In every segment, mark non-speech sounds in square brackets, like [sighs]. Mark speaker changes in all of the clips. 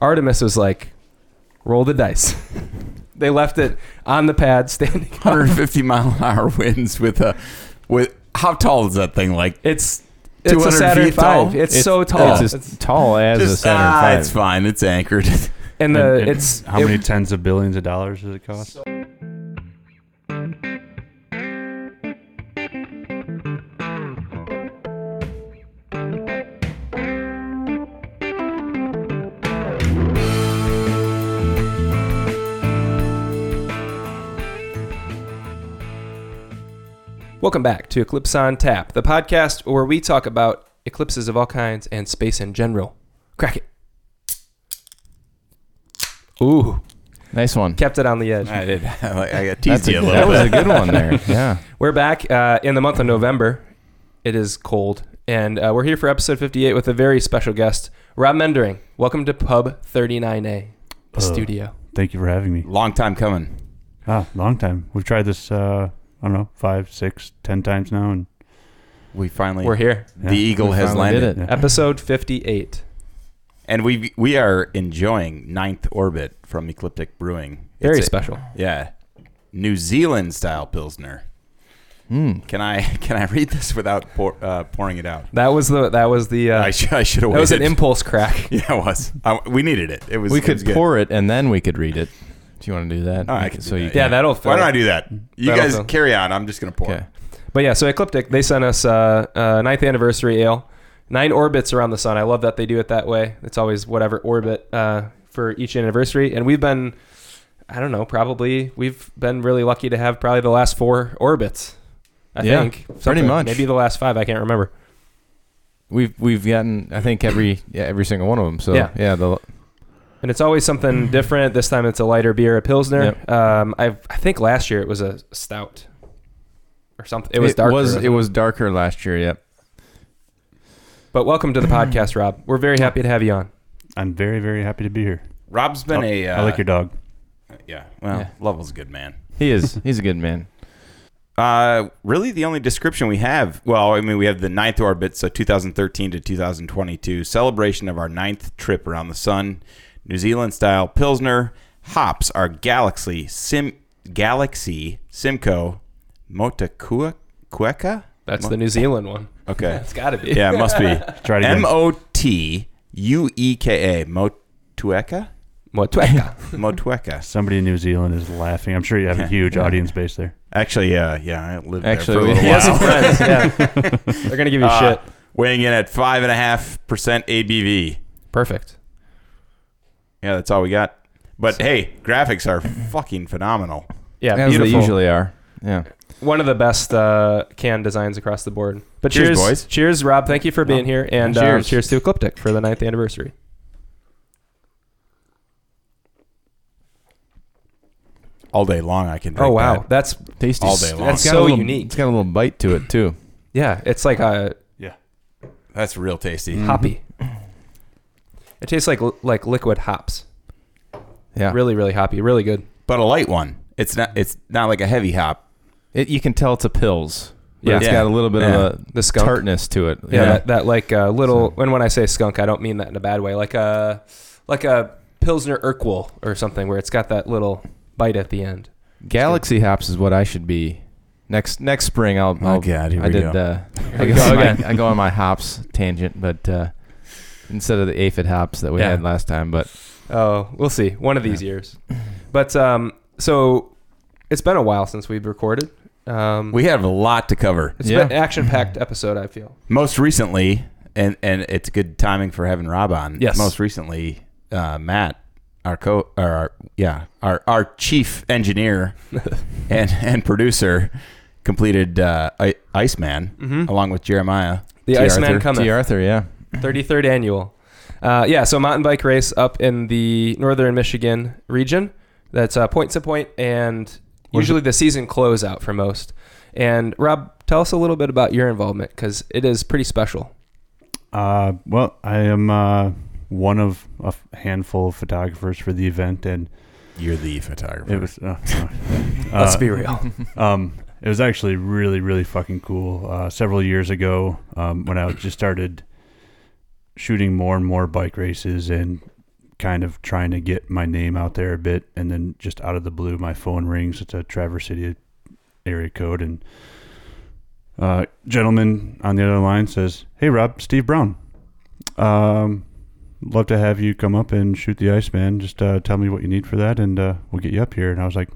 Speaker 1: Artemis was like, roll the dice. [laughs] they left it on the pad, [laughs] standing. up.
Speaker 2: 150 mile an hour winds with a with how tall is that thing? Like
Speaker 1: It's it's a
Speaker 2: 200
Speaker 1: Saturn
Speaker 2: feet tall?
Speaker 1: V. It's, so tall,
Speaker 3: It's as tall as a
Speaker 2: just
Speaker 3: Saturn
Speaker 2: ah,
Speaker 3: V.
Speaker 2: it's fine. It's anchored. [laughs]
Speaker 1: and the
Speaker 3: And- and
Speaker 1: it's
Speaker 4: How
Speaker 1: it-
Speaker 4: many tens of billions of dollars does it cost?
Speaker 1: Welcome back to Eclipse on Tap, the podcast where we talk about eclipses of all kinds and space in general. Crack it. Ooh,
Speaker 3: Nice one.
Speaker 1: kept it on the edge.
Speaker 2: I did. [laughs] I got
Speaker 3: That's
Speaker 2: teased you a
Speaker 3: a-
Speaker 2: little
Speaker 3: that was
Speaker 2: bit.
Speaker 3: a good one there. Yeah.
Speaker 1: We're back uh, in the month of November. It is cold, and uh, we're here for episode 58 with a very special guest, Rob Mendering. Welcome to Pub 39A, the
Speaker 4: Uh.
Speaker 1: studio.
Speaker 4: Thank you for having me.
Speaker 2: [laughs] Long time coming.
Speaker 4: Ah, long time. We've tried this. Uh, I don't know, five, six, ten times now, and
Speaker 2: We finally
Speaker 1: We're here.
Speaker 4: Yeah,
Speaker 2: the eagle
Speaker 3: we
Speaker 2: has
Speaker 3: finally
Speaker 2: landed,
Speaker 3: did
Speaker 4: yeah.
Speaker 1: Episode 58.
Speaker 2: and we we are enjoying ninth orbit from Ecliptic Brewing.
Speaker 1: Very
Speaker 2: It's a-
Speaker 1: special.
Speaker 2: Yeah, New Zealand style pilsner.
Speaker 3: Mm.
Speaker 2: Can I [laughs] can I read this without pour, uh, pouring it out?
Speaker 1: That was the that was the uh,
Speaker 2: I, sh- I should have
Speaker 1: that was
Speaker 2: waited.
Speaker 1: an impulse crack.
Speaker 2: [laughs] yeah, it was. I, we needed it. It was.
Speaker 3: We
Speaker 2: it was
Speaker 3: could
Speaker 2: good.
Speaker 3: pour it and then we could read it. Do you want to do that?
Speaker 2: Oh, I could
Speaker 3: so
Speaker 2: do
Speaker 3: you
Speaker 2: that,
Speaker 1: Yeah, that'll fill.
Speaker 2: Why don't I do that? You
Speaker 1: That'll
Speaker 2: guys
Speaker 1: fill.
Speaker 2: carry on. I'm just gonna pour.
Speaker 3: Okay.
Speaker 1: But yeah, so Ecliptic, they sent us uh, uh, ninth anniversary ale, nine orbits around the sun. I love that they do it that way. It's always whatever orbit uh, for each anniversary, and we've been, I don't know, probably we've been really lucky to have probably the last four orbits. I
Speaker 3: Yeah,
Speaker 1: think
Speaker 3: pretty much.
Speaker 1: maybe the last five. I can't remember.
Speaker 3: We've we've gotten I think every yeah, every single one of them. So
Speaker 1: Yeah.
Speaker 3: yeah, the
Speaker 1: And it's always
Speaker 3: [laughs]
Speaker 1: something different. This time it's a lighter beer, a pilsner.
Speaker 3: Yep.
Speaker 1: Um, I I think last year it was a stout or something. It was darker.
Speaker 3: Was,
Speaker 1: wasn't
Speaker 3: it was darker last year. Yep.
Speaker 1: But welcome to
Speaker 3: [clears throat]
Speaker 1: the podcast, Rob. We're very happy to have you on.
Speaker 4: I'm very, very happy to be here.
Speaker 2: Rob's been
Speaker 4: Oh,
Speaker 2: a. Uh,
Speaker 4: I like your dog.
Speaker 2: Yeah. Well,
Speaker 3: Yeah.
Speaker 2: Lovell's a good man.
Speaker 3: He is. He's a good man.
Speaker 2: Uh, really, the only description we have. Well, I mean, we have the ninth orbit, so 2013 to 2022 celebration of our ninth trip around the sun, New Zealand style pilsner. Hops are Galaxy Sim Galaxy Simcoe Motakua Cueca.
Speaker 1: That's the New Zealand one.
Speaker 2: Okay.
Speaker 4: [laughs]
Speaker 1: It's got to be.
Speaker 2: Yeah, it must be.
Speaker 4: Try it again.
Speaker 2: M O T U E K A
Speaker 4: [laughs]
Speaker 2: Motueka
Speaker 1: Motueka.
Speaker 2: Motueka.
Speaker 4: Somebody in New Zealand is laughing. I'm sure you
Speaker 2: [laughs]
Speaker 4: have a huge audience base there.
Speaker 2: Actually, yeah, yeah, I lived
Speaker 3: Actually,
Speaker 2: there for a
Speaker 1: [laughs]
Speaker 2: little
Speaker 1: he
Speaker 3: we-
Speaker 2: while.
Speaker 1: has some friends. Yeah. [laughs] They're going to give you
Speaker 2: Uh,
Speaker 1: shit.
Speaker 2: Weighing in at five and a half percent ABV.
Speaker 1: Perfect.
Speaker 2: Yeah, that's all we got. But hey, graphics are fucking phenomenal.
Speaker 1: Yeah,
Speaker 3: As
Speaker 1: beautiful.
Speaker 3: they usually are. Yeah.
Speaker 1: One of the best uh, can designs across the board. But cheers,
Speaker 2: Cheers, boys.
Speaker 1: Cheers, Rob. Thank you for being here. And cheers. cheers
Speaker 3: Cheers.
Speaker 1: to Ecliptic for the ninth anniversary.
Speaker 2: All day long, I can. Drink
Speaker 1: Oh, wow.
Speaker 2: that.
Speaker 1: That's,
Speaker 3: Tasty.
Speaker 2: All day long.
Speaker 3: It's got
Speaker 1: So
Speaker 3: a little,
Speaker 1: unique.
Speaker 3: It's got a little bite to it too.
Speaker 1: yeah, it's like a
Speaker 4: Yeah.
Speaker 2: that's real tasty.
Speaker 1: hoppy. It tastes like like liquid hops.
Speaker 3: Yeah.
Speaker 1: Really, really hoppy. Really good.
Speaker 2: But a light one. It's not. It's not like a heavy hop.
Speaker 3: It, you can tell it's a pills.
Speaker 1: Yeah.
Speaker 3: Yeah. It's got a little bit
Speaker 2: Yeah.
Speaker 3: of a
Speaker 1: The skunk.
Speaker 3: tartness to it.
Speaker 1: Yeah, That, that like uh, little. And when I say skunk, I don't mean that in a bad way. Like a like a Pilsner Urquell or something, where it's got that little bite at the end.
Speaker 3: Galaxy hops is what I should be. Next next spring, I'll.
Speaker 2: Oh,
Speaker 3: I'll
Speaker 2: God, here
Speaker 3: I
Speaker 2: we
Speaker 3: did.
Speaker 2: go.
Speaker 3: Uh, I,
Speaker 1: we
Speaker 3: go
Speaker 1: go
Speaker 3: on
Speaker 1: again.
Speaker 3: my, I
Speaker 2: [laughs]
Speaker 3: go on my hops tangent, but uh, instead of the aphid hops that we
Speaker 1: Yeah.
Speaker 3: had last time, but
Speaker 1: Oh, we'll see. One of these years. But um, so it's been a while since we've recorded. Um,
Speaker 2: We have a lot to cover.
Speaker 1: it's
Speaker 3: Yeah.
Speaker 1: been an action-packed episode. I feel.
Speaker 2: Most recently, and and it's good timing for having Rob on.
Speaker 1: Yes.
Speaker 2: Most recently, uh, Matt, our co, or our, yeah, our our chief
Speaker 4: [laughs]
Speaker 2: engineer and and producer, completed uh, I- Iceman
Speaker 4: Mm-hmm.
Speaker 2: along with Jeremiah.
Speaker 1: The
Speaker 2: T.
Speaker 1: Iceman
Speaker 2: Arthur.
Speaker 1: cometh.
Speaker 3: T. Arthur, yeah,
Speaker 1: 33rd annual. Uh, yeah, so mountain bike race up in the northern Michigan region. That's uh, point to point, and usually the season closeout for most. And Rob, tell us a little bit about your involvement because it is pretty special.
Speaker 4: Uh, well, I am uh, one of a f- handful of photographers for the event, and
Speaker 2: You're the photographer.
Speaker 4: it was. Uh, uh,
Speaker 1: Let's be real.
Speaker 4: um, it was actually really, really fucking cool. Uh, several years ago, um, when I just started shooting more and more bike races and kind of trying to get my name out there a bit, and then just out of the blue, my phone rings. It's a Traverse City area code, and uh, gentleman on the other line says, "Hey, Rob, Steve Brown. Um, love to have you come up and shoot the Iceman. Just uh, tell me what you need for that, and uh, we'll get you up here." And I was like,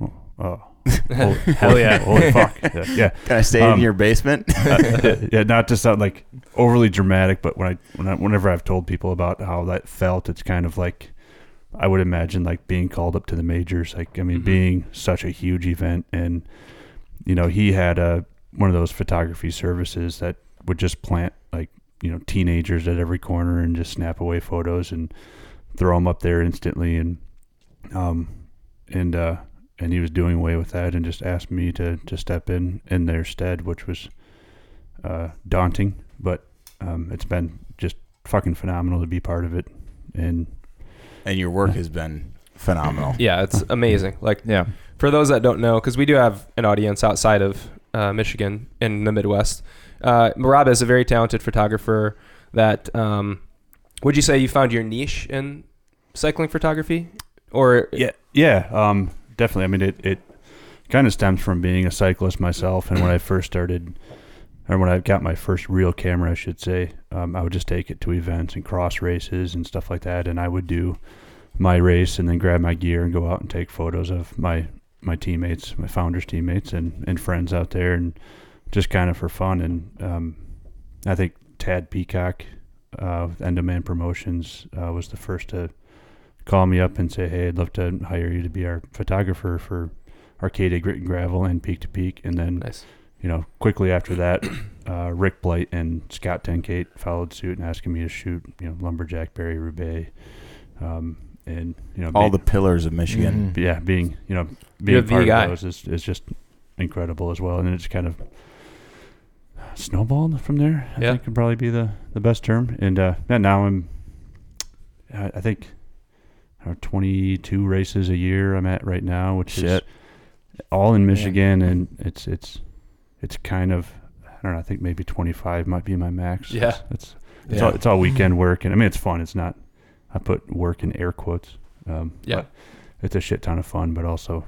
Speaker 4: "Oh, oh
Speaker 1: [laughs]
Speaker 4: holy,
Speaker 3: Hell yeah.
Speaker 2: [laughs]
Speaker 4: holy fuck, yeah." yeah.
Speaker 2: Can I stay in
Speaker 4: Um,
Speaker 2: your basement?
Speaker 4: Uh, [laughs] yeah, not to sound like overly dramatic, but when I, when I whenever I've told people about how that felt, it's kind of like I would imagine like being called up to the majors. Like I mean,
Speaker 1: Mhm.
Speaker 4: being such a huge event, and you know, he had a one of those photography services that would just plant like you know teenagers at every corner and just snap away photos and throw them up there instantly and um and uh and he was doing away with that and just asked me to to step in in their stead which was uh daunting but um it's been just fucking phenomenal to be part of it and
Speaker 2: and your work has been phenomenal.
Speaker 1: Yeah, it's amazing. Like
Speaker 3: Yeah.
Speaker 1: for those that don't know, because we do have an audience outside of uh, Michigan in the Midwest. Uh, Marab is a very talented photographer. That um, would you say you found your niche in cycling photography, or
Speaker 4: Yeah, yeah, um, definitely. I mean, it it kind of stems from being a cyclist myself, and when I first started, or when I got my first real camera, I should say, um, I would just take it to events and cross races and stuff like that, and I would do my race and then grab my gear and go out and take photos of my my teammates, my founders' teammates, and and friends out there, and just kind of for fun. And um, I think Tad Peacock. Uh, End of Man Promotions uh, was the first to call me up and say, "Hey, I'd love to hire you to be our photographer for Arcadia Grit and Gravel and Peak to Peak." And then,
Speaker 1: nice?
Speaker 4: you know, quickly after that, [coughs] uh, Rick Blight and Scott Tenkate followed suit and asking me to shoot, you know, lumberjack Barry Roubaix, um, and you know,
Speaker 2: All
Speaker 4: be-
Speaker 2: the pillars of
Speaker 1: Mm-hmm.
Speaker 2: Michigan.
Speaker 3: Mhm.
Speaker 4: yeah, being you know
Speaker 1: You're
Speaker 4: being
Speaker 1: the
Speaker 4: part
Speaker 1: guy.
Speaker 4: of those is, is just incredible as well, and it's kind of snowballed from there. I
Speaker 1: Yeah.
Speaker 4: think could probably be the the best term. And uh, yeah, now I'm, I I think, I don't know, 22 races a year I'm at right now, which
Speaker 3: Shit.
Speaker 4: is all in Michigan, and it's it's it's kind of I don't know. I think maybe 25 might be my max.
Speaker 1: Yeah.
Speaker 4: It's- it's it's, all, it's all weekend work, and I mean it's fun. It's not. I put work in air quotes. Um,
Speaker 1: Yeah.
Speaker 4: but it's a shit ton of fun, but also,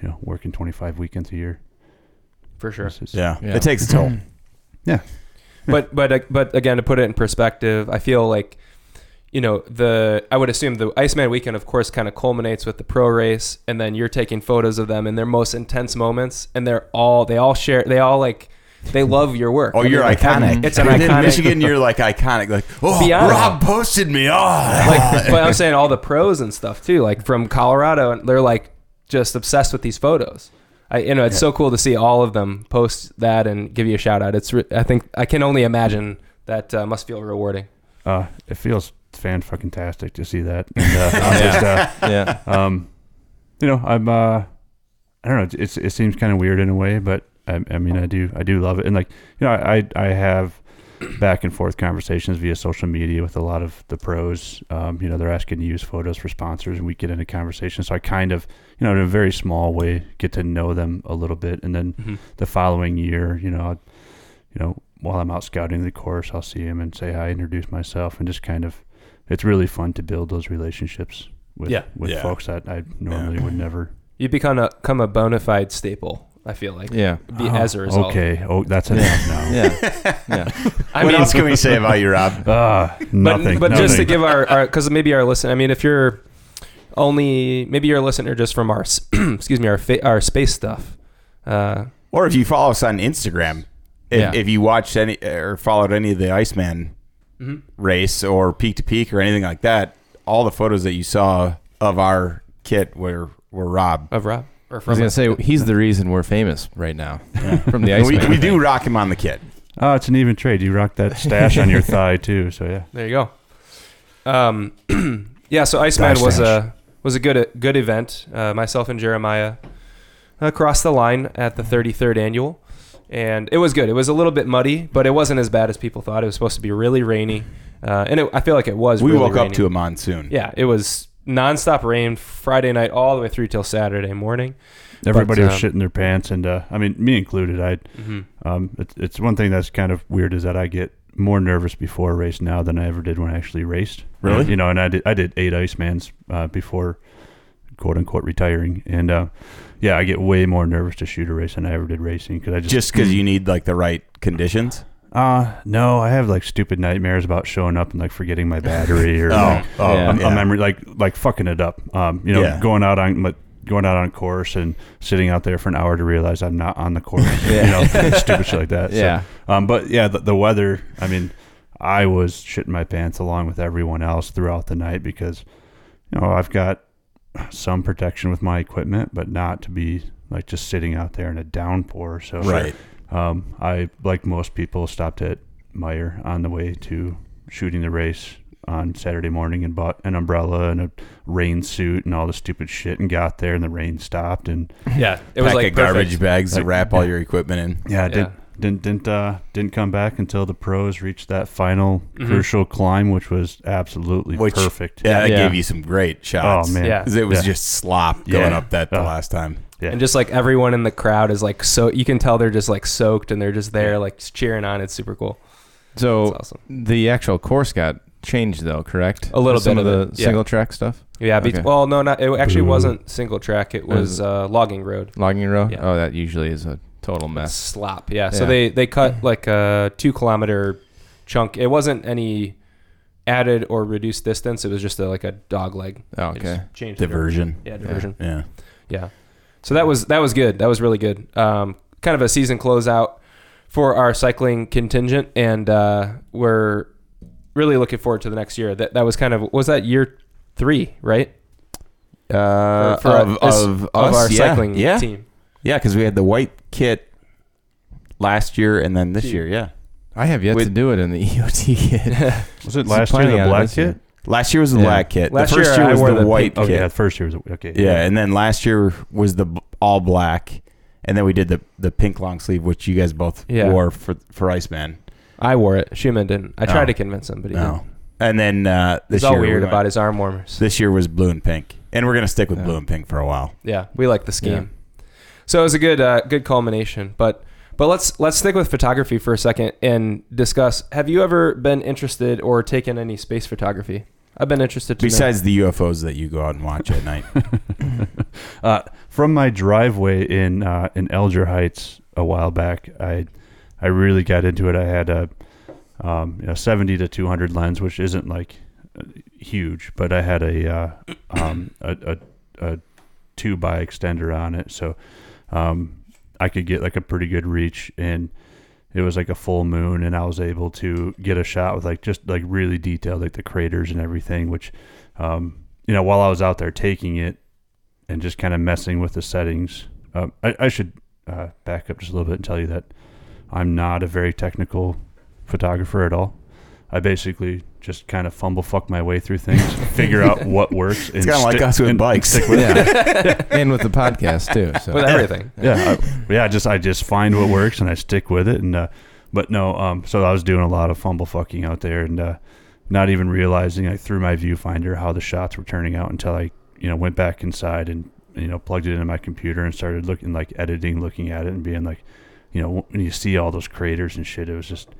Speaker 4: you know, working 25 weekends a year.
Speaker 1: For sure.
Speaker 4: It's- it's-
Speaker 2: Yeah. it takes a
Speaker 4: [clears throat]
Speaker 2: toll.
Speaker 1: [laughs] but but uh, but again, to put it in perspective, I feel like you know the I would assume the Iceman weekend, of course, kind of culminates with the pro race, and then you're taking photos of them in their most intense moments, and they're all they all share they all like they love your work.
Speaker 2: Oh,
Speaker 1: I mean,
Speaker 2: you're
Speaker 1: like,
Speaker 2: iconic.
Speaker 1: It's an
Speaker 2: Within
Speaker 1: iconic.
Speaker 2: Michigan, you're like iconic. Like, oh,
Speaker 1: Beyond.
Speaker 2: Rob posted me.
Speaker 1: [laughs]
Speaker 2: Oh, [laughs]
Speaker 1: like, but I'm saying all the pros and stuff too, like from Colorado, and they're like just obsessed with these photos. I, you know, it's so cool to see all of them post that and give you a shout out. It's, re- I think, I can only imagine that uh, must feel rewarding.
Speaker 4: Uh, it feels fan fucking tastic to see that. And, uh, I'm just, uh,
Speaker 3: [laughs] Yeah.
Speaker 4: [laughs] um, you know, I'm, uh, I don't know. it's- It's, it seems kind of weird in a way, but I, I mean, I do, I do love it. And like, you know, I, I have back and forth conversations via social media with a lot of the pros. Um, you know, they're asking to use photos for sponsors and we get into conversation. So I kind of, you know, in a very small way, get to know them a little bit. And then
Speaker 1: Mhm.
Speaker 4: the following year, you know, I, you know, while I'm out scouting the course, I'll see him and say hi, introduce myself and just kind of, it's really fun to build those relationships with,
Speaker 1: Yeah.
Speaker 4: with
Speaker 2: Yeah.
Speaker 4: folks that I normally would never
Speaker 1: You become a, become a bona fide staple. I feel like
Speaker 2: [laughs]
Speaker 3: Yeah.
Speaker 1: be
Speaker 4: Oh,
Speaker 1: as a result.
Speaker 4: Okay. Oh, that's enough now.
Speaker 3: Yeah. Yeah.
Speaker 1: I
Speaker 2: what
Speaker 1: mean,
Speaker 2: else can we say about you, Rob?
Speaker 4: Ah,
Speaker 1: [laughs] but,
Speaker 4: nothing.
Speaker 1: but just to
Speaker 4: nothing.
Speaker 1: give our, because maybe our listen, I mean, if you're only, maybe you're a listener just from our, s- [clears throat] excuse me, our, fa- our space stuff. Uh,
Speaker 2: [laughs] Or if you follow us on Instagram, if,
Speaker 1: Yeah.
Speaker 2: if you watched any or followed any of the Iceman race or peak to peak or anything like that, all the photos that you saw of our kit were were Rob.
Speaker 1: of Rob or
Speaker 3: I was
Speaker 1: from
Speaker 3: gonna say he's the reason we're famous right now from the
Speaker 2: And we,
Speaker 3: Iceman.
Speaker 2: we do
Speaker 3: thing.
Speaker 2: rock him on the kit.
Speaker 4: oh, it's an even trade. You rock that stash on
Speaker 1: [laughs]
Speaker 4: your thigh too. So yeah.
Speaker 1: There you go. Um, [clears throat] yeah, so Iceman
Speaker 2: Dash,
Speaker 1: was
Speaker 2: dash.
Speaker 1: a was a good good event. Uh, myself and Jeremiah across the line at the 33rd annual, and it was good. It was a little bit muddy, but it wasn't as bad as people thought. It was supposed to be really rainy, uh, and it, I feel like it was.
Speaker 2: We
Speaker 1: really
Speaker 2: woke up
Speaker 1: rainy.
Speaker 2: to a monsoon.
Speaker 1: yeah, it was nonstop rain Friday night all the way through till Saturday morning.
Speaker 4: Everybody
Speaker 1: But,
Speaker 4: was
Speaker 1: um,
Speaker 4: shitting their pants, and uh, I mean, me included. I
Speaker 1: Mm-hmm.
Speaker 4: um, it's, it's one thing that's kind of weird is that I get more nervous before a race now than I ever did when I actually raced.
Speaker 2: Really?
Speaker 4: You know, and I did I did eight Icemans uh, before quote unquote retiring, and uh, yeah, I get way more nervous to shoot a race than I ever did racing because I just
Speaker 2: Just because you need like the right conditions.
Speaker 4: uh no, I have like stupid nightmares about showing up and like forgetting my battery or like,
Speaker 2: [laughs] oh,
Speaker 3: Yeah.
Speaker 4: a, a memory like like fucking it up. Um, you know,
Speaker 2: Yeah.
Speaker 4: going out on like, going out on course and sitting out there for an hour to realize I'm not on the course. [laughs] You know, stupid shit like that. So,
Speaker 3: Yeah.
Speaker 4: um, but yeah, the, the weather. I mean, I was shitting my pants along with everyone else throughout the night because you know I've got some protection with my equipment, but not to be like just sitting out there in a downpour. So
Speaker 2: Right.
Speaker 4: um, I, like most people, stopped at Meyer on the way to shooting the race on Saturday morning and bought an umbrella and a rain suit and all the stupid shit and got there and the rain stopped and
Speaker 1: Yeah, it
Speaker 2: It
Speaker 1: was
Speaker 2: was
Speaker 1: like
Speaker 2: garbage bags to
Speaker 4: Like-
Speaker 2: wrap all your equipment in.
Speaker 4: yeah, it
Speaker 1: Yeah.
Speaker 4: Didn't didn't didn't, uh, didn't come back until the pros reached that final
Speaker 1: Mhm.
Speaker 4: crucial climb, which was absolutely
Speaker 2: Which-
Speaker 4: perfect.
Speaker 2: Yeah, that
Speaker 3: Yeah.
Speaker 2: gave you some great shots.
Speaker 4: Oh man,
Speaker 1: Yeah.
Speaker 2: 'Cause it was
Speaker 4: Yeah.
Speaker 2: just slop going
Speaker 4: Yeah.
Speaker 2: up that the
Speaker 4: Oh.
Speaker 2: last time.
Speaker 1: And just like everyone in the crowd is like so, you can tell they're just like soaked and they're just there like cheering on. It's super cool.
Speaker 3: So
Speaker 1: It's awesome.
Speaker 3: the actual course got changed though, correct?
Speaker 1: A little
Speaker 3: Some
Speaker 1: bit
Speaker 3: of
Speaker 1: of
Speaker 3: the
Speaker 1: it, yeah.
Speaker 3: single track stuff,
Speaker 1: Yeah. Be-
Speaker 3: Okay.
Speaker 1: Well, no, not it actually
Speaker 4: Boo.
Speaker 1: wasn't single track. It was uh, logging road.
Speaker 3: logging row.
Speaker 1: Yeah.
Speaker 3: Oh, that usually is a total mess.
Speaker 1: slop. Yeah. So
Speaker 3: Yeah.
Speaker 1: they they cut like a two kilometer chunk. It wasn't any added or reduced distance. It was just a, like a dog leg.
Speaker 3: Oh,
Speaker 1: They just
Speaker 3: okay.
Speaker 1: Changed the dir-
Speaker 2: Diversion.
Speaker 1: Yeah, diversion.
Speaker 2: Yeah.
Speaker 1: Yeah. So that was that was good. That was really good. Um, kind of a season closeout for our cycling contingent, and uh, we're really looking forward to the next year. That that was kind of was that year three, right?
Speaker 2: Uh,
Speaker 1: For- for
Speaker 2: of,
Speaker 1: us-
Speaker 2: of,
Speaker 1: of
Speaker 2: us,
Speaker 1: our
Speaker 2: yeah.
Speaker 1: cycling
Speaker 2: yeah.
Speaker 1: team.
Speaker 2: Yeah, because we had the white kit last year and then this
Speaker 1: Dude.
Speaker 2: year. Yeah.
Speaker 3: I have yet to
Speaker 2: With-
Speaker 3: do it in the [laughs] E EOT kit.
Speaker 4: was it
Speaker 3: So
Speaker 4: last year
Speaker 3: planning
Speaker 4: the
Speaker 3: on
Speaker 4: black
Speaker 3: this year.
Speaker 4: kit?
Speaker 2: Last year was the
Speaker 3: Yeah.
Speaker 2: black kit.
Speaker 1: Last
Speaker 2: the first
Speaker 1: year
Speaker 2: year,
Speaker 1: I
Speaker 2: was
Speaker 1: wore
Speaker 2: the,
Speaker 1: the
Speaker 2: white
Speaker 4: Okay,
Speaker 2: kit.
Speaker 4: yeah, the first year was okay.
Speaker 2: Yeah, and then last year was the b- all black, and then we did the the pink long sleeve, which you guys both
Speaker 1: Yeah.
Speaker 2: wore for for Iceman.
Speaker 1: I wore it. Schumann didn't. I tried
Speaker 2: No.
Speaker 1: to convince him, but he didn't.
Speaker 2: No, and then uh, this
Speaker 1: He's all
Speaker 2: year we
Speaker 1: weird
Speaker 2: went-
Speaker 1: about his arm warmers.
Speaker 2: This year was blue and pink, and we're gonna stick with
Speaker 3: Yeah.
Speaker 2: blue and pink for a while.
Speaker 1: Yeah, we like the scheme. So it was a good uh, good culmination. But but let's let's stick with photography for a second and discuss. Have you ever been interested or taken any space photography? I've been interested. To know.
Speaker 2: Besides the UFOs that you go out and watch at night,
Speaker 4: uh, from my driveway in uh, in Elger Heights a while back, I I really got into it. I had a um, you know, 70 to 200 lens, which isn't like uh, huge, but I had a uh, um, a, a, a two by extender on it, so um, I could get like a pretty good reach and. It was like a full moon, and I was able to get a shot with like just like really detailed, like the craters and everything. Which, um, you know, while I was out there taking it, and just kind of messing with the settings. Um, I, I should uh, back up just a little bit and tell you that I'm not a very technical photographer at all. I basically just kind of fumble fuck my way through things,
Speaker 2: [laughs]
Speaker 4: figure out what works.
Speaker 2: it's
Speaker 4: and
Speaker 2: kind of like
Speaker 4: stick-
Speaker 2: us with
Speaker 4: and
Speaker 2: bikes.
Speaker 4: stick with it.
Speaker 3: yeah. and with the podcast too. So [laughs]
Speaker 1: with everything.
Speaker 4: yeah, I, yeah. I just I just find what works and I stick with it. And uh, but no, um, so I was doing a lot of fumble fucking out there and uh, not even realizing like through my viewfinder how the shots were turning out until I you know went back inside and you know plugged it into my computer and started looking like editing, looking at it and being like, you know, when you see all those craters and shit, it was just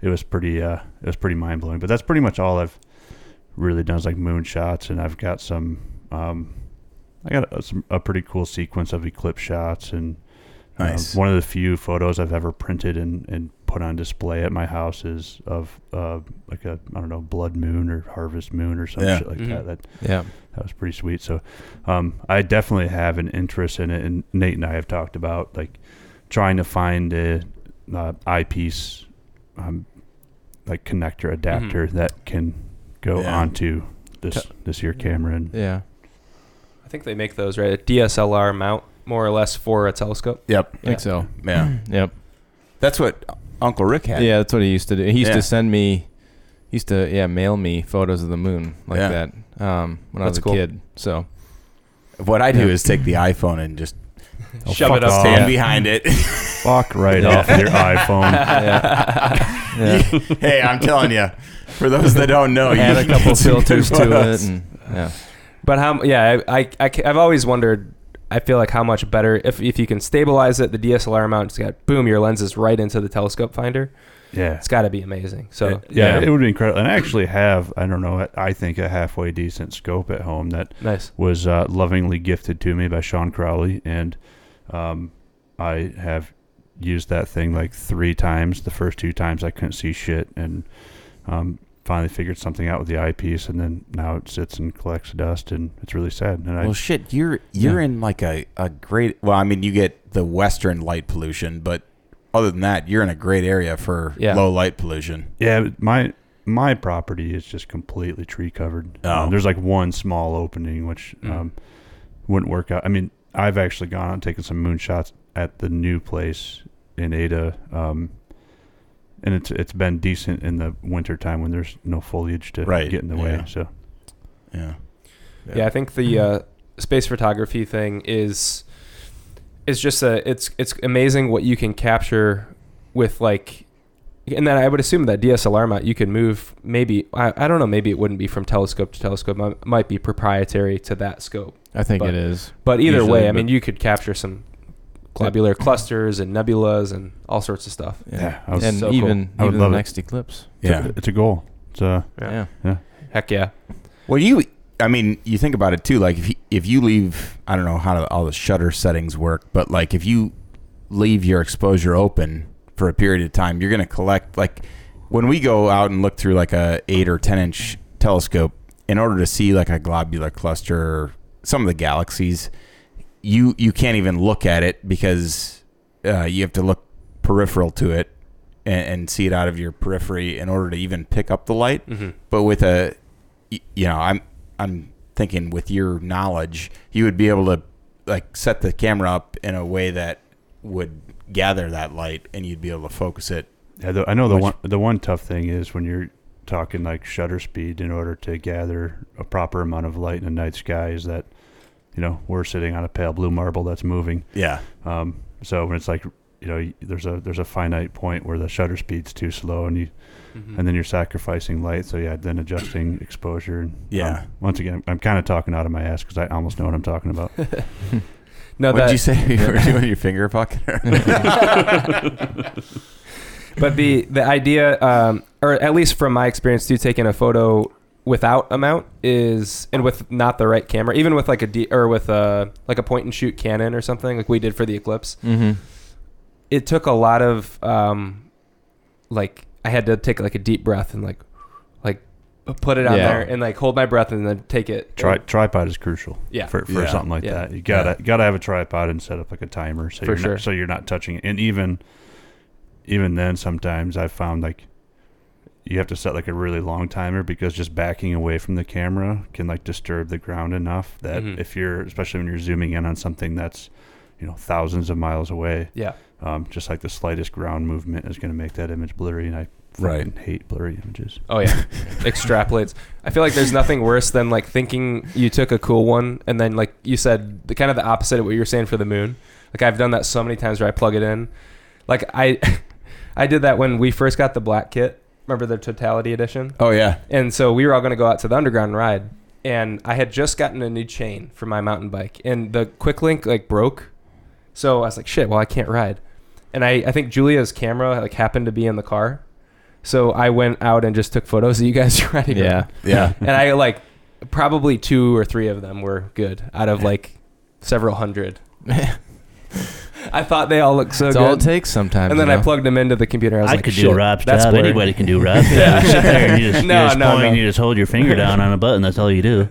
Speaker 4: it was pretty uh it was pretty mind blowing. But that's pretty much all I've really done is like moon shots and I've got some. Um, I got a, some, a pretty cool sequence of eclipse shots and uh,
Speaker 2: [laughs] Nice.
Speaker 4: one of the few photos I've ever printed and, and put on display at my house is of uh, like a I don't know blood moon or harvest moon or some
Speaker 2: Yeah.
Speaker 4: shit like
Speaker 3: Mm-hmm.
Speaker 1: Mhm.
Speaker 4: that. That
Speaker 3: yeah.
Speaker 4: that was pretty sweet. So um, I definitely have an interest in it, and Nate and I have talked about like trying to find a, uh eyepiece um, like connector adapter
Speaker 3: Mm-hmm.
Speaker 4: that can go
Speaker 2: Yeah.
Speaker 4: onto this this year camera and
Speaker 3: Yeah.
Speaker 1: I think they make those right. A DSLR mount, more or less, for a [laughs] telescope.
Speaker 2: Yep.
Speaker 3: I think so.
Speaker 2: Yeah.
Speaker 3: Yep.
Speaker 2: That's what Uncle Rick
Speaker 3: Yeah.
Speaker 2: had.
Speaker 3: that's what he used to do. He used
Speaker 2: Yeah.
Speaker 3: to send me he used to yeah, mail me photos of the moon like
Speaker 2: Yeah.
Speaker 3: that. Um when I was
Speaker 1: That's
Speaker 3: a
Speaker 1: cool.
Speaker 3: kid. So
Speaker 2: What I do
Speaker 3: Yeah.
Speaker 2: is take the iPhone and just
Speaker 4: Oh,
Speaker 1: Shove
Speaker 4: fuck
Speaker 1: it up
Speaker 4: off.
Speaker 2: stand
Speaker 3: Yeah.
Speaker 2: behind it.
Speaker 4: fuck right
Speaker 3: Yeah.
Speaker 4: off
Speaker 3: [laughs]
Speaker 4: your iPhone.
Speaker 3: yeah. yeah.
Speaker 2: [laughs] hey, I'm telling you, for those that don't know, Oh, you
Speaker 3: Add a
Speaker 2: can
Speaker 3: couple
Speaker 2: [laughs] get some good
Speaker 3: filters to it
Speaker 2: photos.
Speaker 3: and yeah.
Speaker 1: But how? Yeah, I, I, I ca- I've always wondered. I feel like how much better if if you can stabilize it. The DSLR mount's got boom, your lens is right into the telescope finder.
Speaker 4: Yeah.
Speaker 1: It's got to be amazing. So
Speaker 4: It- yeah,
Speaker 2: yeah.
Speaker 4: it would be incredible. And I actually have, I don't know, I- I think a halfway decent scope at home that
Speaker 1: nice.
Speaker 4: was uh, lovingly gifted to me by Sean Crowley, and um, I have used that thing like three times. The first two times I couldn't see shit, and um, finally figured something out with the eyepiece, and then now it sits and collects dust, and it's really sad. And I
Speaker 2: Well, shit, you're you're
Speaker 4: Yeah.
Speaker 2: in like a, a great. Well, I mean, you get the western light pollution, but other than that, you're in a great area for
Speaker 1: Yeah.
Speaker 2: low light pollution.
Speaker 4: yeah, but my my property is just completely tree covered.
Speaker 2: Oh.
Speaker 4: Uh, there's like one small opening which
Speaker 2: Mm.
Speaker 4: um, wouldn't work out. I mean, I've actually gone out and taken some moonshots at the new place in Ada, um, and it's it's been decent in the wintertime when there's no foliage to
Speaker 2: Right,
Speaker 4: get in the way.
Speaker 2: yeah.
Speaker 4: So
Speaker 2: Yeah,
Speaker 1: Yeah, I think the uh, space photography thing is is just a it's it's amazing what you can capture with like and then I would assume that DSLR mount you could move maybe I, I don't know maybe it wouldn't be from telescope to telescope it might be proprietary to that scope
Speaker 3: I think
Speaker 1: But-
Speaker 3: it is.
Speaker 1: but either
Speaker 3: Usually,
Speaker 1: way I
Speaker 3: but-
Speaker 1: mean you could capture some globular clusters and nebulas and all sorts of stuff
Speaker 4: Yeah, I was
Speaker 3: and
Speaker 1: so cool.
Speaker 3: even
Speaker 4: I would
Speaker 3: even the
Speaker 4: love it.
Speaker 3: next eclipse.
Speaker 4: it's
Speaker 2: yeah.
Speaker 4: a, it's a goal. It's uh, a,
Speaker 1: Yeah.
Speaker 3: Yeah.
Speaker 1: heck yeah
Speaker 2: Well, you, I mean, you think about it too. Like if you, if you leave, I don't know how all the shutter settings work, but like if you leave your exposure open for a period of time, you're going to collect. Like when we go out and look through like a eight or ten inch telescope, in order to see like a globular cluster or some of the galaxies, you you can't even look at it because uh, you have to look peripheral to it and, and see it out of your periphery in order to even pick up the light
Speaker 1: mm-hmm.
Speaker 2: but with a y- you know i'm i'm thinking with your knowledge you would be able to like set the camera up in a way that would gather that light and you'd be able to focus it
Speaker 4: yeah, the, I know the
Speaker 2: Which-
Speaker 4: one the one tough thing is when you're talking like shutter speed in order to gather a proper amount of light in the night sky is that you know we're sitting on a pale blue marble that's moving.
Speaker 2: yeah
Speaker 4: Um, so when it's like you know there's a there's a finite point where the shutter speed's too slow and you and then you're sacrificing light. So yeah, then adjusting exposure. And, um,
Speaker 2: Yeah.
Speaker 4: once again, I'm kind of talking out of my ass because I almost know what I'm talking about.
Speaker 1: no
Speaker 2: what did
Speaker 1: that
Speaker 2: you say [laughs] you were doing your finger pocket
Speaker 1: but the the idea, um, or at least from my experience, too, taking a photo without a mount is and with not the right camera, even with like a D, or with a like a point and shoot Canon or something like we did for the eclipse.
Speaker 3: Mm-hmm.
Speaker 1: It took a lot of um, like I had to take like a deep breath and like like put it on
Speaker 3: Yeah.
Speaker 1: there and like hold my breath and then take it.
Speaker 4: Tri- tripod is crucial.
Speaker 1: Yeah.
Speaker 4: For, for
Speaker 2: Yeah.
Speaker 4: something like
Speaker 1: Yeah.
Speaker 4: that, you gotta gotta have a tripod and set up like a timer so
Speaker 1: For
Speaker 4: you're
Speaker 1: sure.
Speaker 4: not, so you're not touching it. And even even then, sometimes I've found like you have to set like a really long timer because just backing away from the camera can like disturb the ground enough that
Speaker 1: Mhm.
Speaker 4: if you're especially when you're zooming in on something that's you know thousands of miles away
Speaker 1: yeah,
Speaker 4: Um, just like the slightest ground movement is going to make that image blurry, and I
Speaker 2: Right.
Speaker 4: fucking hate blurry images.
Speaker 1: oh yeah, extrapolates. I feel like there's nothing worse than like thinking you took a cool one and then like you said the kind of the opposite of what you were saying for the moon. Like I've done that so many times where I plug it in. Like I [laughs] I did that when we first got the black kit. Remember the totality edition?
Speaker 2: oh yeah
Speaker 1: And so we were all going to go out to the underground ride and I had just gotten a new chain for my mountain bike and the quick link like broke. So I was like, shit, well I can't ride. And I, I think Julia's camera like happened to be in the car. So I went out and just took photos of you guys [laughs] riding. around [laughs]
Speaker 4: [laughs]
Speaker 3: Yeah.
Speaker 2: yeah
Speaker 1: and I like probably two or three of them were good out of like several
Speaker 5: [laughs]
Speaker 1: hundred. I thought they all looked so
Speaker 3: That's all it
Speaker 1: good,
Speaker 3: takes sometimes.
Speaker 1: and then
Speaker 3: you
Speaker 1: I
Speaker 3: know?
Speaker 1: plugged them into the computer. I
Speaker 5: I,
Speaker 1: was like,
Speaker 5: could do
Speaker 1: "Shit,
Speaker 5: Rob's
Speaker 1: that's
Speaker 5: job.
Speaker 1: working."
Speaker 5: Everybody can
Speaker 1: [laughs]
Speaker 5: do Rob's
Speaker 1: Yeah.
Speaker 5: job. You sit there and you
Speaker 1: [laughs]
Speaker 5: just,
Speaker 1: No,
Speaker 5: you just
Speaker 1: no,
Speaker 5: point,
Speaker 1: no.
Speaker 5: you just hold your finger down on a button. That's all you
Speaker 1: [laughs]
Speaker 5: do.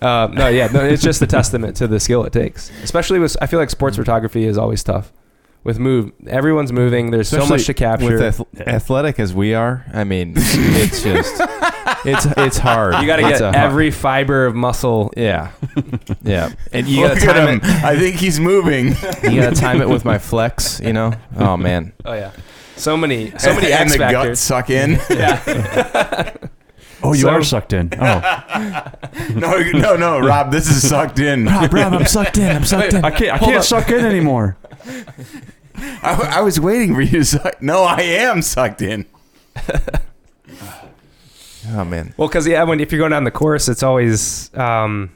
Speaker 1: Uh, no, yeah, no, it's just a testament to the skill it takes. Especially with, I feel like sports photography is always tough. With move, everyone's moving. There's so
Speaker 3: Especially
Speaker 1: much to capture.
Speaker 3: With ath-
Speaker 4: Yeah.
Speaker 3: athletic as we are,
Speaker 1: [laughs]
Speaker 3: I mean, it's just it's it's hard.
Speaker 1: you got to get
Speaker 3: It's a hard-
Speaker 1: every fiber of muscle.
Speaker 3: yeah, yeah, and you
Speaker 2: Look
Speaker 3: got to
Speaker 2: at him.
Speaker 3: time
Speaker 2: i think he's moving
Speaker 3: it. You got to time it with my flex. You know, oh man,
Speaker 1: Oh yeah, so many, so many
Speaker 2: [laughs] and
Speaker 1: X
Speaker 2: the gut
Speaker 1: factors.
Speaker 2: suck in [laughs]
Speaker 1: Yeah.
Speaker 4: Oh, you
Speaker 1: So-
Speaker 4: are
Speaker 1: [laughs]
Speaker 4: sucked in. Oh,
Speaker 2: no no no rob this is sucked
Speaker 4: [laughs]
Speaker 2: in
Speaker 3: Rob, Rob, I'm sucked in.
Speaker 1: [laughs]
Speaker 3: I'm sucked in.
Speaker 4: I can't. I
Speaker 1: Hold
Speaker 4: can't
Speaker 1: up.
Speaker 4: suck in anymore.
Speaker 2: [laughs] I, I was waiting for you to suck no i am sucked in
Speaker 3: Oh man,
Speaker 1: Well, because yeah, when if you're going down the course, it's always um,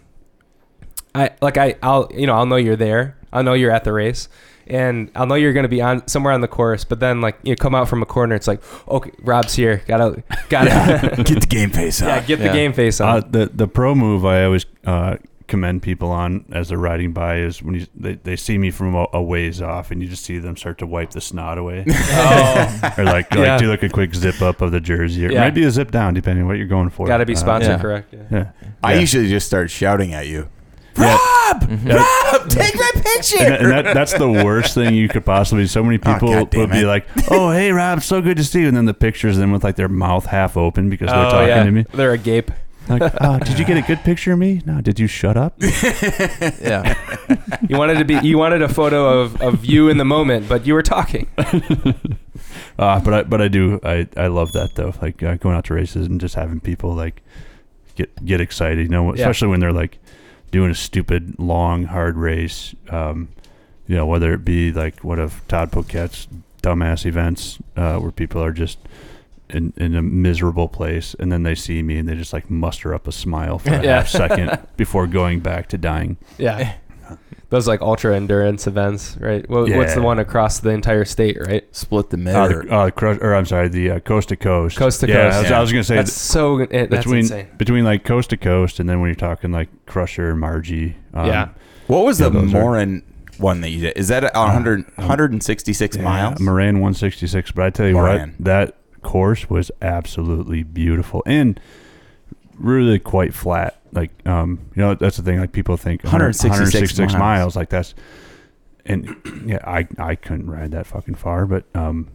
Speaker 1: I like I I'll you know I'll know you're there. I'll know you're at the race, and I'll know you're going to be on somewhere on the course. But then, like you come out from a corner, it's like, okay, Rob's here. Gotta, [laughs] gotta,
Speaker 2: [laughs] Get the game face on.
Speaker 1: yeah, get the
Speaker 3: Yeah.
Speaker 1: game face
Speaker 4: [laughs] Uh,
Speaker 1: on.
Speaker 4: the the pro move I always uh, commend people on as they're riding by is when you they, they see me from a, a ways off and you just see them start to wipe the
Speaker 1: [laughs]
Speaker 4: snot away or like,
Speaker 1: Oh. Yeah.
Speaker 4: like do like a quick zip up of the jersey or
Speaker 1: Yeah.
Speaker 4: maybe a zip down depending on what you're going for.
Speaker 1: gotta be
Speaker 4: Uh,
Speaker 1: sponsor
Speaker 3: yeah.
Speaker 1: correct. Yeah.
Speaker 4: yeah.
Speaker 2: I
Speaker 4: Yeah.
Speaker 2: usually just start shouting at you.
Speaker 4: Yeah.
Speaker 2: Rob,
Speaker 4: Yeah.
Speaker 2: Rob, take my Er, picture.
Speaker 4: And, that,
Speaker 2: [laughs]
Speaker 4: and that, that's the worst thing you could possibly. So many
Speaker 2: Oh,
Speaker 4: people
Speaker 2: God damn
Speaker 4: would be
Speaker 2: it. [laughs]
Speaker 4: like, "Oh, hey, Rob, so good to see you," and then the pictures of them with like their mouth half open because they're
Speaker 1: Oh,
Speaker 4: talking
Speaker 1: yeah.
Speaker 4: to me.
Speaker 1: They're a gape. [laughs]
Speaker 4: Like, oh, did you get a good picture of me? No, did you shut up?
Speaker 3: Yeah.
Speaker 1: You wanted to be. You wanted a photo of, of you in the moment, but you were
Speaker 4: [laughs]
Speaker 1: talking.
Speaker 4: Uh, but I but I do I, I love that though like uh, going out to races and just having people like get get excited you know
Speaker 1: Yeah.
Speaker 4: especially when they're like doing a stupid long hard race um, you know whether it be like one of Todd Poquette's dumbass events uh, where people are just in, in a miserable place and then they see me and they just like muster up a
Speaker 1: [laughs]
Speaker 4: smile for a
Speaker 1: Yeah.
Speaker 4: half second before going back to dying
Speaker 1: Yeah. Those like ultra endurance events, right? What, What's
Speaker 4: Yeah.
Speaker 1: the one across the entire state, right?
Speaker 2: Split the
Speaker 4: uh,
Speaker 2: mirror.
Speaker 4: the, uh, cru- or I'm sorry the uh, coast to coast
Speaker 1: Coast to
Speaker 4: yeah,
Speaker 1: coast.
Speaker 4: I was, I
Speaker 2: Yeah.
Speaker 4: was gonna say
Speaker 1: That's so. It, that's
Speaker 4: between
Speaker 1: insane.
Speaker 4: between like coast to coast, and then when you're talking like Crusher and Margie, um,
Speaker 1: Yeah.
Speaker 2: what was
Speaker 4: Yeah,
Speaker 2: the
Speaker 4: those are-
Speaker 2: Morin one that you did? Is that a 100, 166
Speaker 4: yeah,
Speaker 2: miles?
Speaker 4: Moran 166. But I tell you
Speaker 2: Moran.
Speaker 4: what, that course was absolutely beautiful and really quite flat. Like, um, you know, that's the thing. Like people think "Oh,
Speaker 2: 166
Speaker 4: miles.
Speaker 2: miles.
Speaker 4: Like that's, and yeah, I I couldn't ride that fucking far, but um.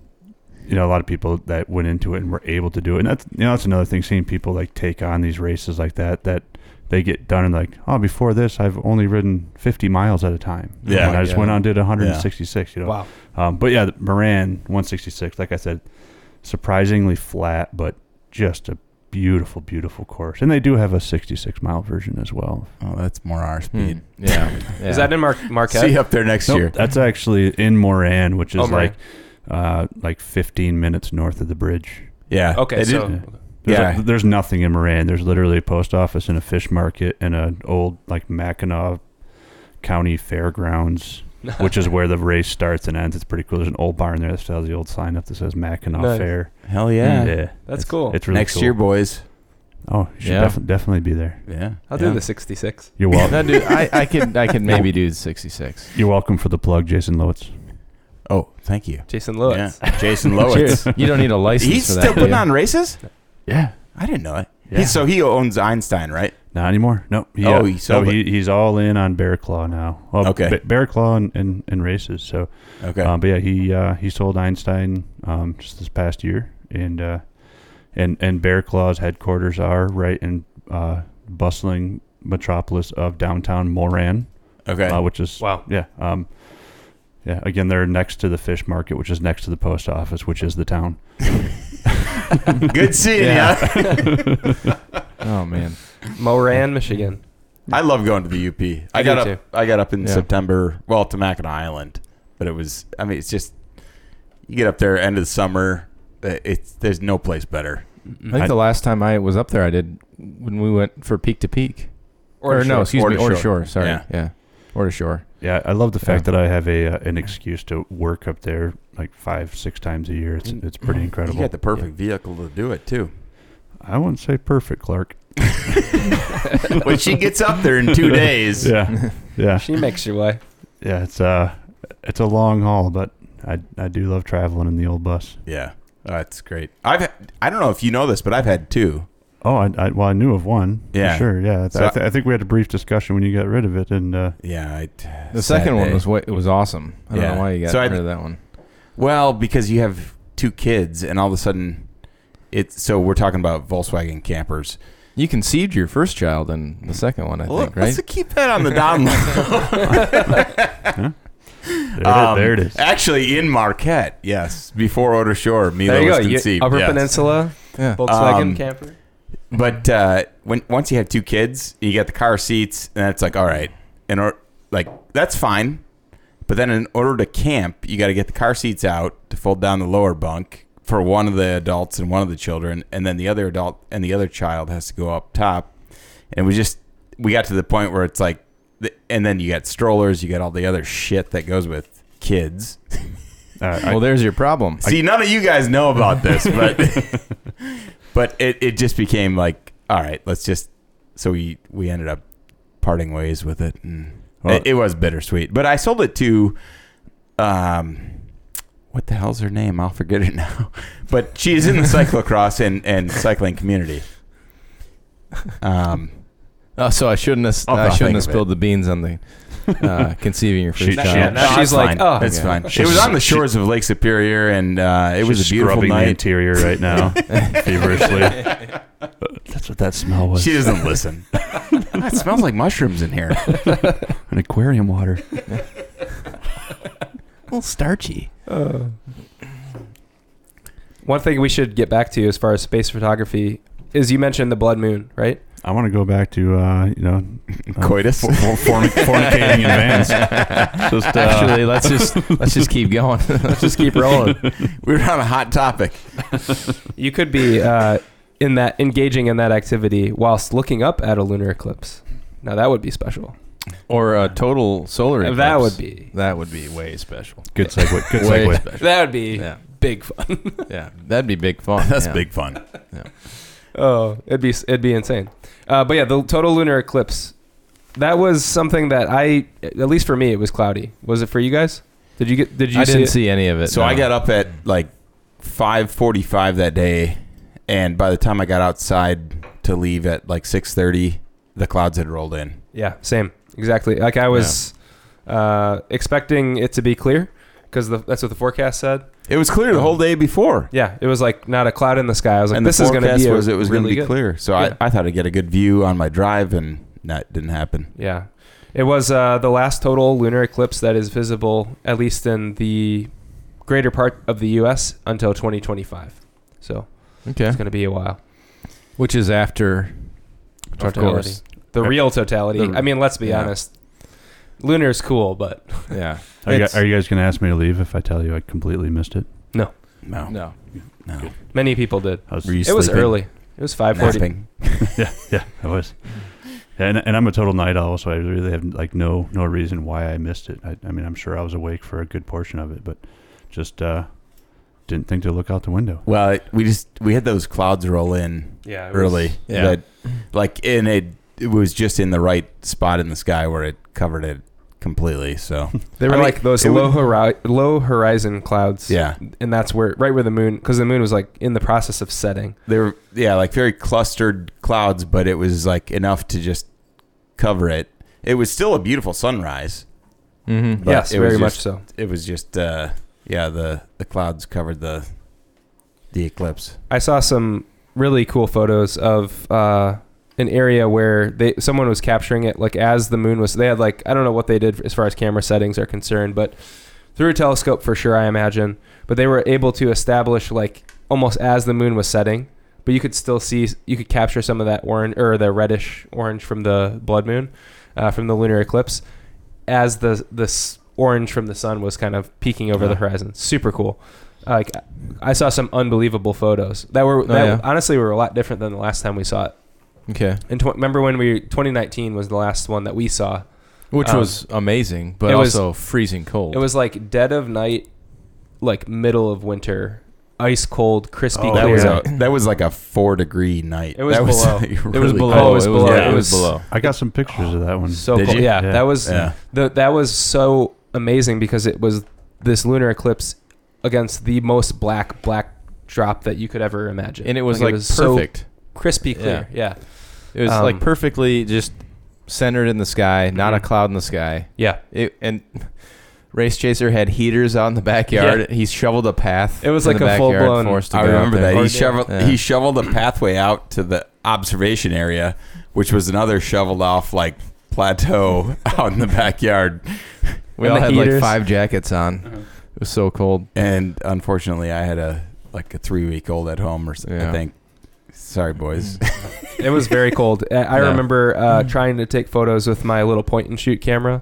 Speaker 4: You know, a lot of people that went into it and were able to do it, and that's you know that's another thing. Seeing people like take on these races like that, that they get done and like, oh, before this, I've only ridden 50 miles at a time.
Speaker 2: Yeah.
Speaker 3: Oh
Speaker 4: and I just went on and did 166. You know,
Speaker 1: Wow.
Speaker 4: um, but yeah, the Moran 166, like I said, surprisingly flat, but just a beautiful, beautiful course. And they do have a 66 mile version as well.
Speaker 2: Oh, that's more our
Speaker 3: Hmm.
Speaker 2: speed.
Speaker 3: Yeah.
Speaker 2: [laughs]
Speaker 3: yeah.
Speaker 1: Is that in Mar- Marquette?
Speaker 2: See you up there next
Speaker 4: Nope,
Speaker 2: year.
Speaker 4: that's actually in Moran, which is
Speaker 1: Oh, Moran.
Speaker 4: like uh, like 15 minutes north of the bridge.
Speaker 2: Yeah.
Speaker 1: Okay,
Speaker 4: [laughs]
Speaker 2: They did-
Speaker 1: so [laughs]
Speaker 4: There's,
Speaker 2: Yeah.
Speaker 4: a- there's nothing in Moran. There's literally a post office and a fish market and an old like Mackinac County Fairgrounds, which is where the race starts and ends. It's pretty cool. There's an old barn there that still has the old sign up that says Mackinac
Speaker 1: Nice.
Speaker 4: Fair.
Speaker 2: hell yeah.
Speaker 1: that's
Speaker 4: It's-
Speaker 1: cool.
Speaker 4: It's really
Speaker 2: Hmm. next
Speaker 4: cool.
Speaker 2: year, boys.
Speaker 4: Oh, you should
Speaker 3: Yeah.
Speaker 4: defi- definitely be there.
Speaker 2: Yeah.
Speaker 1: I'll
Speaker 2: Yeah.
Speaker 1: do the 66.
Speaker 4: You're
Speaker 3: [laughs]
Speaker 4: welcome.
Speaker 3: No, dude, I, I could I could maybe do 66.
Speaker 4: You're welcome for the plug, Jason Lowitz.
Speaker 2: Oh, thank you.
Speaker 1: Jason Lewis.
Speaker 2: Yeah. Jason
Speaker 3: Cheers.
Speaker 2: Lowitz.
Speaker 3: You don't need a license
Speaker 2: He's
Speaker 3: for that.
Speaker 2: still
Speaker 3: do
Speaker 2: putting
Speaker 3: you?
Speaker 2: on races?
Speaker 3: Yeah.
Speaker 2: I didn't know it.
Speaker 4: Yeah.
Speaker 2: He, so he owns Einstein, right?
Speaker 4: Not anymore. Nope. He,
Speaker 2: Oh,
Speaker 4: uh,
Speaker 2: he sold
Speaker 4: no, he, he's all in on Bear Claw now. Well,
Speaker 2: Okay.
Speaker 4: Ba- Bear Claw and, and, and races. So,
Speaker 2: Okay.
Speaker 4: um, but yeah, he uh, he sold Einstein um, just this past year, and uh, and and Bear Claw's headquarters are right in uh, bustling metropolis of downtown Moran,
Speaker 2: okay.
Speaker 4: uh, which is
Speaker 1: [laughs] Wow.
Speaker 4: yeah um, yeah. Again, they're next to the fish market, which is next to the post office, which is the town.
Speaker 2: Good seeing
Speaker 3: Yeah.
Speaker 2: ya.
Speaker 3: Oh man.
Speaker 1: Moran, Michigan.
Speaker 2: I love going to the UP. I,
Speaker 1: I
Speaker 2: got up.
Speaker 1: do too.
Speaker 2: I got up in
Speaker 3: Yeah.
Speaker 2: September. Well, to Mackinac Island, but it was. I mean, it's just you get up there end of the summer. uh, It's there's no place better.
Speaker 3: I think
Speaker 4: I-
Speaker 3: the last time I was up there, I did when we went for peak to peak,
Speaker 1: Or
Speaker 3: or, no,
Speaker 1: shore.
Speaker 3: excuse
Speaker 2: Or
Speaker 3: me,
Speaker 2: to
Speaker 3: or to
Speaker 2: shore.
Speaker 3: shore. Sorry,
Speaker 2: Yeah.
Speaker 3: yeah. or to shore.
Speaker 4: Yeah, I love the fact that I have a uh, an excuse to work up there like five, six times a year. It's
Speaker 2: Mm.
Speaker 4: it's pretty
Speaker 2: [laughs] You
Speaker 4: incredible.
Speaker 2: got the perfect vehicle to do it [laughs] too.
Speaker 4: I wouldn't say
Speaker 2: [laughs]
Speaker 4: perfect, Clark.
Speaker 2: [laughs] when she gets up there [laughs] in two days,
Speaker 4: Yeah,
Speaker 1: [laughs]
Speaker 4: yeah,
Speaker 1: She makes your way.
Speaker 4: yeah. It's uh, it's a long haul, but I I do love traveling in the old bus.
Speaker 2: yeah, Oh, that's great. I've had, I don't know if you know this, but I've had two.
Speaker 4: Oh, I, I well, I knew of one. for
Speaker 2: Yeah.
Speaker 4: sure. Yeah,
Speaker 2: So
Speaker 4: I, th- I think we had a brief discussion when you got rid of it, and uh,
Speaker 2: Yeah, I,
Speaker 3: The
Speaker 2: sad
Speaker 3: second one
Speaker 2: day.
Speaker 3: was wa- it was awesome. I don't
Speaker 2: Yeah.
Speaker 3: know why you got
Speaker 2: So I-
Speaker 3: rid of that one.
Speaker 2: Well, because you have two kids, and all of a sudden, it's so we're talking about Volkswagen campers.
Speaker 3: You conceived your first child in the second one, I
Speaker 2: Well,
Speaker 3: think, right?
Speaker 2: Let's keep that on the down [laughs] low.
Speaker 4: there,
Speaker 2: Um,
Speaker 4: it, there it is.
Speaker 2: Actually, in Marquette, yes, before Oder Shore, Mila
Speaker 1: There you
Speaker 2: was
Speaker 1: go. You-
Speaker 2: conceived.
Speaker 1: Upper
Speaker 2: yes.
Speaker 1: Peninsula,
Speaker 3: yeah.
Speaker 1: Volkswagen
Speaker 2: Um,
Speaker 1: camper.
Speaker 2: But uh, when once you have two kids, you get the car seats, and it's like, all right, and or, like that's fine. But then in order to camp, you got to get the car seats out to fold down the lower bunk for one of the adults and one of the children, and then the other adult and the other child has to go up top. And we just we got to the point where it's like th- and then you got strollers, you got all the other shit that goes with kids.
Speaker 4: Uh, I-
Speaker 3: Well, there's your problem.
Speaker 2: See, none of you guys know about
Speaker 4: [laughs]
Speaker 2: this, but but it, it just became like, all right, let's just. So we we ended up parting ways with it, and
Speaker 4: Well-
Speaker 2: it, it was bittersweet. But I sold it to, um, what the hell's her name? I'll forget it [laughs] now. But she's in the cyclocross and and cycling community. Um,
Speaker 3: Oh, so I shouldn't have,
Speaker 2: I'll- I'll
Speaker 3: I
Speaker 2: think
Speaker 3: shouldn't have
Speaker 2: of it.
Speaker 3: spilled the beans on the
Speaker 2: [laughs]
Speaker 3: uh, conceiving your first
Speaker 4: She-
Speaker 3: child.
Speaker 4: she-
Speaker 2: no,
Speaker 1: She's
Speaker 2: it's
Speaker 1: like,
Speaker 2: fine.
Speaker 1: oh.
Speaker 2: it's
Speaker 3: Yeah.
Speaker 2: fine. it
Speaker 4: She's-
Speaker 2: was on the
Speaker 4: she-
Speaker 2: shores of Lake Superior, and uh, it was
Speaker 4: she's
Speaker 2: a beautiful
Speaker 4: scrubbing The
Speaker 2: night.
Speaker 4: interior
Speaker 2: [laughs]
Speaker 4: right now, feverishly. That's what that smell was.
Speaker 2: She doesn't [laughs] listen. it smells like mushrooms in here.
Speaker 4: [laughs] An aquarium water.
Speaker 3: a little starchy.
Speaker 1: One thing we should get back to as far as space photography is you mentioned the blood moon, right?
Speaker 4: I want to go back to uh, you know
Speaker 2: Coitus.
Speaker 4: for, for,
Speaker 2: [laughs]
Speaker 4: fornic-
Speaker 3: [laughs]
Speaker 4: fornicating in vans. Just uh,
Speaker 3: Actually, let's just let's just keep going. [laughs]
Speaker 1: Let's just keep rolling.
Speaker 2: We were on a hot topic.
Speaker 1: You could be uh, [laughs] in that engaging in that activity whilst looking up at a lunar eclipse. Now that would be special.
Speaker 3: or a total solar eclipse.
Speaker 1: That would be
Speaker 3: that would be way special.
Speaker 4: good segue. Good
Speaker 3: way
Speaker 4: segue.
Speaker 3: special.
Speaker 1: that would be
Speaker 3: Yeah,
Speaker 1: big fun.
Speaker 3: yeah, that'd be big
Speaker 4: [laughs]
Speaker 3: fun.
Speaker 2: That's
Speaker 3: yeah.
Speaker 2: big fun.
Speaker 1: Oh, it'd be it'd be insane. Uh, but yeah, the total lunar eclipse. That was something that I, at least for me, it was cloudy. Was it for you guys? Did you get? Did you
Speaker 3: I
Speaker 1: see
Speaker 3: didn't
Speaker 1: it?
Speaker 3: see any of it.
Speaker 2: So
Speaker 3: no.
Speaker 2: I got up at like 5:45 that day, and by the time I got outside to leave at like 6:30, the clouds had rolled in.
Speaker 1: Yeah, same. Exactly. Like I was uh, expecting it to be clear because that's what the forecast said.
Speaker 2: It was clear
Speaker 4: Oh.
Speaker 2: the whole day before,
Speaker 1: Yeah, it was like not a cloud in the sky. I was like,
Speaker 2: and
Speaker 1: this
Speaker 2: the
Speaker 1: is going to
Speaker 2: forecast
Speaker 1: be a
Speaker 2: was it was
Speaker 1: really
Speaker 2: going to be
Speaker 1: good.
Speaker 2: clear. So
Speaker 1: Yeah.
Speaker 2: I, I thought I'd get a good view on my drive, and that didn't happen.
Speaker 1: Yeah, it was uh, the last total lunar eclipse that is visible, at least in the greater part of the U.S. until 2025. So
Speaker 3: okay,
Speaker 1: it's going to be a while.
Speaker 3: which is after
Speaker 1: Totality. The
Speaker 4: Right.
Speaker 1: real totality.
Speaker 3: The-
Speaker 1: I mean, let's be
Speaker 3: yeah.
Speaker 1: honest. Lunar's cool, but
Speaker 3: Yeah,
Speaker 4: Are you,
Speaker 1: It's-
Speaker 4: gu- are you guys going to ask me to leave if I tell you I completely missed it?
Speaker 2: No,
Speaker 3: no,
Speaker 2: no.
Speaker 1: many people did.
Speaker 4: I was,
Speaker 2: Were you
Speaker 1: it was
Speaker 2: sleeping?
Speaker 1: early. It was 5:40.
Speaker 2: Napping.
Speaker 4: yeah, [laughs] yeah,
Speaker 2: [laughs]
Speaker 4: I was. And, and I'm a total night owl, so I really have like no no reason why I missed it. I, I mean, I'm sure I was awake for a good portion of it, but just uh, didn't think to look out the window.
Speaker 2: Well, it- we just we had those clouds roll in
Speaker 1: Yeah, it was-
Speaker 2: early.
Speaker 3: Yeah.
Speaker 2: That, like and it it was just in the right spot in the sky where it covered it completely.
Speaker 1: [laughs]
Speaker 2: So
Speaker 1: They were
Speaker 2: I mean,
Speaker 1: like those
Speaker 2: it would-
Speaker 1: low hori- low horizon clouds.
Speaker 2: yeah,
Speaker 1: And that's where right where the moon because the moon was like in the process of setting.
Speaker 2: they were yeah like very clustered clouds, but it was like enough to just cover it. It was still a beautiful sunrise.
Speaker 3: mm-hmm.
Speaker 2: But
Speaker 1: yes,
Speaker 2: it was
Speaker 1: very much
Speaker 2: just-
Speaker 1: so.
Speaker 2: It was just uh, yeah the the clouds covered the the eclipse.
Speaker 1: I saw some really cool photos of uh, an area where they someone was capturing it like as the moon was. They had like I don't know what they did as far as camera settings are concerned, but through a telescope for sure, I imagine. But they were able to establish like almost as the moon was setting, but you could still see you could capture some of that orange or the reddish orange from the blood moon uh, from the lunar eclipse as the this orange from the sun was kind of peeking over the
Speaker 4: Yeah.
Speaker 1: horizon. Super cool. Like I saw some unbelievable photos that were that
Speaker 3: yeah.
Speaker 1: honestly were a lot different than the last time we saw it.
Speaker 3: Okay,
Speaker 1: And tw- remember when we 2019 was the last one that we saw.
Speaker 3: which
Speaker 1: Um,
Speaker 3: was amazing, but
Speaker 1: it was-
Speaker 3: also freezing cold.
Speaker 1: It was like dead of night, like middle of winter, ice cold, crispy
Speaker 4: Oh,
Speaker 1: clear.
Speaker 2: that was
Speaker 4: yeah.
Speaker 2: a that was like a four degree night.
Speaker 1: It was
Speaker 2: that [laughs]
Speaker 1: below.
Speaker 3: It was below.
Speaker 1: Oh, it was below.
Speaker 3: yeah,
Speaker 2: It
Speaker 3: it
Speaker 2: was-
Speaker 3: was below.
Speaker 4: I got some pictures of that one.
Speaker 1: so
Speaker 2: Did
Speaker 1: cool.
Speaker 2: you?
Speaker 1: Yeah,
Speaker 4: Yeah.
Speaker 1: that
Speaker 3: Oh,
Speaker 1: was
Speaker 2: Yeah.
Speaker 1: the, that was so amazing because it was this lunar eclipse against the most black black drop that you could ever imagine.
Speaker 3: And it was like, perfect.
Speaker 1: so crispy clear. Yeah.
Speaker 3: It was
Speaker 1: Um,
Speaker 3: like perfectly just centered in the sky, not a
Speaker 1: Mhm.
Speaker 3: cloud in the sky.
Speaker 1: Yeah.
Speaker 3: It and Race Chaser had heaters out in the backyard. He shoveled a path.
Speaker 1: It was
Speaker 3: in
Speaker 1: like
Speaker 3: the
Speaker 1: a
Speaker 3: backyard
Speaker 1: full-blown-
Speaker 3: for us to
Speaker 2: I
Speaker 3: go out
Speaker 2: remember that
Speaker 3: there.
Speaker 2: he
Speaker 1: Or-
Speaker 2: shoveled
Speaker 3: Yeah.
Speaker 2: he shoveled a pathway out to the observation area, which was another shoveled off like plateau [laughs] out in the backyard.
Speaker 3: We
Speaker 1: And
Speaker 3: all
Speaker 1: the
Speaker 3: had
Speaker 1: heaters.
Speaker 3: like five jackets on. It was so cold.
Speaker 2: And unfortunately, I had a like a three week old at home, or so, I
Speaker 3: Yeah.
Speaker 2: think. Sorry,
Speaker 3: [laughs]
Speaker 2: boys.
Speaker 1: It was very cold. I- I
Speaker 3: Yeah.
Speaker 1: remember uh, trying to take photos with my little point and shoot camera,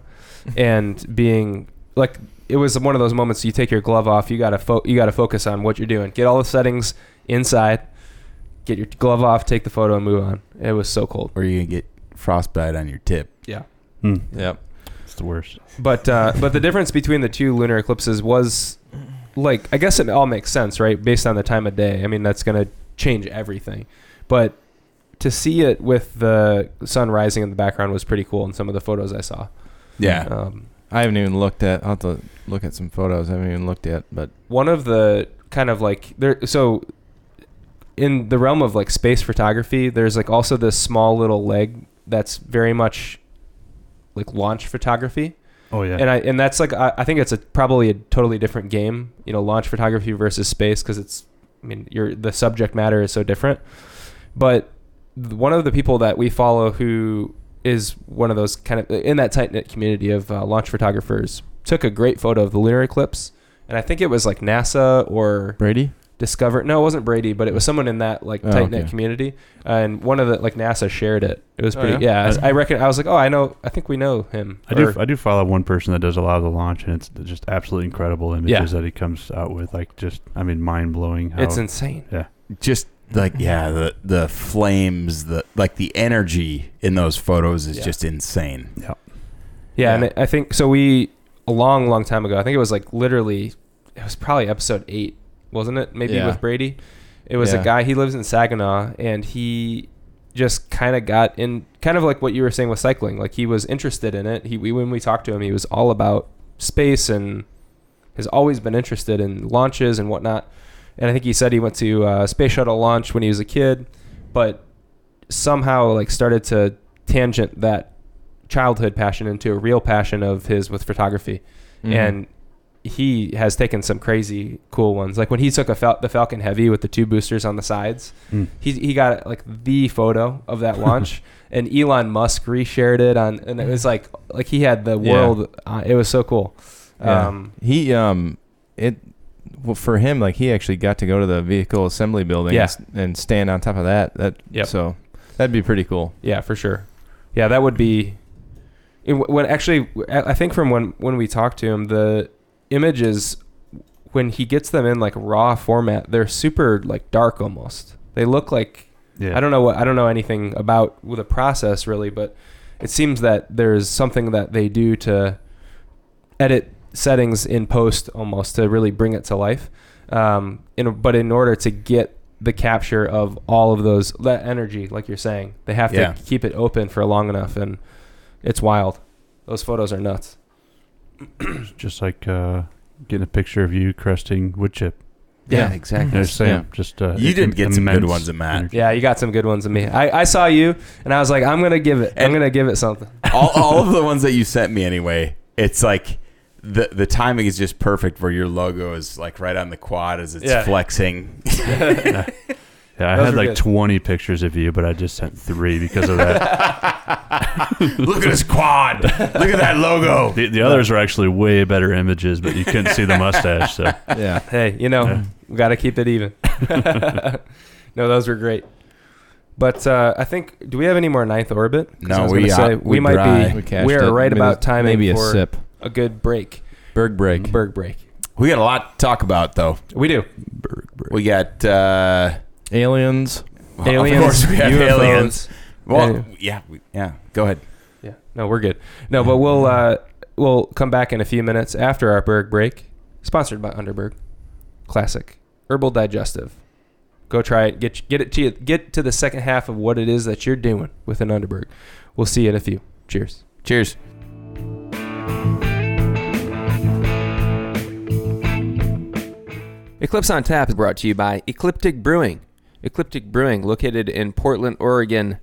Speaker 1: and being like, it was one of those moments you take your glove off. You gotta fo- you gotta focus on what you're doing. Get all the settings inside. Get your glove off. Take the photo and move on. It was so cold.
Speaker 2: or you gonna get frostbite on your tip.
Speaker 1: Yeah.
Speaker 4: Hmm.
Speaker 3: Yep.
Speaker 4: It's the worst.
Speaker 1: But uh, but the difference between the two lunar eclipses was like I guess it all makes sense, right? Based on the time of day. I mean, that's going to change everything. But to see it with the sun rising in the background was pretty cool in some of the photos I saw.
Speaker 2: Yeah.
Speaker 1: Um,
Speaker 3: I haven't even looked at. I'll have to look at some photos. I haven't even looked at, but
Speaker 1: one of the kind of like there so in the realm of like space photography, there's like also this small little leg that's very much like launch photography.
Speaker 4: Oh yeah.
Speaker 1: and I and that's like I, I think it's a probably a totally different game. You know, launch photography versus space because it's I mean your the subject matter is so different. But th- one of the people that we follow who is one of those kind of in that tight knit community of uh, launch photographers took a great photo of the lunar eclipse, and I think it was like NASA or
Speaker 3: Brady.
Speaker 1: discovered no it wasn't brady but it was someone in that like
Speaker 3: Oh,
Speaker 1: tight knit
Speaker 3: okay.
Speaker 1: community and one of the like nasa shared it it was
Speaker 3: Oh,
Speaker 1: pretty yeah,
Speaker 3: yeah?
Speaker 1: I was- I, reckon i was like oh i know i think we know him
Speaker 4: I do.
Speaker 1: Or-
Speaker 4: I do follow one person that does a lot of the launch, and it's just absolutely incredible images that he comes out with. Like just, I mean, mind blowing.
Speaker 1: it's insane
Speaker 2: Just like yeah, the the flames, the like the energy in those photos is
Speaker 1: Yeah.
Speaker 2: just insane.
Speaker 1: Yeah,
Speaker 2: Yeah.
Speaker 1: and I think so. We a long, long time ago. I think it was like literally, it was probably episode eight, wasn't it? Maybe
Speaker 3: Yeah.
Speaker 1: with Brady. It was a
Speaker 3: Yeah.
Speaker 1: guy. He lives in Saginaw, and he just kind of got in, kind of like what you were saying with cycling. Like he was interested in it. He we, when we talked to him, he was all about space and has always been interested in launches and whatnot. And I think he said he went to uh, space shuttle launch when he was a kid, but somehow like started to tangent that childhood passion into a real passion of his with photography.
Speaker 3: Mhm.
Speaker 1: And he has taken some crazy cool ones. Like when he took a fal- the Falcon Heavy with the two boosters on the sides,
Speaker 4: Mm.
Speaker 1: he, he got like the photo of
Speaker 3: [laughs]
Speaker 1: that launch and Elon Musk reshared it on, and it was like, like he had the
Speaker 3: Yeah.
Speaker 1: world. On, it was so cool.
Speaker 3: Yeah.
Speaker 1: Um,
Speaker 3: He um it well, for him like he actually got to go to the vehicle assembly building
Speaker 1: Yeah.
Speaker 3: and, s- and stand on top of that. That
Speaker 1: Yep.
Speaker 3: so that'd be pretty cool.
Speaker 1: Yeah, for sure. Yeah, that would be. It, when actually, I I think from when when we talked to him, the images when he gets them in like raw format, they're super like dark almost. They look like
Speaker 4: yeah.
Speaker 1: I don't know what I don't know anything about the process really, but it seems that there's something that they do to edit settings in post almost to really bring it to life. Um, in, but in order to get the capture of all of those that energy, like you're saying, they have
Speaker 2: Yeah.
Speaker 1: to keep it open for long enough, and it's wild. Those photos are nuts.
Speaker 4: It's just like uh, getting a picture of you cresting wood chip.
Speaker 3: Yeah,
Speaker 2: exactly.
Speaker 4: There's Sam.
Speaker 3: Yeah.
Speaker 4: Just uh,
Speaker 2: You did get some good
Speaker 4: immense
Speaker 2: ones in Matt.
Speaker 4: energy.
Speaker 1: Yeah, you got some good ones of me. I, I saw you, and I was like, I'm gonna give it. I'm
Speaker 2: And-
Speaker 1: gonna give it
Speaker 2: [laughs]
Speaker 1: something.
Speaker 2: [laughs] all, all of the ones that you sent me anyway it's like the the timing is just perfect where your logo is like right on the quad as it's
Speaker 1: Yeah.
Speaker 2: flexing [laughs]
Speaker 4: Yeah, I
Speaker 1: Those
Speaker 4: had
Speaker 1: were
Speaker 4: like
Speaker 1: good.
Speaker 4: 20 pictures of you, but I just sent three because of that.
Speaker 1: [laughs]
Speaker 2: look at his quad look at that
Speaker 1: Oh.
Speaker 2: logo
Speaker 4: the, the others are actually way better images, but you couldn't see the mustache.
Speaker 2: [laughs]
Speaker 4: So
Speaker 3: [laughs] Yeah.
Speaker 1: hey, you know, we got to keep it even. no, those were great. But uh, I think, do we have any more ninth orbit? 'Cause I
Speaker 2: No,
Speaker 1: was
Speaker 2: we,
Speaker 1: gonna
Speaker 2: uh,
Speaker 1: say,
Speaker 2: we
Speaker 1: we might
Speaker 2: dry.
Speaker 3: We
Speaker 1: be
Speaker 3: cashed
Speaker 1: we are
Speaker 3: it.
Speaker 1: right
Speaker 3: Maybe-
Speaker 1: about timing
Speaker 3: Maybe a
Speaker 1: for
Speaker 3: sip.
Speaker 1: a good break,
Speaker 3: Berg break.
Speaker 1: berg break.
Speaker 2: we got a lot to talk about though
Speaker 1: We do
Speaker 2: we got uh
Speaker 3: Aliens.
Speaker 2: well,
Speaker 1: aliens,
Speaker 2: of course we
Speaker 1: [laughs]
Speaker 2: have
Speaker 1: UFOs.
Speaker 2: aliens well
Speaker 1: Yeah.
Speaker 2: yeah we, yeah go ahead
Speaker 1: Yeah, no, we're good. No, but we'll uh, we'll come back in a few minutes after our berg break, sponsored by Underberg, classic herbal digestive. Go try it. Get get it to you. Get to the second half of what it is that you're doing with an Underberg. We'll see you in a few. Cheers.
Speaker 2: cheers
Speaker 6: Eclipse on Tap is brought to you by Ecliptic Brewing. Ecliptic Brewing, located in Portland, Oregon,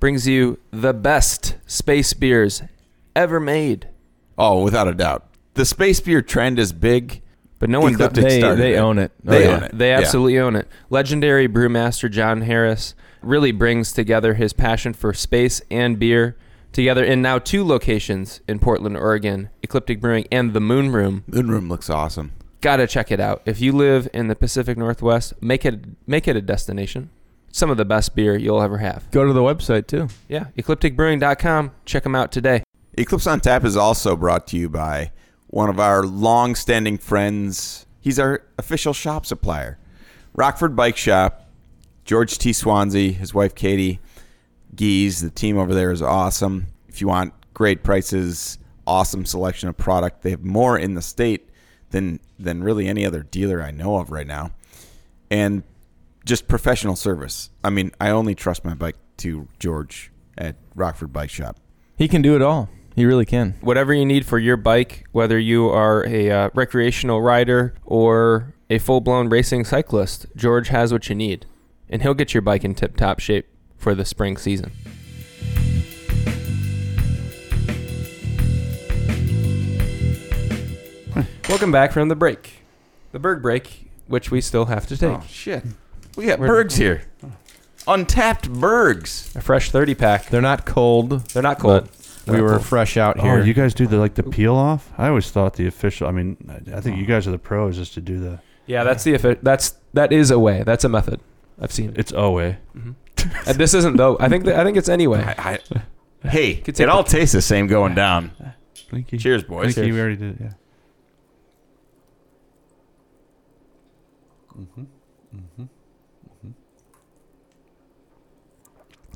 Speaker 6: brings you the best space beers ever made.
Speaker 2: oh without a doubt the space beer trend is big
Speaker 6: But no one
Speaker 2: Ecliptic
Speaker 3: They
Speaker 2: started
Speaker 3: they
Speaker 2: it.
Speaker 3: own it. Oh,
Speaker 2: They
Speaker 3: yeah.
Speaker 2: own it.
Speaker 6: They
Speaker 2: Yeah.
Speaker 6: absolutely own it. Legendary brewmaster John Harris really brings together his passion for space and beer together in now two locations in Portland, Oregon, Ecliptic Brewing and the Moon Room.
Speaker 2: moon room looks awesome
Speaker 6: Gotta check it out. If you live in the Pacific Northwest, make it make it a destination. Some of the best beer you'll ever have.
Speaker 3: Go to the website too.
Speaker 6: Yeah, eclipticbrewing.com. Check them out today.
Speaker 2: Eclipse on Tap is also brought to you by one of our long-standing friends. He's our official shop supplier, Rockford Bike Shop. George T. Swansea, his wife Katie, Geese. The team over there is awesome. If you want great prices, awesome selection of product. They have more in the state than than really any other dealer I know of right now. And just professional service. I mean, I only trust my bike to George at Rockford Bike Shop.
Speaker 3: He can do it all. He really can.
Speaker 6: whatever you need for your bike, whether you are a uh, recreational rider or a full blown racing cyclist, George has what you need. And he'll get your bike in tip top shape for the spring season. Welcome back from the break. The Berg break, which we still have to take.
Speaker 2: Oh shit. We got
Speaker 6: We're-
Speaker 2: Bergs here. Untapped Bergs.
Speaker 6: A fresh 30 pack.
Speaker 3: They're not cold.
Speaker 6: They're not cold.
Speaker 3: But we were fresh out
Speaker 4: Oh,
Speaker 3: here.
Speaker 4: you guys do the like the peel off? I always thought the official. I mean, I- I think you guys are the pros just to do the.
Speaker 1: Yeah, that's the effi- that's that is a way. That's a method. I've seen.
Speaker 4: It's OA.
Speaker 1: Uh, this isn't though. I think that, I think it's anyway.
Speaker 2: I, I,
Speaker 4: [laughs]
Speaker 2: hey,
Speaker 1: Could take
Speaker 2: it all tastes the same going down.
Speaker 4: Thank you.
Speaker 2: Cheers, boys.
Speaker 4: Thank you. We already did it. Yeah.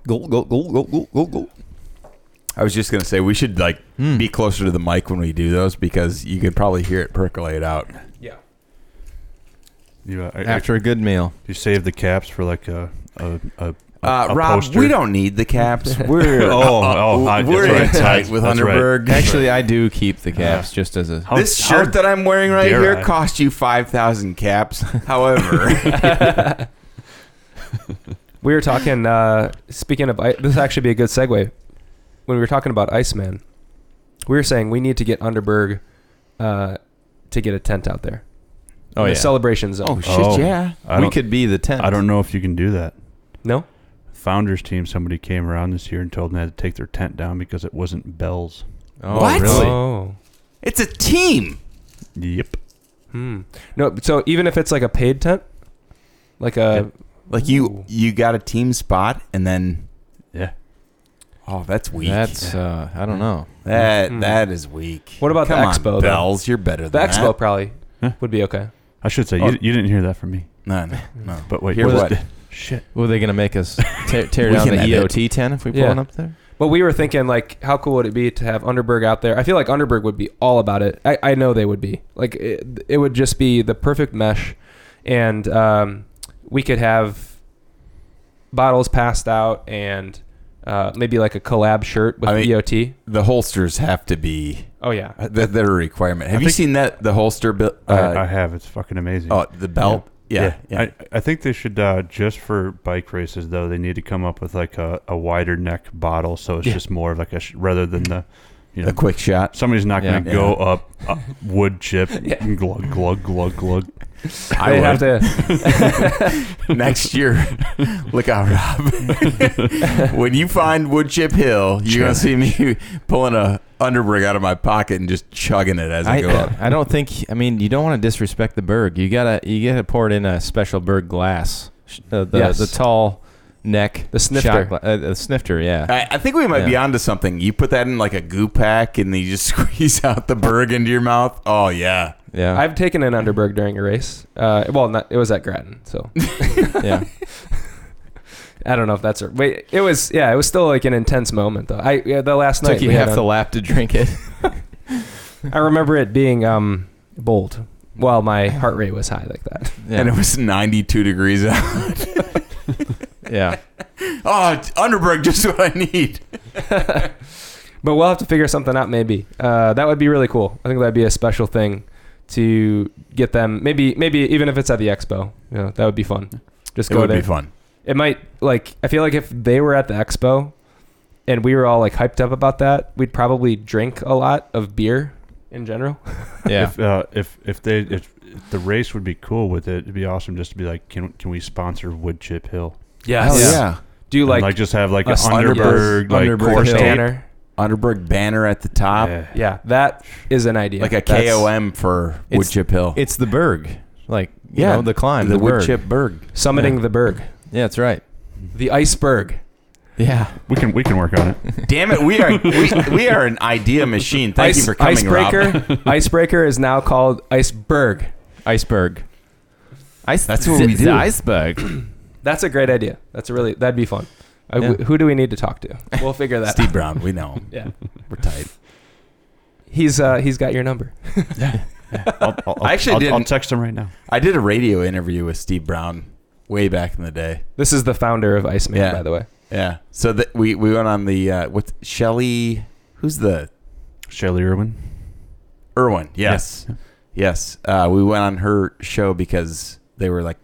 Speaker 2: Go go go go go go go. I was just gonna say we should like
Speaker 4: Hmm.
Speaker 3: Mm.
Speaker 2: be closer to the mic when we do those because you could probably hear it percolate out.
Speaker 1: Yeah.
Speaker 4: You uh, I- I-
Speaker 3: after a good [laughs] meal.
Speaker 4: you save the caps for like a a, a, a,
Speaker 2: Uh,
Speaker 4: a
Speaker 2: Rob,
Speaker 4: poster.
Speaker 2: we don't need the caps. [laughs] We're
Speaker 4: [laughs] Oh, oh, I- that's
Speaker 2: we're
Speaker 4: right.
Speaker 2: in tight
Speaker 4: That's-
Speaker 2: with
Speaker 4: that's right.
Speaker 2: Hunterberg.
Speaker 3: Actually, I do keep the caps just as a.
Speaker 4: How-
Speaker 2: this
Speaker 4: how
Speaker 2: shirt that I'm wearing right
Speaker 4: dare
Speaker 2: here
Speaker 4: I?
Speaker 2: cost you five thousand
Speaker 4: [laughs]
Speaker 2: caps. However,
Speaker 1: We were talking. Uh, speaking of, I- this would actually be a good segue. When we were talking about Iceman, we were saying we need to get Underberg uh, to get a tent out there.
Speaker 3: Oh
Speaker 1: in
Speaker 3: yeah.
Speaker 1: the celebration zone.
Speaker 4: shit, [laughs] Oh. yeah. I
Speaker 3: we
Speaker 4: don't-
Speaker 3: could be the tent.
Speaker 4: I don't know if you can do that.
Speaker 1: No,
Speaker 4: Founders team. Somebody came around this year and told them they had to take their tent down because it wasn't bells.
Speaker 3: Oh,
Speaker 2: What?
Speaker 3: Really?
Speaker 1: Oh.
Speaker 2: it's a team.
Speaker 4: Yep.
Speaker 1: Hmm. No. So even if it's like a paid tent, like a
Speaker 2: Like you,
Speaker 1: Ooh.
Speaker 2: you got a team spot, and then
Speaker 4: Yeah.
Speaker 2: oh, that's weak.
Speaker 3: That's. Uh, I don't know.
Speaker 2: that
Speaker 1: Hmm.
Speaker 2: that is weak.
Speaker 1: What about the
Speaker 2: Come on,
Speaker 1: expo, though?
Speaker 2: bells? You're better
Speaker 1: the
Speaker 2: than
Speaker 1: expo
Speaker 2: that.
Speaker 1: probably
Speaker 4: Huh?
Speaker 1: would be okay.
Speaker 4: I should say
Speaker 2: Oh.
Speaker 4: you, you didn't hear that from me.
Speaker 2: No, no, no.
Speaker 4: But wait,
Speaker 2: Hear
Speaker 4: what is
Speaker 2: what?
Speaker 4: th- [laughs] Shit.
Speaker 3: Were they gonna make us tear, tear
Speaker 2: We
Speaker 3: down the E
Speaker 2: can edit.
Speaker 3: EOT tent if we pull
Speaker 1: Yeah.
Speaker 3: it up there?
Speaker 1: But we were thinking, like, how cool would it be to have Underberg out there? I feel like Underberg would be all about it. I, I know they would be. Like, it, it would just be the perfect mesh, and um, we could have bottles passed out and uh, maybe like a collab shirt with
Speaker 2: I mean-
Speaker 1: EOT.
Speaker 2: The holsters have to be
Speaker 1: Oh yeah,
Speaker 2: Uh, That they're a requirement. Have you
Speaker 4: think-
Speaker 2: seen that the holster? bu- Uh,
Speaker 4: I, I have. It's fucking amazing.
Speaker 2: oh, the belt. Yeah, yeah.
Speaker 4: I, I think they should uh, just for bike races though. They need to come up with like a, a wider neck bottle, so it's
Speaker 1: Yeah.
Speaker 4: just more of like a sh- rather than the you know
Speaker 2: the quick
Speaker 1: [laughs]
Speaker 2: shot.
Speaker 4: somebody's not going to
Speaker 2: Yeah.
Speaker 4: go up, up wood [laughs] chip
Speaker 1: Yeah.
Speaker 4: glug glug glug glug.
Speaker 2: I
Speaker 1: they
Speaker 2: would. [laughs]
Speaker 1: have to. [laughs]
Speaker 2: next year. [laughs] Look out, Rob. [laughs] when you find Wood Chip Hill, you're gonna see me [laughs] pulling a underbrig out of my pocket and just chugging it as I, go up.
Speaker 3: I, I don't think. I mean, you don't want to disrespect the berg. You gotta. You gotta pour it in a special berg glass. Sh- Uh, the
Speaker 1: Yes.
Speaker 3: the tall neck.
Speaker 1: The snifter.
Speaker 3: shot gla- uh, the snifter. Yeah.
Speaker 2: I, I think we might be
Speaker 3: Yeah.
Speaker 2: onto something. You put that in like a goo pack, and then you just [laughs] squeeze out the berg into your mouth. Oh yeah,
Speaker 3: Yeah.
Speaker 1: I've taken an Underberg during a race. Uh, well, not, it was at Grattan, so
Speaker 3: yeah.
Speaker 1: I don't know if that's. A, wait, it was. Yeah, it was still like an intense moment though. I yeah, the last night
Speaker 3: Took you
Speaker 1: we had
Speaker 3: half
Speaker 1: on-
Speaker 3: the lap to drink it.
Speaker 1: I remember it being um, bold while my heart rate was high like
Speaker 2: [laughs]
Speaker 1: that.
Speaker 3: [laughs] Yeah.
Speaker 2: and it was 92 degrees out. [laughs]
Speaker 3: yeah.
Speaker 2: Oh, it's underbrig, just what I need.
Speaker 1: But we'll have to figure something out maybe. Uh, that would be really cool. I think that'd be a special thing to get them. Maybe maybe even if it's at the expo, you know, that would be fun. Just
Speaker 2: It
Speaker 1: go
Speaker 2: would
Speaker 1: there.
Speaker 2: be fun.
Speaker 1: It might like I feel like if they were at the expo and we were all like hyped up about that, we'd probably drink a lot of beer in general.
Speaker 3: Yeah.
Speaker 4: If uh, if if they if, if the race would be cool with it, it'd be awesome just to be like, can can we sponsor Wood Chip Hill?
Speaker 1: Yes. Do you
Speaker 4: And, Like,
Speaker 1: like,
Speaker 4: just have like
Speaker 1: a
Speaker 4: an Underberg like
Speaker 3: Underberg
Speaker 4: course
Speaker 3: Hill.
Speaker 4: tape.
Speaker 1: Tanner?
Speaker 2: Underberg banner at the top,
Speaker 4: Yeah.
Speaker 1: Yeah, that is an idea.
Speaker 2: like a
Speaker 1: That's-
Speaker 2: KOM for
Speaker 3: It's-
Speaker 2: Wood Chip Hill.
Speaker 3: It's the berg. Like you
Speaker 2: Yeah.
Speaker 3: know, the climb.
Speaker 2: the,
Speaker 3: The,
Speaker 2: Wood
Speaker 3: berg.
Speaker 2: Chip Berg.
Speaker 1: Summiting the Berg.
Speaker 3: Yeah, that's right.
Speaker 1: The iceberg.
Speaker 3: Yeah.
Speaker 4: We can we can work on it.
Speaker 2: Damn it, we are we, we are an idea machine. Thank you for coming, Rob. [laughs]
Speaker 1: icebreaker. [laughs] icebreaker is now called iceberg.
Speaker 3: Iceberg. Ice.
Speaker 2: That's what we
Speaker 3: the
Speaker 2: do.
Speaker 3: Iceberg. [clears throat]
Speaker 1: That's a great idea. That's a really that'd be fun. Uh,
Speaker 3: Yeah.
Speaker 1: wh- Who do we need to talk to? We'll figure that out.
Speaker 2: Steve Brown, we know him.
Speaker 1: Yeah.
Speaker 2: [laughs] We're tight.
Speaker 1: He's uh, he's got your number.
Speaker 4: I'll, I'll,
Speaker 2: I actually
Speaker 4: I'll, I'll
Speaker 2: didn't-
Speaker 4: text him right now.
Speaker 2: I did a radio interview with Steve Brown way back in the day.
Speaker 1: This is the founder of Iceman,
Speaker 2: Yeah.
Speaker 1: by the way.
Speaker 2: Yeah. So that we we went on the uh, with Shelly. Who's the
Speaker 4: Shelly Irwin.
Speaker 2: Irwin? Yes. Yes. Uh, we went on her show because they were like,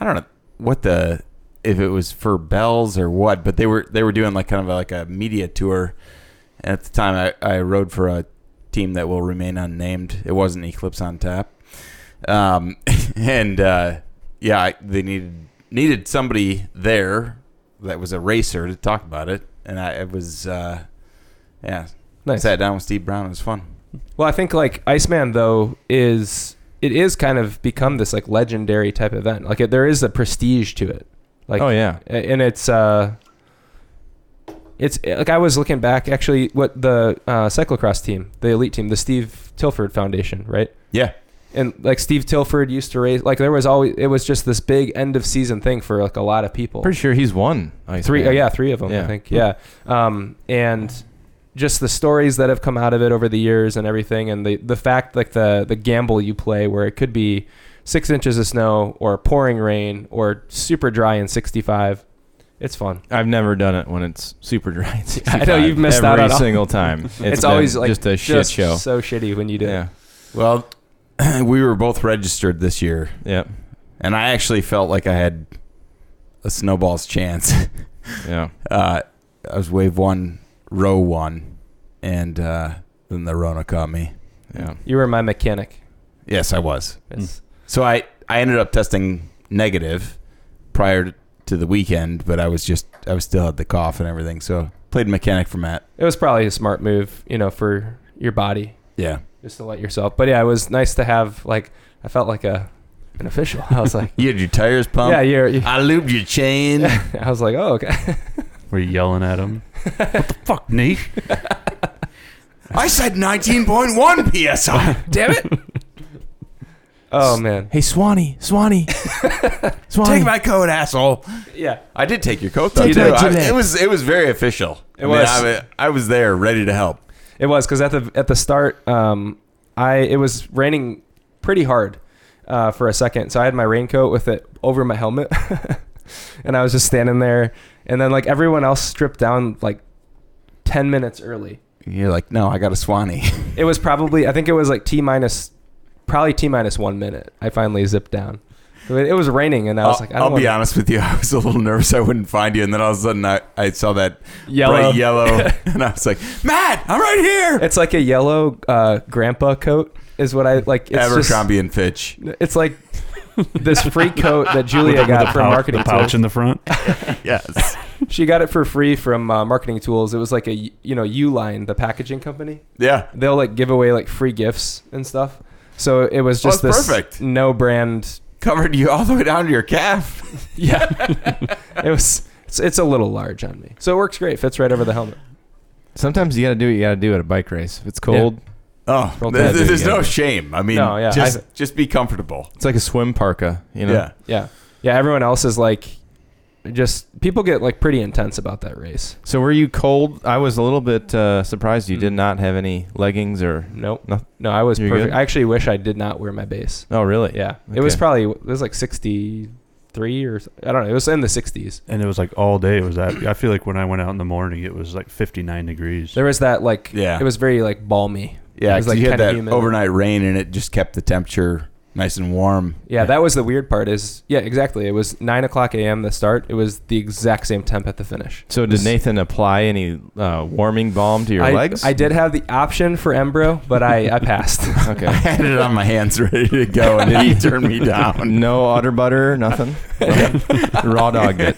Speaker 2: I don't know what the if it was for bells or what, but they were they were doing like kind of like a media tour. And at the time, I I rode for a team that will remain unnamed. It wasn't Eclipse on Tap. Um, [laughs] and uh, yeah, I- they needed needed somebody there that was a racer to talk about it, and I it was uh, yeah.
Speaker 1: Nice.
Speaker 2: Sat down with Steve Brown. It was fun.
Speaker 1: Well, I think like Iceman though is it is kind of become this like legendary type event. Like it, there is a prestige to it. Like
Speaker 3: oh yeah.
Speaker 1: a- and it's uh it's like I was looking back actually what the uh, cyclocross team, the elite team, the Steve Tilford Foundation, right?
Speaker 2: Yeah.
Speaker 1: And like Steve Tilford used to raise like there was always it was just this big end of season thing for like a lot of people.
Speaker 3: Pretty sure he's won. Iceman.
Speaker 1: Three, oh, yeah, three of them, I
Speaker 3: Yeah.
Speaker 1: think. Yeah, um, and just the stories that have come out of it over the years and everything, and the the fact like the the gamble you play where it could be six inches of snow or pouring rain or super dry in 65. It's fun.
Speaker 3: I've never done it when it's
Speaker 1: [laughs]
Speaker 3: super dry. It's
Speaker 1: I know you've missed
Speaker 3: every
Speaker 1: out on all-
Speaker 3: single time.
Speaker 1: [laughs]
Speaker 3: It's,
Speaker 1: It's,
Speaker 3: been
Speaker 1: always like
Speaker 3: just a shit show.
Speaker 1: So shitty when you do.
Speaker 3: yeah,
Speaker 1: it.
Speaker 2: Well, [clears throat] we were both registered this year,
Speaker 3: yeah,
Speaker 2: and I actually felt like I had a snowball's chance. [laughs]
Speaker 3: yeah.
Speaker 2: Uh, I was wave one, row one, and uh, then the Rona caught me.
Speaker 3: Yeah.
Speaker 1: You were my mechanic.
Speaker 2: Yes, I was.
Speaker 3: Hmm.
Speaker 1: It's-
Speaker 2: So I, I ended up testing negative prior to the weekend, but I was just I was still had the cough and everything. So played mechanic for Matt.
Speaker 1: It was probably a smart move, you know, for your body
Speaker 2: Yeah,
Speaker 1: just to let yourself. But yeah, it was nice to have like I felt like a an official. I
Speaker 3: [laughs]
Speaker 1: was like,
Speaker 2: you had your tires
Speaker 3: Um,
Speaker 2: pumped.
Speaker 1: yeah, you're. you-
Speaker 2: I lubed
Speaker 1: [laughs]
Speaker 2: your chain.
Speaker 1: I was like, oh, okay.
Speaker 4: Were you yelling at him? what the fuck, Nate?
Speaker 2: I said nineteen point one psi.
Speaker 1: Damn it. [laughs] oh man.
Speaker 3: Hey, Swanee, Swanee, Swanee.
Speaker 2: Take my coat, asshole.
Speaker 1: Yeah.
Speaker 2: I did take your coat though.
Speaker 1: You
Speaker 2: too.
Speaker 1: did.
Speaker 2: I-
Speaker 3: You did.
Speaker 2: it was it was very official.
Speaker 1: It was.
Speaker 2: I, mean, I, I was there, ready to help.
Speaker 1: It was because at the at the start, um, I it was raining pretty hard uh, for a second, so I had my raincoat with it over my helmet, [laughs] and I was just standing there, and then like everyone else stripped down like ten minutes early.
Speaker 2: You're like, no, I got a Swanee.
Speaker 1: It was probably I think it was like t minus, probably t minus one minute. I finally zipped down. It it was raining, and [laughs] I was
Speaker 2: I'll,
Speaker 1: like, I don't
Speaker 2: I'll be
Speaker 1: wanna
Speaker 2: honest with you. [laughs] I was a little nervous I wouldn't find you, and then all of a sudden I, I saw that
Speaker 1: yellow. [laughs]
Speaker 2: bright yellow, [laughs] and I was like, Matt, I'm right here.
Speaker 1: It's like a yellow uh, grandpa coat is what I like. It's just-
Speaker 2: Abercrombie and Fitch. [laughs]
Speaker 1: It's like this free coat that Julia
Speaker 4: [laughs] With the- with
Speaker 1: got
Speaker 4: the
Speaker 1: from
Speaker 4: pouch-
Speaker 1: marketing
Speaker 4: the pouch
Speaker 1: tools.
Speaker 4: in the front.
Speaker 2: Yes.
Speaker 1: She got it for free from uh, marketing tools. It was like a you know Uline, the packaging company.
Speaker 2: yeah.
Speaker 1: They'll like give away like free gifts and stuff. So it was
Speaker 2: Oh,
Speaker 1: just
Speaker 2: that's
Speaker 1: this
Speaker 2: perfect.
Speaker 1: no
Speaker 4: [laughs]
Speaker 1: brand.
Speaker 2: Covered you all the way down to your calf.
Speaker 1: Yeah, [laughs] it was. It's, it's a little large on me, so it works great. Fits right over the helmet.
Speaker 3: [laughs] Sometimes you got to do what you got to do at a bike race. If it's cold,
Speaker 2: Oh,
Speaker 3: Roll
Speaker 2: there-
Speaker 3: tide, dude,
Speaker 2: there's
Speaker 3: yeah.
Speaker 2: no shame. I mean,
Speaker 1: No, yeah,
Speaker 2: just
Speaker 1: I-
Speaker 2: just be comfortable.
Speaker 3: it's like a swim parka. You know.
Speaker 2: Yeah.
Speaker 1: Yeah, yeah. Everyone else is like, just people get like pretty intense about that race.
Speaker 3: So were you cold? I was a little bit uh, surprised
Speaker 1: Mm.
Speaker 3: you did not have any leggings or.
Speaker 1: Nope.
Speaker 3: No-
Speaker 1: No, I was
Speaker 3: You're
Speaker 1: perfect.
Speaker 3: good?
Speaker 1: I actually wish I did not wear my base.
Speaker 3: Oh really?
Speaker 1: Yeah, it was
Speaker 3: Okay.
Speaker 1: probably it was like sixty three or I don't know. It was in the sixties.
Speaker 4: And it was like all day. It was that. I feel like when I went out in the morning, it was like 59 degrees.
Speaker 1: There was that like
Speaker 2: Yeah.
Speaker 1: it was very like balmy.
Speaker 2: Yeah,
Speaker 1: It was,
Speaker 2: 'cause
Speaker 1: like,
Speaker 2: you had
Speaker 1: kinda
Speaker 2: that
Speaker 1: humid.
Speaker 2: overnight rain, and it just kept the temperature nice and warm.
Speaker 1: Yeah, that was the weird part. Is yeah, exactly. It was nine o'clock a.m. the start. It was the exact same temp at the finish.
Speaker 3: So did Nathan apply any uh, warming balm to your
Speaker 1: I,
Speaker 3: legs?
Speaker 1: I did have the option for Embro, but I I passed.
Speaker 2: [laughs]
Speaker 1: [laughs]
Speaker 2: I
Speaker 3: Okay.
Speaker 2: had it on my hands [laughs] ready to go, and he turned me down.
Speaker 3: No otter butter, nothing. raw dogged it.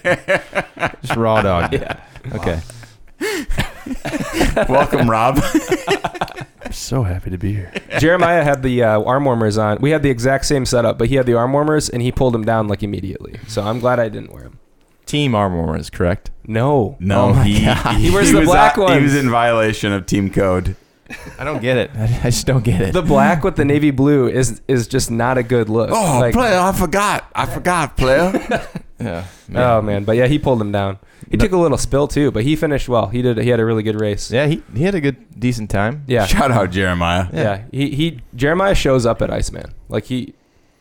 Speaker 3: Just raw dogged it. Okay.
Speaker 2: [laughs] Welcome, Rob.
Speaker 4: I'm so happy to be here.
Speaker 1: Jeremiah had the uh, arm warmers on. We had the exact same setup, but he had the arm warmers and he pulled them down like immediately. So I'm glad I didn't wear them.
Speaker 3: Team armor is correct.
Speaker 1: [laughs] No,
Speaker 2: No, he,
Speaker 1: He wears the
Speaker 2: was
Speaker 1: black
Speaker 2: out- Oh He was
Speaker 1: ones.
Speaker 2: in violation of team code.
Speaker 3: I don't get it. I, [laughs] I just don't get it.
Speaker 1: The black with the navy blue is is just not a good look.
Speaker 2: Oh,
Speaker 1: Like,
Speaker 2: player, I forgot. I forgot, player.
Speaker 3: yeah.
Speaker 1: Oh man, but yeah, he pulled him down. He took a little spill too, but he finished well. He did. He had a really good race.
Speaker 3: Yeah, he, he had a good decent time.
Speaker 1: [laughs] Yeah.
Speaker 2: Shout out Jeremiah.
Speaker 1: Yeah. He he Jeremiah shows up at Iceman. Like he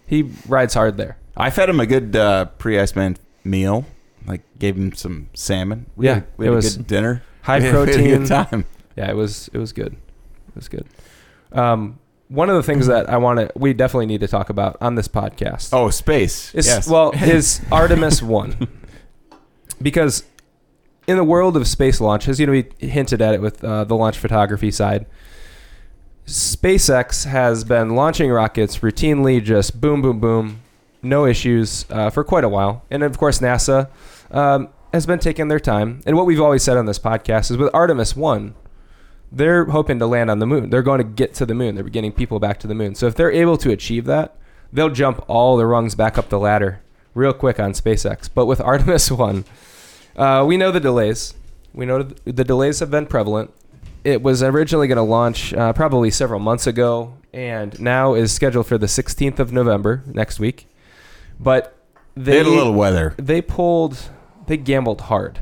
Speaker 1: he rides hard there.
Speaker 2: I fed him a good uh, pre-Iceman meal. Like gave him some salmon. We
Speaker 1: Yeah,
Speaker 2: had, we
Speaker 1: it
Speaker 2: had a
Speaker 1: was
Speaker 2: good dinner.
Speaker 1: High
Speaker 2: [laughs] We had- we had a
Speaker 1: protein.
Speaker 2: good time.
Speaker 1: Yeah, it was it was good. It was good. Um one of the things that I want to we definitely need to talk about on this podcast.
Speaker 2: Oh, space.
Speaker 1: is
Speaker 2: yes.
Speaker 1: well is Artemis 1. Because in the world of space launches, you know we hinted at it with uh, the launch photography side. SpaceX has been launching rockets routinely, just boom, boom, boom, no issues uh, for quite a while. And of course, NASA um, has been taking their time. And what we've always said on this podcast is with Artemis 1, they're hoping to land on the moon. They're going to get to the moon. They're getting people back to the moon. So if they're able to achieve that, they'll jump all the rungs back up the ladder real quick on SpaceX. But with [laughs] Artemis 1, uh, we know the delays. We know th- the delays have been prevalent. It was originally going to launch uh, probably several months ago, and now is scheduled for the 16th of November next week. But they,
Speaker 2: they, had a little
Speaker 1: [laughs]
Speaker 2: weather.
Speaker 1: they pulled they gambled hard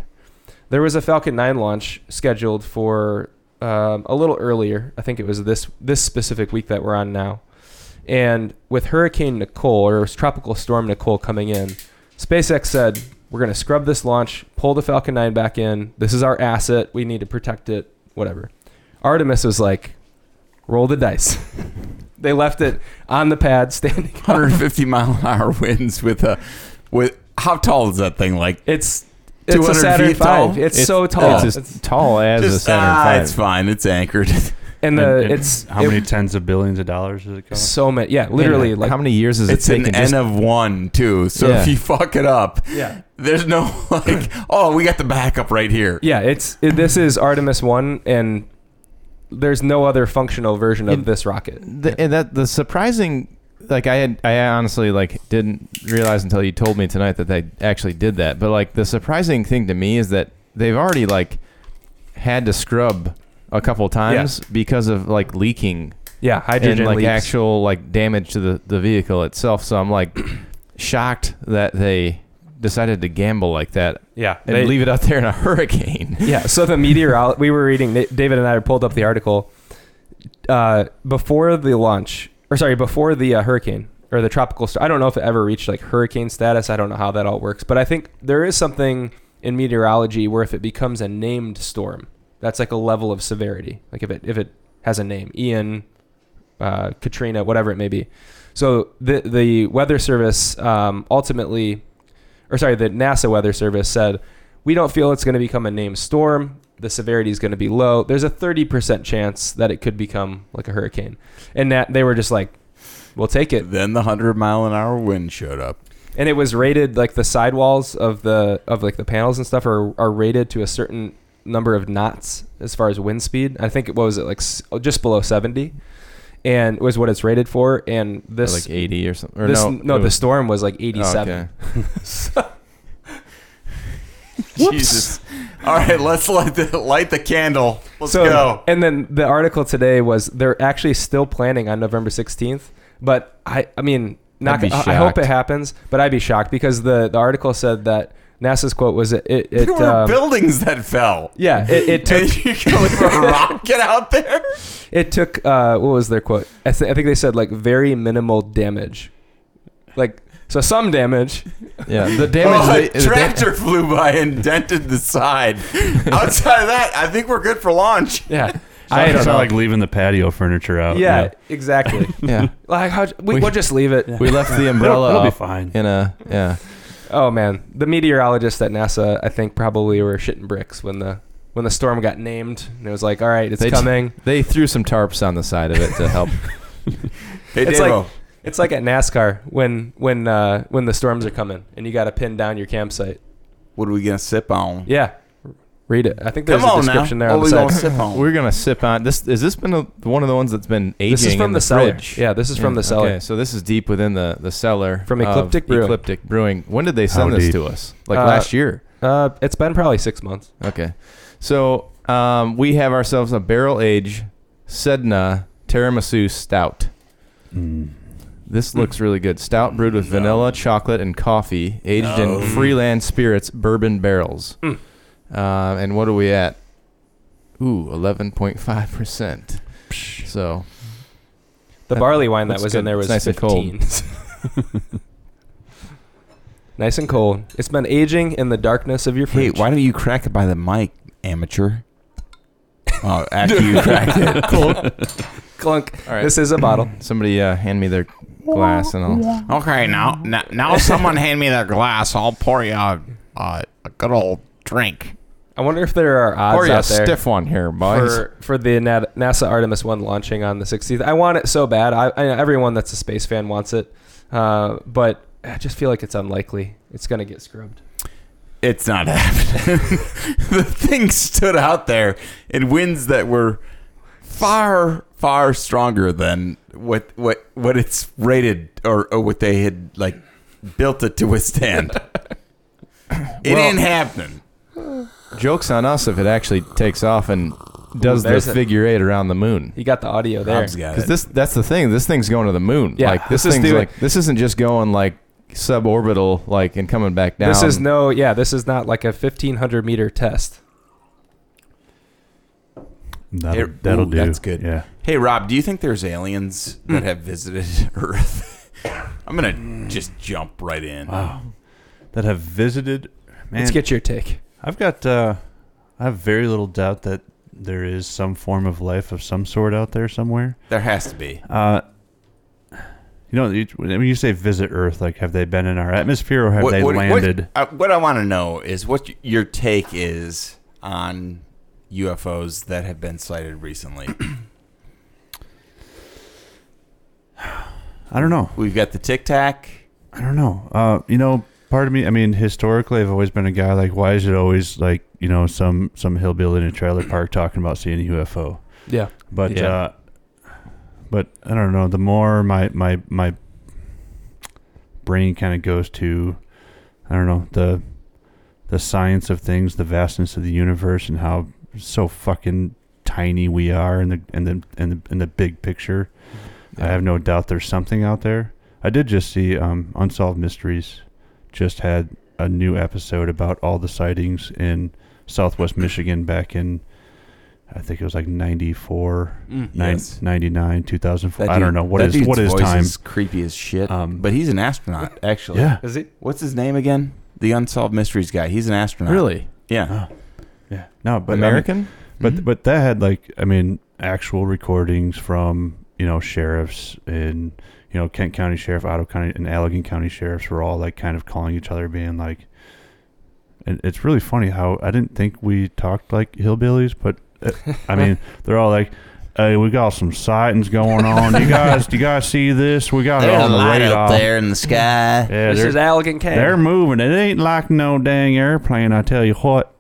Speaker 1: there was a falcon 9 launch scheduled for um, a little earlier i think it was this this specific week that we're on now and with hurricane nicole or tropical storm nicole coming in spacex said we're going to scrub this launch pull the falcon 9 back in this is our asset we need to protect it whatever artemis was like roll the dice [laughs] they left it on the pad standing
Speaker 2: 150 mile an hour winds with a with how tall is that thing? Like
Speaker 1: It's it's a
Speaker 2: 200
Speaker 1: Saturn
Speaker 2: feet
Speaker 1: V.
Speaker 2: tall?
Speaker 1: It's, so tall.
Speaker 3: It's as tall as a
Speaker 2: just,
Speaker 3: Saturn
Speaker 2: ah,
Speaker 3: V.
Speaker 2: it's fine. It's anchored. [laughs]
Speaker 1: and the
Speaker 4: And- and
Speaker 1: it's
Speaker 4: How
Speaker 1: it-
Speaker 4: many tens of billions of dollars does it cost?
Speaker 1: so many. Yeah, literally
Speaker 3: And
Speaker 1: like
Speaker 3: how many years is it
Speaker 2: It's an
Speaker 3: taking? just-
Speaker 2: n of one too. So
Speaker 3: Yeah.
Speaker 2: if you [laughs] fuck it up,
Speaker 1: Yeah.
Speaker 2: there's no like. Oh, we got the backup right here.
Speaker 1: Yeah, it's it, this is Artemis one, and there's no other functional version of
Speaker 3: In-
Speaker 1: this rocket.
Speaker 3: the, and that the surprising like I had I honestly like didn't realize until you told me tonight that they actually did that. But like the surprising thing to me is that they've already like had to scrub a couple times because of like leaking
Speaker 1: Yeah, hydrogen
Speaker 3: and like
Speaker 1: leaks.
Speaker 3: actual like damage to the, the vehicle itself. So
Speaker 1: [clears throat]
Speaker 3: I'm like shocked that they decided to gamble like that
Speaker 1: yeah,
Speaker 3: and
Speaker 1: they-
Speaker 3: leave it out there in a [laughs] hurricane.
Speaker 1: [laughs] yeah. So the meteorologist, we were reading. Na- David and I pulled up the article uh, before the launch, or sorry, before the uh, hurricane or the tropical. St- I don't know if it ever reached like hurricane status. I don't know how that all works, but I think there is something in meteorology where if it becomes a named storm, that's like a level of severity. Like if it if it has a name, Ian, uh, Katrina, whatever it may be. So the the Weather Service um, ultimately, or sorry, the NASA Weather Service said we don't feel it's going to become a named storm. The severity is going to be low. There's a 30% chance that it could become like a hurricane, and that they were just like, we'll take it.
Speaker 2: Then the hundred mile an hour wind showed up.
Speaker 1: And it was rated like the sidewalls of the of like the panels and stuff are are rated to a certain number of knots as far as wind speed. I think it what was it like s- just below 70, and was what it's rated for. And
Speaker 3: Or,
Speaker 1: this
Speaker 3: like 80 or something. Or
Speaker 1: this,
Speaker 3: no,
Speaker 1: no,
Speaker 3: it
Speaker 1: the
Speaker 3: was-
Speaker 1: storm was like
Speaker 3: oh,
Speaker 1: 87.
Speaker 3: okay.
Speaker 2: Jesus. All right, let's light the light the candle. [laughs] Let's
Speaker 1: so,
Speaker 2: go.
Speaker 1: And then the article today was they're actually still planning on November 16th, but I, I mean,
Speaker 3: I'd
Speaker 1: not.
Speaker 3: be
Speaker 1: I, I hope it
Speaker 3: shocked.
Speaker 1: happens, but I'd be shocked because the, the article said that NASA's quote was it. it, it
Speaker 2: There were
Speaker 1: um,
Speaker 2: buildings that fell.
Speaker 1: yeah, it,
Speaker 2: [laughs]
Speaker 1: it took
Speaker 2: And you
Speaker 1: [laughs]
Speaker 2: can leave a rocket out there.
Speaker 1: it took uh, what was their quote? I, th- I think they said like very minimal damage, like so some damage.
Speaker 3: Yeah,
Speaker 1: [laughs]
Speaker 3: the
Speaker 2: Oh, [laughs]
Speaker 3: damage.
Speaker 1: uh,
Speaker 2: a
Speaker 3: they, the da-
Speaker 2: tractor flew by and dented the side. Outside of that, I think we're good for launch. [laughs]
Speaker 1: Yeah,
Speaker 4: I
Speaker 1: I don't
Speaker 4: it's not
Speaker 1: know.
Speaker 4: like leaving the patio furniture
Speaker 2: oh,
Speaker 4: out.
Speaker 1: yeah,
Speaker 2: [laughs]
Speaker 1: exactly.
Speaker 3: yeah.
Speaker 1: like how we,
Speaker 3: We-
Speaker 1: we'll just leave it.
Speaker 3: We
Speaker 1: [laughs]
Speaker 3: left the
Speaker 4: It'll,
Speaker 3: umbrella
Speaker 4: it'll be
Speaker 3: up
Speaker 4: fine.
Speaker 3: in a yeah.
Speaker 1: Oh man, the meteorologists at NASA, I think probably were shitting bricks when the when the storm got named. And it was like, all right, it's
Speaker 3: They just-
Speaker 1: coming.
Speaker 3: They threw some tarps on the side of it
Speaker 1: [laughs]
Speaker 3: to help.
Speaker 2: Hey,
Speaker 1: It's
Speaker 2: Davo.
Speaker 1: like- it's like at NASCAR when when uh, when the storms are coming and you got to pin down your campsite.
Speaker 2: what are we gonna sip on?
Speaker 1: Yeah, read it. I think there's
Speaker 2: Come
Speaker 1: a
Speaker 2: on now.
Speaker 1: description there
Speaker 2: what
Speaker 1: on
Speaker 2: we
Speaker 1: the
Speaker 2: gonna
Speaker 1: side.
Speaker 2: sip on?
Speaker 3: We're gonna sip on this. Has this been a, one of the ones that's been
Speaker 1: [laughs]
Speaker 3: aging
Speaker 1: This is
Speaker 3: in
Speaker 1: from the,
Speaker 3: the,
Speaker 1: cellar.
Speaker 3: fridge?
Speaker 1: Yeah, this is from
Speaker 3: Yeah,
Speaker 1: the cellar.
Speaker 3: Okay, so this is deep within the the cellar
Speaker 1: From
Speaker 3: of
Speaker 1: Ecliptic Brewing.
Speaker 3: Ecliptic Brewing. When did they send
Speaker 4: How
Speaker 3: this
Speaker 4: deep?
Speaker 3: to us? Like
Speaker 1: Uh,
Speaker 3: last year.
Speaker 1: Uh, it's been probably six months.
Speaker 3: Okay, so um, we have ourselves a barrel age Sedna Tiramisu Stout.
Speaker 4: Mm.
Speaker 3: This looks really good. Stout brewed with vanilla, chocolate, and coffee, aged in Freeland Spirits bourbon barrels.
Speaker 1: Mm.
Speaker 3: Uh, and what are we at? Ooh, 11.5%. So,
Speaker 1: The
Speaker 3: That
Speaker 1: barley wine that
Speaker 3: looks
Speaker 1: was in
Speaker 3: good.
Speaker 1: there was
Speaker 3: It's nice and cold.
Speaker 1: 15. [laughs] nice and cold. It's been aging in the darkness of your
Speaker 2: Hey,
Speaker 1: fridge.
Speaker 2: why don't you crack it by the mic, amateur? Oh, after [laughs] you crack it.
Speaker 1: Clunk.
Speaker 3: all right.
Speaker 1: This is a bottle.
Speaker 3: Somebody uh, hand me their glass and I'll.
Speaker 2: Okay, now, now, now someone hand me their glass. I'll pour you a, a, a good old drink.
Speaker 1: I wonder if there are odds
Speaker 3: Pour you a
Speaker 1: out there
Speaker 3: stiff one here, boys.
Speaker 1: for, for the Na- NASA Artemis 1 launching on the 16th. I want it so bad. I, I Everyone that's a space fan wants it. Uh, but I just feel like it's unlikely. It's going to get scrubbed.
Speaker 2: It's not happening. [laughs] the thing stood out there in winds that were far, far stronger than what what what it's rated or, or what they had like built it to [laughs] withstand. it
Speaker 3: Well-
Speaker 2: ain't happening.
Speaker 3: Joke's on us if it actually takes off and does the
Speaker 1: there's a-
Speaker 3: figure eight around the moon.
Speaker 1: You got the audio there.
Speaker 2: Rob's got
Speaker 3: Because
Speaker 2: it.
Speaker 3: this that's the thing. This thing's going to the moon.
Speaker 1: Yeah,
Speaker 3: like this,
Speaker 1: this is
Speaker 3: thing's
Speaker 1: the-
Speaker 3: like this isn't just going like suborbital like and coming back down.
Speaker 1: This is no, yeah, this is not like a 1,500 meter test.
Speaker 4: That'll,
Speaker 2: It-
Speaker 4: that'll
Speaker 2: ooh,
Speaker 4: do.
Speaker 2: that's good.
Speaker 4: Yeah.
Speaker 2: Hey Rob, do you think there's aliens
Speaker 4: Hmm.
Speaker 2: that have visited [laughs] Earth? I'm gonna just jump right in.
Speaker 4: Wow. That have visited. Man,
Speaker 1: Let's get your take.
Speaker 4: I've got. Uh, I have very little doubt that there is some form of life of some sort out there somewhere.
Speaker 2: There has to be.
Speaker 4: Uh, you know, you- when you say visit Earth, like have they been in our atmosphere or have they landed?
Speaker 2: What, uh, what I want to know is what y- your take is on UFOs that have been sighted
Speaker 4: [coughs]
Speaker 2: recently.
Speaker 4: I don't know.
Speaker 2: We've got the Tic Tac.
Speaker 4: I don't know. Uh, you know, part of me. I mean, historically, I've always been a guy like, why is it always like you know some some hillbilly in a trailer park talking about seeing a UFO?
Speaker 1: Yeah.
Speaker 4: But
Speaker 3: Yeah.
Speaker 4: uh, but I don't know. The more my my my brain kind of goes to, I don't know the the science of things, the vastness of the universe, and how so fucking tiny we are in the in the in the, in the big picture. I have no doubt there's something out there. I did just see um, Unsolved Mysteries just had a new episode about all the sightings in Southwest Michigan back in I think it was like 94, nine-
Speaker 2: Yes.
Speaker 4: 99, 2004. Hmm. I don't know what
Speaker 2: that
Speaker 4: is
Speaker 2: dude's
Speaker 4: what is
Speaker 2: voice
Speaker 4: time.
Speaker 2: Is creepy as shit.
Speaker 4: Um,
Speaker 2: but he's an astronaut, actually.
Speaker 4: yeah.
Speaker 1: Is he?
Speaker 2: What's his name again? The Unsolved Mysteries guy. He's an astronaut.
Speaker 3: really
Speaker 2: Yeah.
Speaker 4: Yeah. No, but I mean-
Speaker 3: American. Hmm?
Speaker 4: But [laughs]
Speaker 2: Mhm.
Speaker 4: but that had like I mean actual recordings from you know sheriffs in you know Kent County Sheriff, Ottawa County, and Allegan County sheriffs were all like kind of calling each other, being like, and it's really funny how I didn't think we talked like hillbillies, but uh,
Speaker 2: [laughs]
Speaker 4: I mean they're all like. Hey, we got some sightings going on. You
Speaker 2: [laughs]
Speaker 4: guys, you guys see this? We got it
Speaker 2: There's a
Speaker 4: on the
Speaker 2: light
Speaker 4: radar.
Speaker 2: out there in the sky.
Speaker 4: Yeah,
Speaker 1: this
Speaker 4: they're-
Speaker 1: is Allegan K.
Speaker 4: they're moving. It ain't like no dang airplane. I tell you what.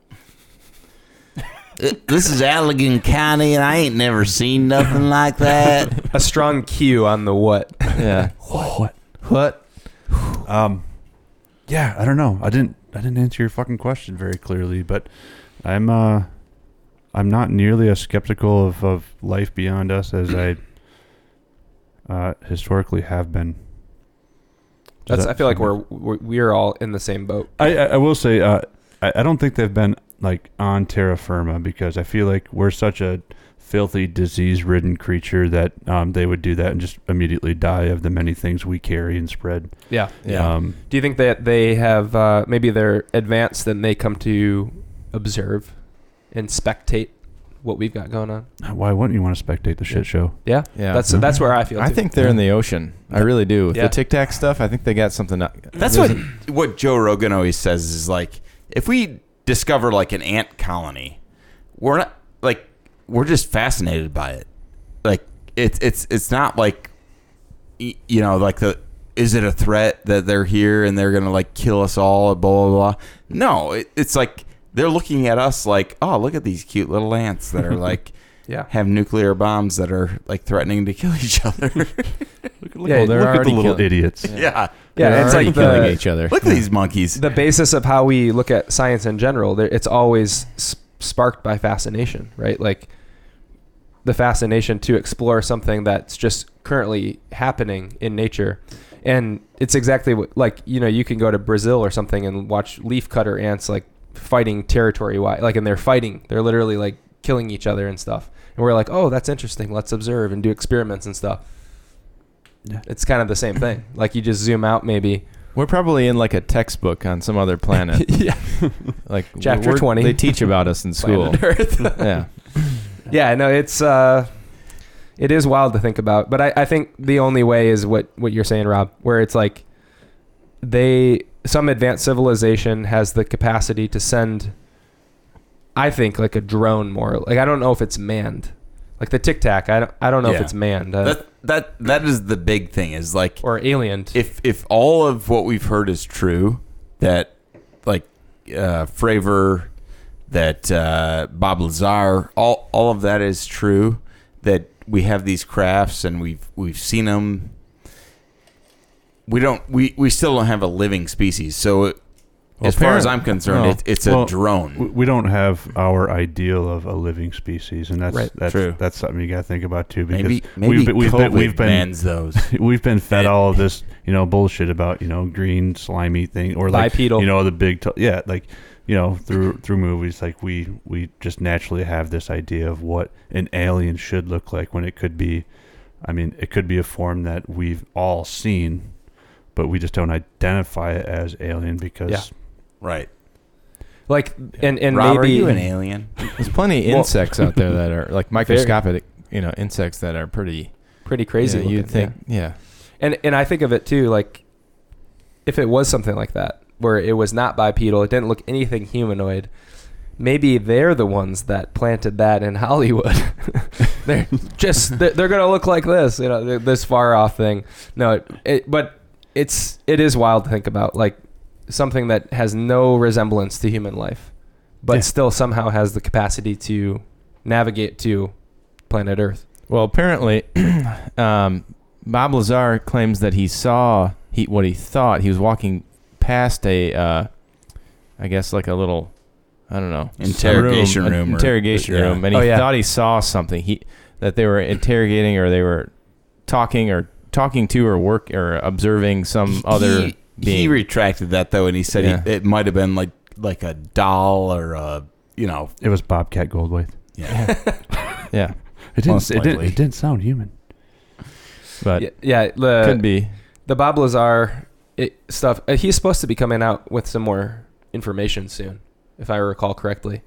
Speaker 2: this is Allegan County, and I ain't never seen nothing like that.
Speaker 1: a strong cue on the what.
Speaker 3: yeah.
Speaker 4: What?
Speaker 3: What?
Speaker 4: Um, yeah, I don't know. I didn't. I didn't answer your fucking question very clearly, but I'm. Uh, I'm not nearly as skeptical of, of life beyond us as I uh, historically have been. Does
Speaker 1: That's.
Speaker 4: that
Speaker 1: I feel like
Speaker 4: sound
Speaker 1: we're we're we're all in the same boat.
Speaker 4: I, I I will say uh, I, I don't think they've been like on terra firma because I feel like we're such a filthy disease ridden creature that um, they would do that and just immediately die of the many things we carry and spread.
Speaker 1: Yeah.
Speaker 3: Yeah.
Speaker 4: Um,
Speaker 1: Do you think that they have uh, maybe they're advanced and they come to observe and spectate what we've got going on?
Speaker 4: why wouldn't you want to spectate the shit show?
Speaker 1: Yeah.
Speaker 3: Yeah.
Speaker 1: That's
Speaker 4: Mhm.
Speaker 1: that's where I feel.
Speaker 3: I
Speaker 1: too.
Speaker 3: think they're in the ocean. I really do. With
Speaker 1: Yeah.
Speaker 3: The Tic Tac stuff. I think they got something.
Speaker 2: That's what what Joe Rogan always says is like if we discover like an ant colony, we're not like we're just fascinated by it. Like it's it's it's not like y- you know like the is it a threat that they're here and they're gonna like kill us all blah blah blah. No, it, it's like they're looking at us like oh look at these cute little ants that are like [laughs]
Speaker 1: Yeah.
Speaker 2: have nuclear bombs that are like threatening to kill [laughs] each other.
Speaker 4: Look,
Speaker 1: Yeah, they're
Speaker 4: at- look at
Speaker 3: already
Speaker 4: the little
Speaker 3: killing-
Speaker 4: idiots.
Speaker 2: yeah.
Speaker 1: Yeah. It's
Speaker 3: already
Speaker 1: like
Speaker 3: killing
Speaker 1: the
Speaker 3: each other.
Speaker 2: look at these monkeys.
Speaker 1: the basis of how we look at science in general. There, it's always s- sparked by fascination, right? Like the fascination to explore something that's just currently happening in nature. And it's exactly what, like, you know, you can go to Brazil or something and watch leaf cutter ants like fighting territory wide, like, and they're fighting. They're literally like killing each other and stuff. And we're like, oh, that's interesting. Let's observe and do experiments and stuff.
Speaker 4: Yeah.
Speaker 1: It's kind of the same thing. Like, you just zoom out maybe.
Speaker 3: We're probably in like a textbook on some other
Speaker 1: [laughs]
Speaker 3: planet.
Speaker 1: yeah.
Speaker 3: Like
Speaker 1: Chapter
Speaker 3: we're-
Speaker 1: 20.
Speaker 3: They teach about us in school.
Speaker 1: Planet Earth.
Speaker 3: yeah.
Speaker 1: yeah no it's uh it is wild to think about but I, I think the only way is what what you're saying rob where it's like they some advanced civilization has the capacity to send i think like a drone more like i don't know if it's manned like the tic tac i don't, I don't know if
Speaker 2: Yeah.
Speaker 1: it's manned uh,
Speaker 2: [laughs] That that that is the big thing. Is like
Speaker 1: or alien
Speaker 2: if if all of what we've heard is true, that like uh, Fravor, that uh, Bob Lazar, all all of that is true. That we have these crafts and we've we've seen them. We don't. We, we still don't have a living species. So, it,
Speaker 3: Well,
Speaker 2: as far as
Speaker 3: apparent-
Speaker 2: I'm concerned,
Speaker 4: no.
Speaker 2: it, it's a
Speaker 4: Well,
Speaker 2: drone.
Speaker 4: We- We don't have our ideal of a living species, and that's
Speaker 1: Right.
Speaker 4: that's
Speaker 2: True.
Speaker 4: that's something you got to think about too. Because
Speaker 2: maybe maybe
Speaker 4: we've been, we've
Speaker 2: COVID
Speaker 4: been, we've been
Speaker 2: bans those.
Speaker 4: we've been fed all of this, you know, bullshit about you know green slimy thing or like
Speaker 1: Bipedal.
Speaker 4: you know the big t- yeah like you know through through movies like we we just naturally have this idea of what an alien should look like when it could be, I mean, it could be a form that we've all seen, but we just don't identify it as alien because
Speaker 1: Yeah.
Speaker 2: right.
Speaker 1: like and and
Speaker 2: Rob,
Speaker 1: maybe
Speaker 2: are you an alien?
Speaker 3: There's plenty of
Speaker 1: Well-
Speaker 3: insects out there that are like microscopic, you know, insects that are pretty
Speaker 1: pretty crazy
Speaker 3: Yeah, you'd
Speaker 1: looking, yeah.
Speaker 3: think, yeah.
Speaker 1: And and I think of it too, like if it was something like that, where it was not bipedal, it didn't look anything humanoid. Maybe they're the ones that planted that in [laughs] Hollywood. they're
Speaker 3: [laughs]
Speaker 1: just they're, they're gonna look like this, you know, th- this far off thing. No, it, it, but it's it is wild to think about, like something that has no resemblance to human life, but
Speaker 4: Yeah.
Speaker 1: still somehow has the capacity to navigate to planet Earth.
Speaker 3: Well, apparently, [clears throat] um, Bob Lazar claims that he saw he what he thought he was walking past a, uh, I guess like a little, I don't know,
Speaker 2: Interrogation
Speaker 3: an
Speaker 2: room or-
Speaker 3: interrogation
Speaker 2: yeah.
Speaker 3: room, and he
Speaker 1: Oh, yeah.
Speaker 3: thought he saw something he that they were interrogating or they were talking or talking to or work or observing some other
Speaker 2: he, he
Speaker 3: being.
Speaker 2: retracted that though and he said
Speaker 3: Yeah.
Speaker 2: he, it might have been like like a doll or a you know
Speaker 4: it was Bobcat Goldthwait.
Speaker 2: yeah
Speaker 3: yeah,
Speaker 4: It
Speaker 2: Most
Speaker 4: didn't, it didn't.
Speaker 2: likely.
Speaker 4: It didn't sound human.
Speaker 3: but
Speaker 1: Yeah, yeah the-
Speaker 2: uh,
Speaker 3: could be.
Speaker 1: the Bob Lazar it, stuff. uh, He's supposed to be coming out with some more information soon, if I recall correctly.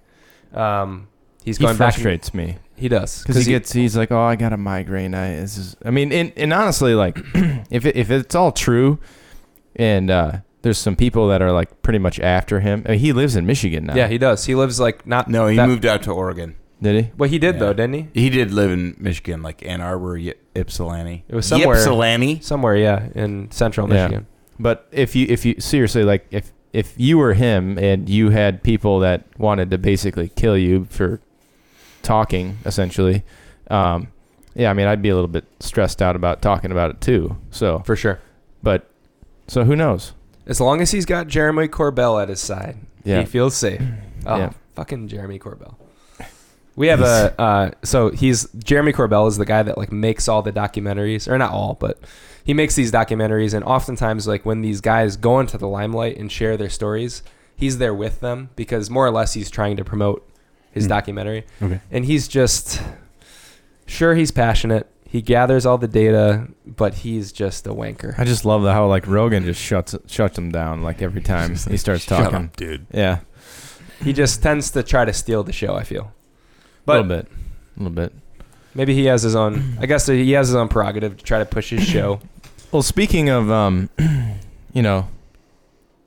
Speaker 1: Um, he's
Speaker 3: He
Speaker 1: going back. and-
Speaker 3: frustrates me.
Speaker 1: He does
Speaker 3: because he gets he's like oh i got a migraine i this is i mean and, and honestly like [clears throat] if, it, if it's all true and uh there's some people that are like pretty much after him I mean, he lives in michigan now
Speaker 1: Yeah, he does. He lives like
Speaker 3: Mm.
Speaker 1: not.
Speaker 2: no he
Speaker 1: that-
Speaker 2: moved out to oregon
Speaker 3: did he
Speaker 1: Well, he did
Speaker 2: Yeah.
Speaker 1: though, didn't he?
Speaker 2: he did live in michigan like ann arbor Y- ypsilanti
Speaker 1: It was somewhere-
Speaker 2: ypsilanti
Speaker 1: Somewhere, yeah, in central
Speaker 3: Yeah.
Speaker 1: Michigan.
Speaker 3: but if you if you seriously like if if you were him and you had people that wanted to basically kill you for talking essentially um yeah i mean i'd be a little bit stressed out about talking about it too so
Speaker 1: for sure.
Speaker 3: but so who knows
Speaker 1: As long as he's got Jeremy Corbell at his side,
Speaker 3: yeah
Speaker 1: he feels safe. Oh,
Speaker 3: Yeah.
Speaker 1: fucking Jeremy Corbell. We have a uh, so he's Jeremy Corbell is the guy that like makes all the documentaries or not all, but he makes these documentaries and oftentimes like when these guys go into the limelight and share their stories, he's there with them because more or less he's trying to promote his
Speaker 4: Hmm.
Speaker 1: documentary
Speaker 4: Okay.
Speaker 1: and he's just sure he's passionate. He gathers all the data, but he's just a wanker.
Speaker 3: [laughs] I just love the how like Rogan just shuts shuts him down like every time he starts
Speaker 2: Shut
Speaker 3: talking.
Speaker 2: up, dude
Speaker 3: Yeah,
Speaker 1: He just tends to try to steal the show, I feel.
Speaker 3: a
Speaker 1: But
Speaker 3: little bit, a little bit.
Speaker 1: Maybe he has his own. I guess he has his own prerogative to try to push his show.
Speaker 3: Well, speaking of, um, [clears throat] you know,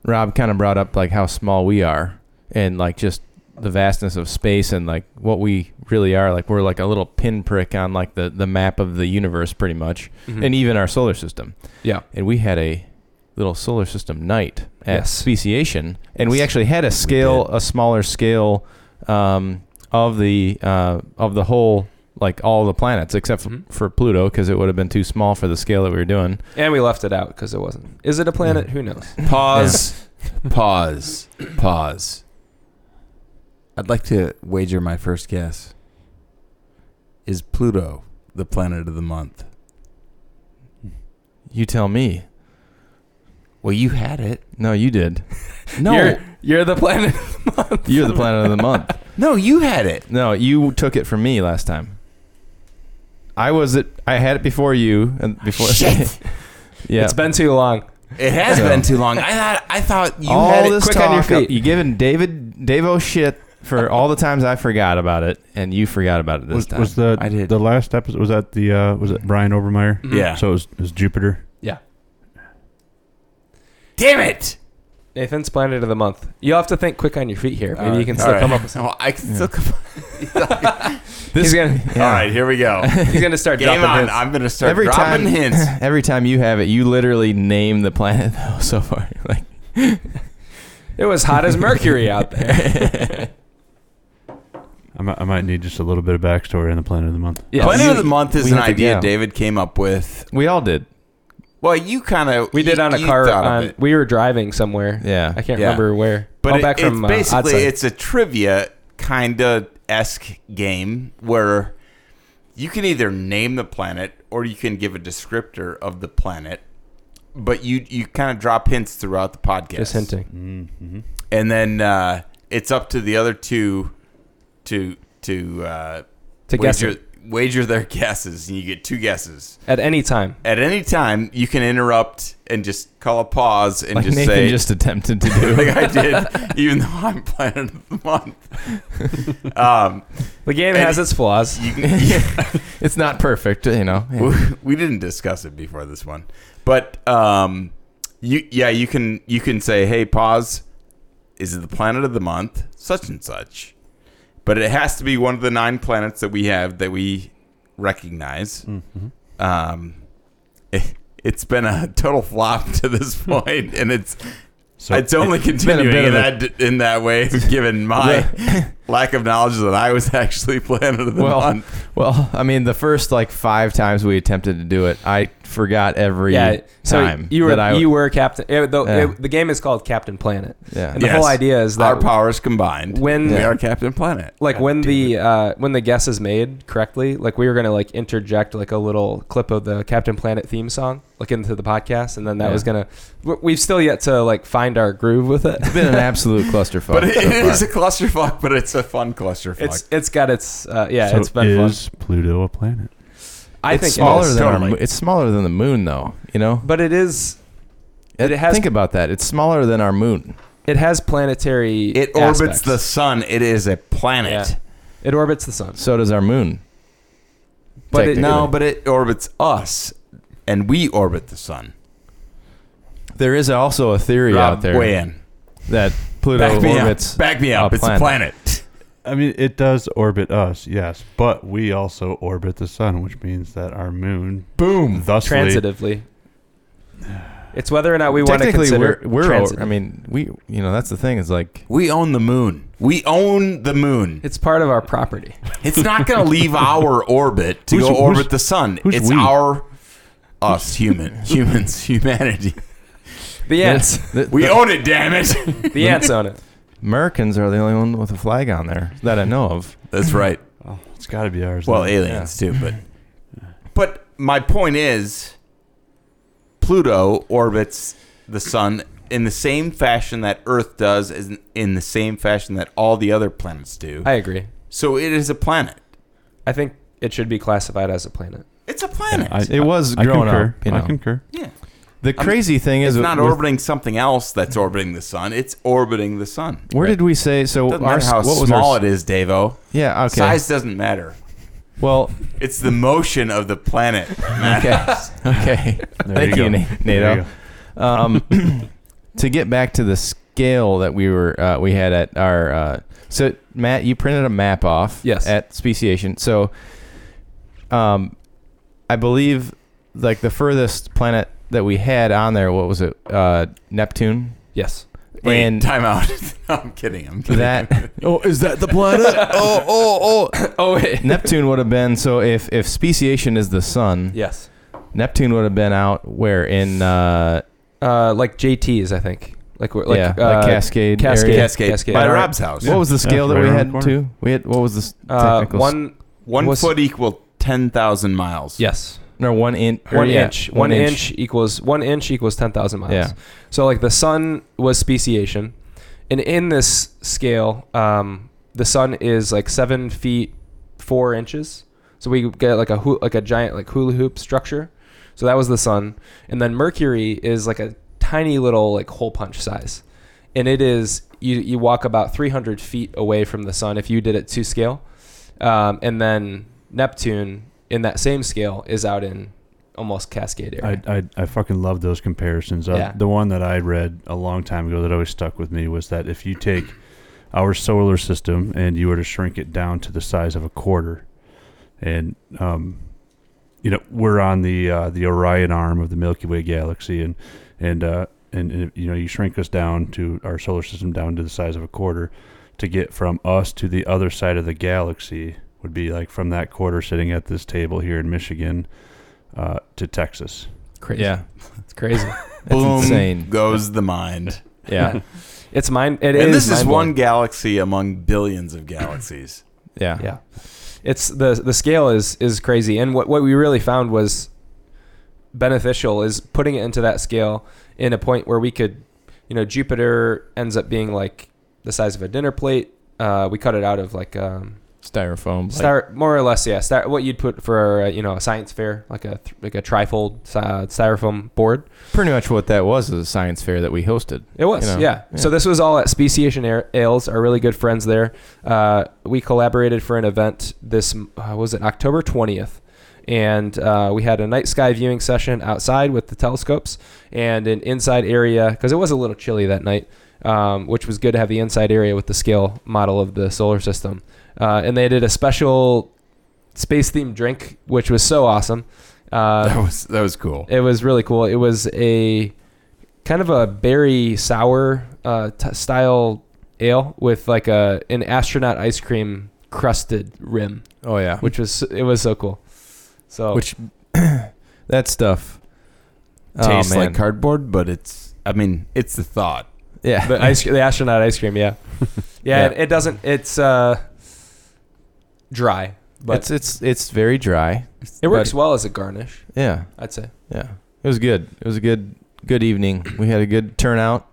Speaker 3: Rob kind of brought up like how small we are and like just the vastness of space and like what we really are. Like we're like a little pinprick on like the the map of the universe, pretty much,
Speaker 1: Mm-hmm.
Speaker 3: and even our solar system.
Speaker 1: Hmm. yeah,
Speaker 3: And we had a little solar system night at
Speaker 1: Yes.
Speaker 3: speciation, and we
Speaker 1: Yes.
Speaker 3: actually had a scale, a smaller scale um, of the uh, of the whole, like all the planets except
Speaker 1: Mhm.
Speaker 3: for, for Pluto, because it would have been too small for the scale that we were doing.
Speaker 1: and we left it out because it wasn't. Is it a planet? Who knows?
Speaker 2: pause pause pause i'd like to wager my first guess Is Pluto the planet of the month?
Speaker 3: You tell me.
Speaker 2: Well, you had it.
Speaker 3: No,
Speaker 1: [laughs]
Speaker 3: you did. No,
Speaker 1: You're,
Speaker 3: you're,
Speaker 1: you're the [laughs] planet.
Speaker 3: the planet of the month. [laughs]
Speaker 2: No, you had it.
Speaker 3: No, you took it from me last time. I was it. I had it before you and before.
Speaker 2: Shit.
Speaker 3: [laughs] yeah.
Speaker 1: It's been too long.
Speaker 2: It has
Speaker 3: So-
Speaker 2: been too long. I thought I thought you
Speaker 3: all
Speaker 2: had it
Speaker 3: this
Speaker 2: quick
Speaker 3: talk,
Speaker 2: on your feet.
Speaker 3: You giving David Davo shit for all the times I forgot about it, and you forgot about it this
Speaker 4: was,
Speaker 3: time.
Speaker 4: was the
Speaker 2: I did.
Speaker 4: the last episode? Was that the uh, was it Brian Overmeyer?
Speaker 1: Mm-hmm.
Speaker 2: Yeah.
Speaker 4: So it was, it was Jupiter.
Speaker 2: Damn it!
Speaker 1: Nathan's planet of the month. You'll have to think quick on your feet here. Maybe you can still come
Speaker 2: [laughs]
Speaker 1: up with something.
Speaker 2: Oh, I can still come up.
Speaker 1: He's gonna,
Speaker 3: Yeah.
Speaker 2: All right, here we
Speaker 1: [laughs]
Speaker 2: go.
Speaker 1: he's gonna start
Speaker 2: Game
Speaker 1: dropping
Speaker 2: on.
Speaker 1: hints.
Speaker 2: I'm gonna start
Speaker 3: Every
Speaker 2: dropping
Speaker 3: time-
Speaker 2: hints.
Speaker 3: [laughs] Every time you have it, you literally name the planet [laughs] though. So far, like
Speaker 1: It was hot as mercury out there.
Speaker 2: [laughs]
Speaker 4: I might, I might need just a little bit of backstory on the planet of the month.
Speaker 1: [laughs] Yeah,
Speaker 2: planet
Speaker 1: you-
Speaker 2: of the month is
Speaker 3: we
Speaker 2: an
Speaker 3: have to
Speaker 2: idea
Speaker 3: go.
Speaker 2: David came up with.
Speaker 3: we all did.
Speaker 2: Well, you kind of
Speaker 1: we did on a car. On, we were driving somewhere.
Speaker 3: Yeah.
Speaker 1: I can't
Speaker 2: Yeah.
Speaker 1: remember where.
Speaker 2: but
Speaker 1: Oh,
Speaker 2: it-
Speaker 1: back
Speaker 2: it's
Speaker 1: from uh,
Speaker 2: basically
Speaker 1: Odside.
Speaker 2: it's a trivia kind of esque game where you can either name the planet or you can give a descriptor of the planet. But you you kind of drop hints throughout the podcast.
Speaker 1: just hinting.
Speaker 4: Mm-hmm.
Speaker 2: and then uh, it's up to the other two to to uh,
Speaker 1: To guess
Speaker 2: wager, wager their [laughs] guesses, and you get two guesses
Speaker 1: at any time.
Speaker 2: at any time. You can interrupt and just call a pause and
Speaker 3: Like
Speaker 2: just
Speaker 3: Nathan
Speaker 2: say,
Speaker 3: just attempted to
Speaker 2: [laughs]
Speaker 3: do.
Speaker 2: like I
Speaker 3: [laughs]
Speaker 2: did, even though I'm Planet of the Month. um,
Speaker 1: The game
Speaker 2: Any-
Speaker 1: has its flaws.
Speaker 2: you can, [laughs]
Speaker 3: it's not perfect, you know.
Speaker 2: we, we didn't discuss it before this one, but um, you yeah you can you can say hey pause, is it the planet of the month such and such, but it has to be one of the nine planets that we have that we recognize.
Speaker 4: Mm-hmm.
Speaker 2: Um, [laughs] it, it's been a total flop to this [laughs] point, and it's
Speaker 4: So
Speaker 2: it's only
Speaker 3: been a
Speaker 2: continuing
Speaker 3: bit
Speaker 2: in
Speaker 3: of a-
Speaker 2: that in that way, given
Speaker 3: [laughs]
Speaker 2: my lack of knowledge that I was [laughs] actually planet of the
Speaker 3: Well,
Speaker 2: month.
Speaker 3: Well, I mean, the first like five times we attempted to do it, I forgot every
Speaker 1: yeah. So
Speaker 3: time.
Speaker 1: you were
Speaker 3: that I,
Speaker 1: you were captain. It, the,
Speaker 3: Yeah.
Speaker 1: it- the game is called Captain Planet,
Speaker 3: Yeah.
Speaker 1: and the whole
Speaker 2: Yes.
Speaker 1: idea is that
Speaker 2: Our powers combined.
Speaker 1: when
Speaker 2: we
Speaker 3: Yeah.
Speaker 2: are Captain Planet.
Speaker 1: like when the uh, when the guess is made correctly, like we were gonna like interject like a little clip of the Captain Planet theme song like into the podcast, and then that
Speaker 3: Yeah.
Speaker 1: was gonna. we- We've still yet to like find our groove with
Speaker 3: [laughs]
Speaker 1: it.
Speaker 3: It's been an absolute clusterfuck.
Speaker 2: [laughs] [laughs] But it,
Speaker 3: so
Speaker 2: it
Speaker 3: far.
Speaker 2: is a clusterfuck, but it's a fun clusterfuck.
Speaker 1: It's it's got its uh, yeah.
Speaker 4: so
Speaker 1: it's been fun.
Speaker 4: is Pluto a planet?
Speaker 1: I
Speaker 3: it's
Speaker 1: think
Speaker 3: smaller
Speaker 1: it is.
Speaker 3: than our
Speaker 2: totally.
Speaker 3: mo- it's smaller than the moon, though. You know,
Speaker 1: but it is. It has
Speaker 3: think about that. It's smaller than our moon.
Speaker 1: it has planetary.
Speaker 2: it orbits
Speaker 1: aspects.
Speaker 2: the sun. It is a planet.
Speaker 1: Yeah. It orbits the sun.
Speaker 3: So does our moon.
Speaker 1: But it-
Speaker 2: No, but it orbits us, and we orbit the sun.
Speaker 3: there is also a theory
Speaker 2: Rob,
Speaker 3: out there
Speaker 2: Weigh in.
Speaker 3: that Pluto
Speaker 2: Back me up.
Speaker 3: orbits.
Speaker 2: Back me
Speaker 3: a
Speaker 2: up. It's a planet.
Speaker 4: I mean, it does orbit us, yes, but we also orbit the sun, which means that our moon,
Speaker 3: Boom.
Speaker 4: thusly,
Speaker 1: transitively. It's whether or not we want to
Speaker 3: Technically,
Speaker 1: consider
Speaker 3: we're we're.
Speaker 1: transitive.
Speaker 3: I mean, we. You know, that's the thing. Is like
Speaker 2: We own the moon. We own the moon.
Speaker 1: it's part of our
Speaker 3: [laughs]
Speaker 1: property.
Speaker 2: It's not going to leave our orbit to
Speaker 4: Who's-
Speaker 2: go
Speaker 4: who's-
Speaker 2: orbit the sun.
Speaker 4: who's
Speaker 2: It's
Speaker 4: we?
Speaker 2: our us human [laughs] humans humanity.
Speaker 1: The [laughs] ants,
Speaker 3: the,
Speaker 2: We
Speaker 3: the
Speaker 2: own it. Damn it.
Speaker 1: the ants own it.
Speaker 3: Americans are the only one with a flag on there that I know of.
Speaker 2: That's right.
Speaker 4: Oh, it's got to be ours.
Speaker 2: Well,
Speaker 4: then.
Speaker 2: aliens too, but but my point is, Pluto orbits the sun in the same fashion that Earth does, is in the same fashion that all the other planets do.
Speaker 1: I agree.
Speaker 2: so it is a planet.
Speaker 1: I think it should be classified as a planet.
Speaker 2: It's a planet.
Speaker 4: I-
Speaker 3: It was
Speaker 4: I
Speaker 3: growing
Speaker 4: concur.
Speaker 3: up. You know.
Speaker 4: I concur.
Speaker 2: yeah,
Speaker 3: The crazy thing
Speaker 2: it's
Speaker 3: is,
Speaker 2: not
Speaker 3: with-
Speaker 2: orbiting something else that's orbiting the sun. It's orbiting the sun.
Speaker 3: where did we say? So
Speaker 2: Doesn't
Speaker 3: our
Speaker 2: matter how
Speaker 3: what was
Speaker 2: small
Speaker 3: our,
Speaker 2: it is, Davo.
Speaker 3: Yeah. Okay.
Speaker 2: Size doesn't matter.
Speaker 3: Well.
Speaker 2: It's the motion of the planet.
Speaker 3: Okay. okay.
Speaker 4: There
Speaker 3: Thank you,
Speaker 4: go.
Speaker 3: Na-
Speaker 4: There
Speaker 3: NATO. Um, [coughs] to get back to the scale that we were uh, we had at our uh, so Matt, you printed a map off.
Speaker 1: Yes.
Speaker 3: At speciation, so um, I believe like the furthest planet that we had on there, what was it? Uh, Neptune.
Speaker 1: Yes.
Speaker 2: Wait,
Speaker 3: and
Speaker 2: time out. [laughs] No, I'm kidding. I'm kidding.
Speaker 3: [laughs] that
Speaker 2: Oh, is that the planet? [laughs]
Speaker 3: [laughs]
Speaker 2: oh, oh, oh.
Speaker 1: [laughs] Oh wait.
Speaker 3: Neptune would have been so if if speciation is the sun,
Speaker 1: Yes.
Speaker 3: Neptune would have been out where in uh,
Speaker 1: Uh, like JTs, I think. Like we're- like,
Speaker 3: yeah,
Speaker 1: uh,
Speaker 3: like Cascade,
Speaker 1: Cascade.
Speaker 3: area.
Speaker 2: Cascade.
Speaker 1: Cascade.
Speaker 2: By
Speaker 1: All right.
Speaker 2: Rob's house.
Speaker 3: What was the
Speaker 4: Yeah,
Speaker 3: scale that
Speaker 4: right
Speaker 3: we
Speaker 4: around
Speaker 3: had
Speaker 4: the corner.
Speaker 3: too? We had what was the s-
Speaker 1: Uh,
Speaker 3: technical s-
Speaker 1: one
Speaker 2: One
Speaker 1: What's-
Speaker 2: foot equal ten thousand miles.
Speaker 1: Yes.
Speaker 3: No, one inch.
Speaker 1: One inch. One, inch. equals one inch equals ten thousand miles.
Speaker 3: Yeah.
Speaker 1: So like the sun was speciation, and in this scale, um, the sun is like seven feet four inches. So we get like a hoo- like a giant like hula hoop structure. So that was the sun, and then Mercury is like a tiny little like hole punch size, and it is you you walk about three hundred feet away from the sun if you did it to scale, um, and then Neptune in that same scale is out in almost Cascade area.
Speaker 4: I, I, I fucking love those comparisons. Uh,
Speaker 1: Yeah.
Speaker 4: The one that I read a long time ago that always stuck with me was that if you take our solar system and you were to shrink it down to the size of a quarter, and um, you know we're on the uh, the Orion arm of the Milky Way galaxy, and and uh, and, and you know you shrink us down to our solar system down to the size of a quarter to get from us to the other side of the galaxy would be like from that quarter sitting at this table here in Michigan uh, to Texas.
Speaker 1: crazy.
Speaker 3: Yeah.
Speaker 1: it's crazy.
Speaker 3: That's
Speaker 2: Boom
Speaker 3: insane.
Speaker 2: goes the mind.
Speaker 3: Yeah.
Speaker 1: It's mine. It
Speaker 2: and
Speaker 1: is
Speaker 2: this is
Speaker 1: mind-blowing.
Speaker 2: one galaxy among billions of galaxies.
Speaker 3: Yeah.
Speaker 1: Yeah, it's the the scale is is crazy. And what what we really found was beneficial is putting it into that scale in a point where we could, you know, Jupiter ends up being like the size of a dinner plate. Uh, we cut it out of like um,
Speaker 3: Styrofoam. like-
Speaker 1: Star, more or less, yeah. Star, what you'd put for uh, you know a science fair, like a th- like a trifold uh, styrofoam board.
Speaker 3: pretty much what that was is a science fair that we hosted.
Speaker 1: It was,
Speaker 3: You know,
Speaker 1: yeah.
Speaker 3: yeah.
Speaker 1: So this was all at Speciation Ale- Ales, our really good friends there. Uh, we collaborated for an event this m- uh, was it October twentieth, and uh, we had a night sky viewing session outside with the telescopes and an inside area because it was a little chilly that night, um, which was good to have the inside area with the scale model of the solar system. Uh, and they did a special space themed drink, which was so awesome. Uh,
Speaker 2: that was that was cool.
Speaker 1: it was really cool. It was a kind of a berry sour uh, t- style ale with like a an astronaut ice cream crusted rim,
Speaker 3: Oh yeah. Which
Speaker 1: which was it was so cool. So
Speaker 3: which that stuff oh,
Speaker 1: um,
Speaker 2: Tastes
Speaker 3: man.
Speaker 2: like cardboard, but it's I mean, it's the thought.
Speaker 3: Yeah. [laughs]
Speaker 1: the ice the astronaut ice cream, yeah, yeah.
Speaker 3: Yeah.
Speaker 1: It, it doesn't. It's uh, dry, but
Speaker 3: it's it's it's very dry.
Speaker 1: it works well as a garnish.
Speaker 3: Yeah.
Speaker 1: I'd say
Speaker 3: Yeah. It was good. It was a good good evening. We had a good turnout.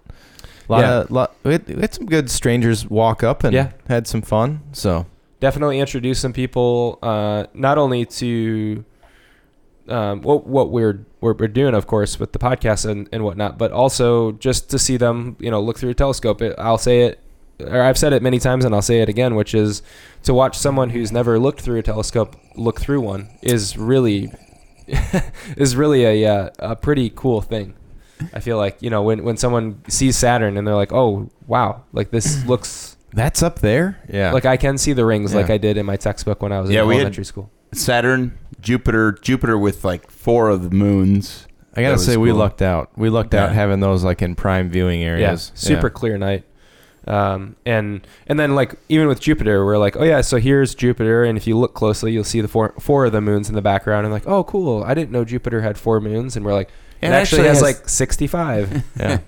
Speaker 3: lot
Speaker 1: Yeah.
Speaker 3: of lot, we, had, we had some good strangers walk up and
Speaker 1: Yeah.
Speaker 3: had some fun. So
Speaker 1: definitely introduce some people uh, not only to um, what what we're we're we're doing, of course, with the podcast and, and whatnot, but also just to see them, you know, look through a telescope. It, I'll say it, or I've said it many times, and I'll say it again, which is to watch someone who's never looked through a telescope look through one is really [laughs] is really a uh, a pretty cool thing. I feel like you know when when someone sees Saturn and they're like, oh wow, like this looks
Speaker 3: that's up there. Yeah.
Speaker 1: like I can see the rings like
Speaker 3: Yeah.
Speaker 1: I did in my textbook when I was
Speaker 2: Yeah,
Speaker 1: in
Speaker 2: we had-
Speaker 1: elementary school.
Speaker 2: Saturn, Jupiter, Jupiter with like four of the moons.
Speaker 3: I gotta
Speaker 2: That was
Speaker 3: say we
Speaker 2: cool.
Speaker 3: lucked out. We lucked out
Speaker 2: Yeah.
Speaker 3: having those like in prime viewing
Speaker 1: Yeah,
Speaker 3: areas.
Speaker 1: super clear night. Um, and and then like even with Jupiter, we're like, oh yeah, so here's Jupiter, and if you look closely, you'll see the four four of the moons in the background, and like, oh cool, I didn't know Jupiter had four moons, and we're like, it, actually, has, like sixty five.
Speaker 3: Yeah.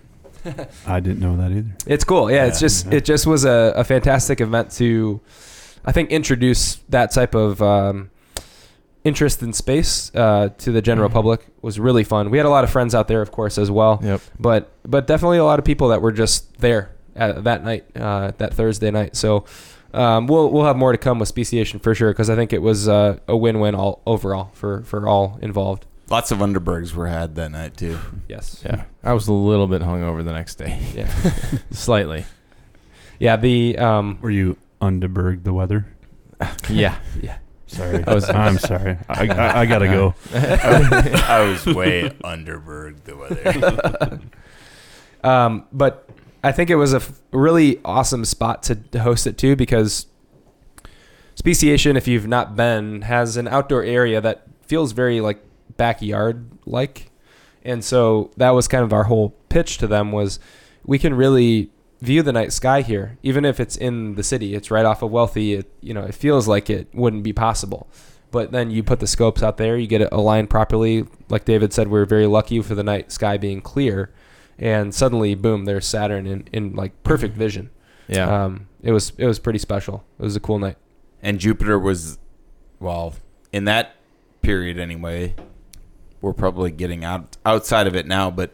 Speaker 4: I didn't know that either.
Speaker 1: it's cool, yeah, It's
Speaker 2: Yeah.
Speaker 1: just it just was a, a fantastic event to, I think, introduce that type of. Um, interest in space uh, to the general
Speaker 3: Mhm.
Speaker 1: public was really fun we had a lot of friends out there of course as well
Speaker 3: Yep.
Speaker 1: but but definitely a lot of people that were just there at, that night, uh, that Thursday night. So um, we'll we'll have more to come with speciation for sure because I think it was uh, a win win all overall for for all involved.
Speaker 2: Lots of Underbergs were had that night too. [laughs]
Speaker 1: Yes.
Speaker 3: Yeah. I was a little bit hungover the next day. [laughs]
Speaker 1: Yeah.
Speaker 3: Slightly.
Speaker 1: Yeah. The um,
Speaker 4: Were you Underberg the weather?
Speaker 1: [laughs]
Speaker 3: Yeah.
Speaker 4: Sorry,
Speaker 3: I was-
Speaker 4: I'm sorry. I, I, I gotta go.
Speaker 3: [laughs]
Speaker 2: I was way Underberg the weather.
Speaker 1: [laughs] um, but I think it was a f- really awesome spot to to host it too because speciation, if you've not been, has an outdoor area that feels very like backyard like, and so that was kind of our whole pitch to them was we can really view the night sky here, even if it's in the city. It's right off of Wealthy. It you know it feels like it wouldn't be possible. But then you put the scopes out there, you get it aligned properly. Like David said, we we're very lucky for the night sky being clear and suddenly boom there's saturn in, in like perfect vision
Speaker 3: Mm-hmm. Yeah.
Speaker 1: um it was it was pretty special it was a cool night
Speaker 2: and Jupiter was well, in that period anyway, we're probably getting out outside of it now, but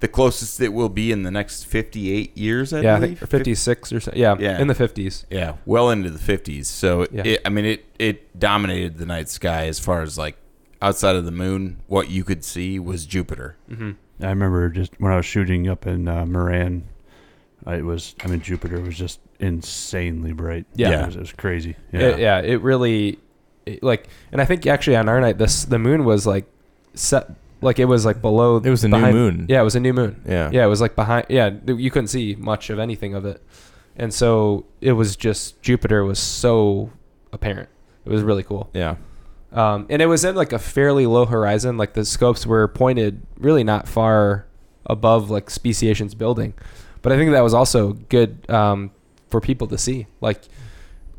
Speaker 2: the closest it will be in the next 58 years, I
Speaker 1: yeah, I
Speaker 2: believe.
Speaker 1: think or 56 or so. Yeah,
Speaker 2: Yeah.
Speaker 1: in the 50s.
Speaker 2: Yeah, well into the 50s. So,
Speaker 1: Yeah.
Speaker 2: it, I mean, it, it dominated the night sky as far as like outside of the moon, what you could see was Jupiter.
Speaker 3: Mm-hmm.
Speaker 4: I remember just when I was shooting up in uh, Moran, I was I mean Jupiter was just insanely bright.
Speaker 1: Yeah.
Speaker 4: it was, it was crazy. Yeah,
Speaker 1: It- yeah, it really it, like and I think actually on our night this the moon was like set like it was like below
Speaker 3: It was a new
Speaker 1: behind-
Speaker 3: moon.
Speaker 1: Yeah, it was a new moon.
Speaker 3: Yeah.
Speaker 1: Yeah, it was like behind yeah, th- you couldn't see much of anything of it. And so it was just Jupiter was so apparent. It was really cool.
Speaker 3: Yeah.
Speaker 1: Um, and it was in like a fairly low horizon. Like the scopes were pointed really not far above like speciations building. But I think that was also good um, for people to see. Like,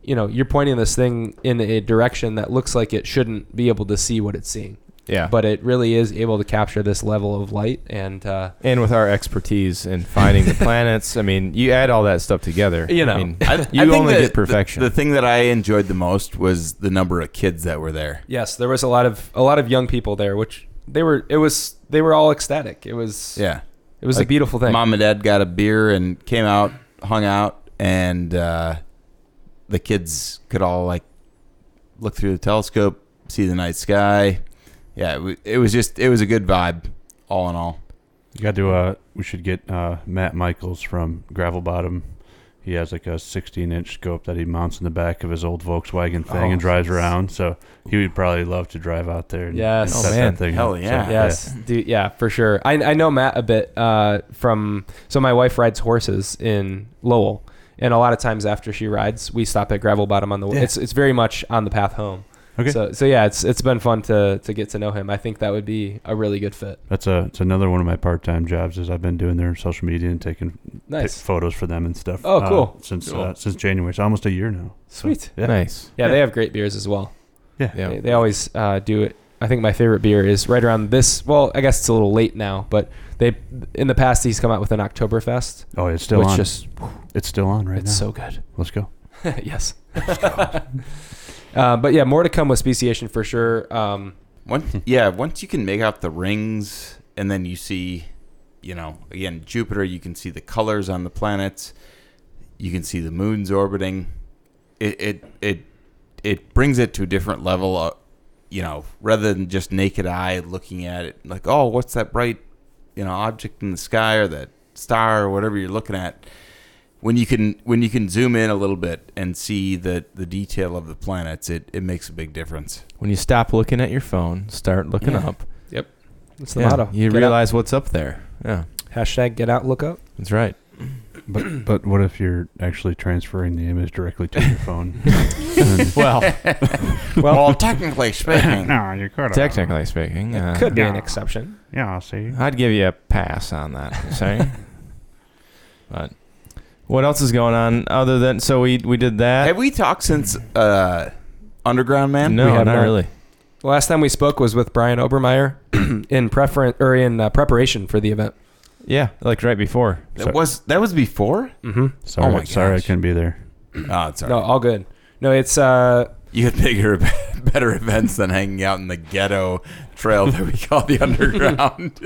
Speaker 1: you know, you're pointing this thing in a direction that looks like it shouldn't be able to see what it's seeing.
Speaker 3: Yeah.
Speaker 1: But it really is able to capture this level of light. And, uh,
Speaker 3: and with our expertise in finding the [laughs] planets, I mean, you add all that stuff together.
Speaker 1: You know.
Speaker 3: I [laughs] mean,
Speaker 2: I,
Speaker 3: You
Speaker 2: I think
Speaker 3: only
Speaker 2: the-
Speaker 3: get perfection.
Speaker 2: The, the thing that I enjoyed the most was the number of kids that were there.
Speaker 1: yes, there was a lot of a lot of young people there, which they were. It was they were all ecstatic. It was
Speaker 2: Yeah.
Speaker 1: It was a
Speaker 2: Like,
Speaker 1: beautiful thing.
Speaker 2: Mom and dad got a beer and came out, hung out, and uh, the kids could all like look through the telescope, see the night sky. Yeah, it, wa- it was just it was a good vibe, all in all.
Speaker 4: you got to uh, we should get uh, Matt Michaels from Gravel Bottom. He has like a 16 inch scope that he mounts in the back of his old Volkswagen thing
Speaker 1: Oh,
Speaker 4: and drives
Speaker 1: nice.
Speaker 4: around. So he would probably love to drive out there. And,
Speaker 1: Yes.
Speaker 4: and
Speaker 1: Oh,
Speaker 4: set
Speaker 3: man.
Speaker 4: that thing
Speaker 2: Hell
Speaker 4: up.
Speaker 2: yeah.
Speaker 4: So,
Speaker 1: Yes, dude. Yeah, for sure. I, I know Matt a bit uh, from. So my wife rides horses in Lowell, and a lot of times after she rides, we stop at Gravel Bottom on the. way.
Speaker 4: Yeah.
Speaker 1: It's it's very much on the path home.
Speaker 4: Okay.
Speaker 1: So so yeah, it's it's been fun to to get to know him. I think that would be a really good fit.
Speaker 4: That's a it's another one of my part time jobs is I've been doing their social media and taking pic-
Speaker 1: Nice.
Speaker 4: photos for them and stuff.
Speaker 1: Oh,
Speaker 4: uh,
Speaker 1: cool.
Speaker 4: since
Speaker 1: Cool.
Speaker 4: Uh, since January, it's almost a year now.
Speaker 1: Sweet.
Speaker 4: Yeah.
Speaker 3: nice.
Speaker 1: Yeah, they have great beers as well.
Speaker 4: Yeah.
Speaker 3: Yeah.
Speaker 1: They, they always uh, do it. I think my favorite beer is right around this. Well, I guess it's a little late now, but they in the past he's come out with an Oktoberfest,
Speaker 4: Oh, it's still
Speaker 1: which
Speaker 4: on.
Speaker 1: just
Speaker 4: it's still on right
Speaker 1: it's
Speaker 4: now.
Speaker 1: so good.
Speaker 4: Let's go.
Speaker 1: [laughs] yes. uh, but yeah, more to come with speciation for sure. Um,
Speaker 2: Once, yeah, once you can make out the rings, and then you see, you know, again Jupiter, you can see the colors on the planets, you can see the moons orbiting. It it it it brings it to a different level, uh, you know, rather than just naked eye looking at it, like oh, what's that bright, you know, object in the sky or that star or whatever you're looking at. When you can when you can zoom in a little bit and see the, the detail of the planets, it, it makes a big difference.
Speaker 3: When you stop looking at your phone, start looking
Speaker 2: Yeah.
Speaker 3: up.
Speaker 1: that's the
Speaker 3: Yeah,
Speaker 1: motto.
Speaker 3: You
Speaker 1: Get
Speaker 3: realize what's up there. Yeah.
Speaker 1: out. hashtag get out, look up.
Speaker 3: That's right.
Speaker 4: But but what if you're actually transferring the image directly to your phone? And-
Speaker 3: [laughs] [laughs] Well,
Speaker 2: Well, technically
Speaker 4: [laughs]
Speaker 2: speaking,
Speaker 4: [coughs] no, you could.
Speaker 3: technically speaking, uh,
Speaker 1: it could be an
Speaker 4: yeah.
Speaker 1: exception.
Speaker 4: Yeah, see.
Speaker 3: I'd give you a pass on that. [laughs] Sorry. but what else is going on other than so we we did that?
Speaker 2: have we talked since uh, Underground Man?
Speaker 3: no,
Speaker 1: We
Speaker 3: not
Speaker 1: have not.
Speaker 3: really.
Speaker 1: The last time we spoke was with Brian Obermeyer [clears throat] in preference or in uh, preparation for the event.
Speaker 3: Yeah, like right before.
Speaker 2: That was that was before.
Speaker 1: Mm-hmm.
Speaker 4: Sorry,
Speaker 2: Oh my
Speaker 4: sorry, I
Speaker 2: gosh.
Speaker 4: couldn't be there.
Speaker 2: Oh, it's all
Speaker 1: No,
Speaker 2: right.
Speaker 1: all good. No, it's uh,
Speaker 2: You had bigger, [laughs] better events than hanging out in the ghetto trail that we call the Underground.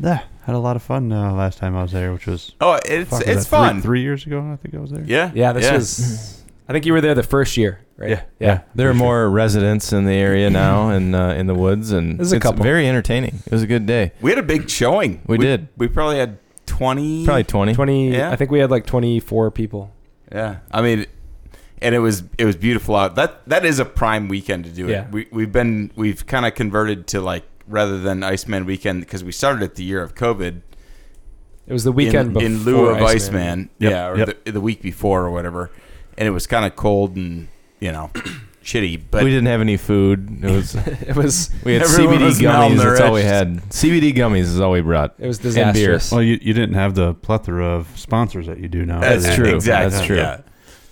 Speaker 4: Yeah, had a lot of fun uh, last time I was there, which was
Speaker 2: oh, it's
Speaker 4: fuck, was that
Speaker 2: it's
Speaker 4: three-
Speaker 2: fun.
Speaker 4: Three, years ago, I think I was there.
Speaker 2: Yeah,
Speaker 1: yeah, this was. I think you were there the first year, right?
Speaker 4: Yeah.
Speaker 1: yeah.
Speaker 3: There are more residents in the area
Speaker 1: [laughs]
Speaker 3: now and uh, in the woods, and
Speaker 1: There's a
Speaker 3: it's
Speaker 1: couple.
Speaker 3: very entertaining. It was a good day.
Speaker 2: We had a big showing.
Speaker 3: We did.
Speaker 2: We probably had twenty.
Speaker 3: Probably twenty.
Speaker 1: Twenty.
Speaker 2: Yeah.
Speaker 1: I think we had like twenty-four people.
Speaker 2: Yeah, I mean, and it was it was beautiful out. That that is a prime weekend to do
Speaker 1: Yeah.
Speaker 2: it. We we've been we've kind of converted to like rather than Iceman weekend because we started at the year of COVID.
Speaker 1: It was the weekend
Speaker 2: in,
Speaker 1: before
Speaker 2: in lieu of
Speaker 1: Iceman.
Speaker 2: Iceman,
Speaker 4: Yep,
Speaker 2: yeah, or
Speaker 4: yep.
Speaker 2: the, the week before or whatever, and it was kind of cold and you know shitty. But
Speaker 3: we didn't have any food. It
Speaker 1: [laughs]
Speaker 3: was
Speaker 1: It was.
Speaker 3: we had
Speaker 2: Everyone
Speaker 3: CBD
Speaker 2: was
Speaker 3: gummies. That's all we
Speaker 2: malnourished.
Speaker 3: had. CBD gummies is all we brought.
Speaker 1: It was
Speaker 3: And beer.
Speaker 1: disastrous.
Speaker 4: Well, you, you didn't have the plethora of sponsors that you do now.
Speaker 3: That's
Speaker 4: Yeah.
Speaker 3: true.
Speaker 2: Exactly.
Speaker 3: That's true.
Speaker 2: Yeah.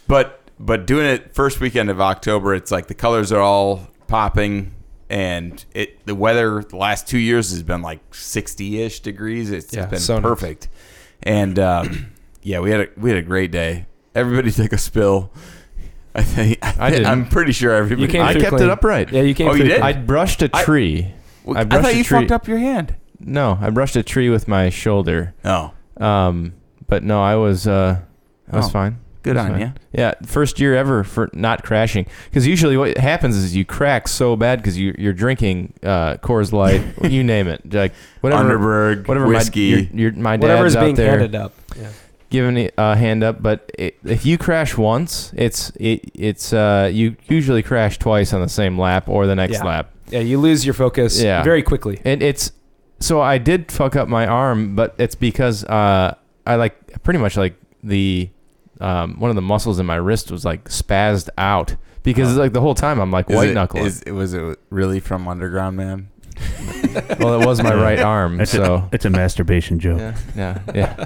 Speaker 2: But but doing it first weekend of October, it's like the colors are all popping, and it the weather the last two years has been like sixty ish degrees. It's
Speaker 1: Yeah,
Speaker 2: been
Speaker 1: so nice.
Speaker 2: perfect, and [clears throat] [laughs] um, yeah, we had a we had a great day. Everybody took a spill. I think
Speaker 3: I
Speaker 2: [laughs]
Speaker 3: didn't.
Speaker 2: I'm pretty sure everybody.
Speaker 1: You came
Speaker 3: I
Speaker 1: through
Speaker 3: kept
Speaker 1: clean.
Speaker 3: it upright.
Speaker 1: Yeah, you came
Speaker 2: Oh, you
Speaker 1: through
Speaker 2: did?
Speaker 1: clean.
Speaker 3: I brushed a
Speaker 2: I-
Speaker 3: tree.
Speaker 2: Well,
Speaker 3: I
Speaker 2: I,
Speaker 3: brushed
Speaker 2: thought
Speaker 3: a
Speaker 2: you
Speaker 3: tree-
Speaker 2: fucked up your hand.
Speaker 3: No, I brushed a tree with my shoulder.
Speaker 2: Oh,
Speaker 3: Um, but no, I was uh, I was
Speaker 2: Oh.
Speaker 3: fine.
Speaker 2: good
Speaker 3: That's
Speaker 2: on
Speaker 3: fine.
Speaker 2: you.
Speaker 3: Yeah, first year ever for not crashing. Because usually what happens is you crack so bad because you you're drinking uh, Coors Light, you name it, like whatever,
Speaker 2: Underberg,
Speaker 3: whatever My,
Speaker 2: whiskey.
Speaker 3: your, your, my dad's
Speaker 1: Whatever's
Speaker 3: out
Speaker 1: being
Speaker 3: there
Speaker 1: handed up. Yeah.
Speaker 3: giving a hand up. But it, if you crash once, it's it it's uh, you usually crash twice on the same lap or the next
Speaker 1: Yeah.
Speaker 3: lap.
Speaker 1: yeah, you lose your focus
Speaker 3: Yeah.
Speaker 1: very quickly.
Speaker 3: And it's so I did fuck up my arm, but it's because uh, I like pretty much like the um, one of the muscles in my wrist was like spazzed out because like the whole time I'm like
Speaker 2: Uh-huh. Is
Speaker 3: white
Speaker 2: it-
Speaker 3: knuckling.
Speaker 2: is- was it really from Underground Man?
Speaker 3: [laughs] well, it was my
Speaker 2: [laughs]
Speaker 3: right arm,
Speaker 4: That's it.
Speaker 3: so
Speaker 4: It's a masturbation joke.
Speaker 3: yeah, yeah, yeah.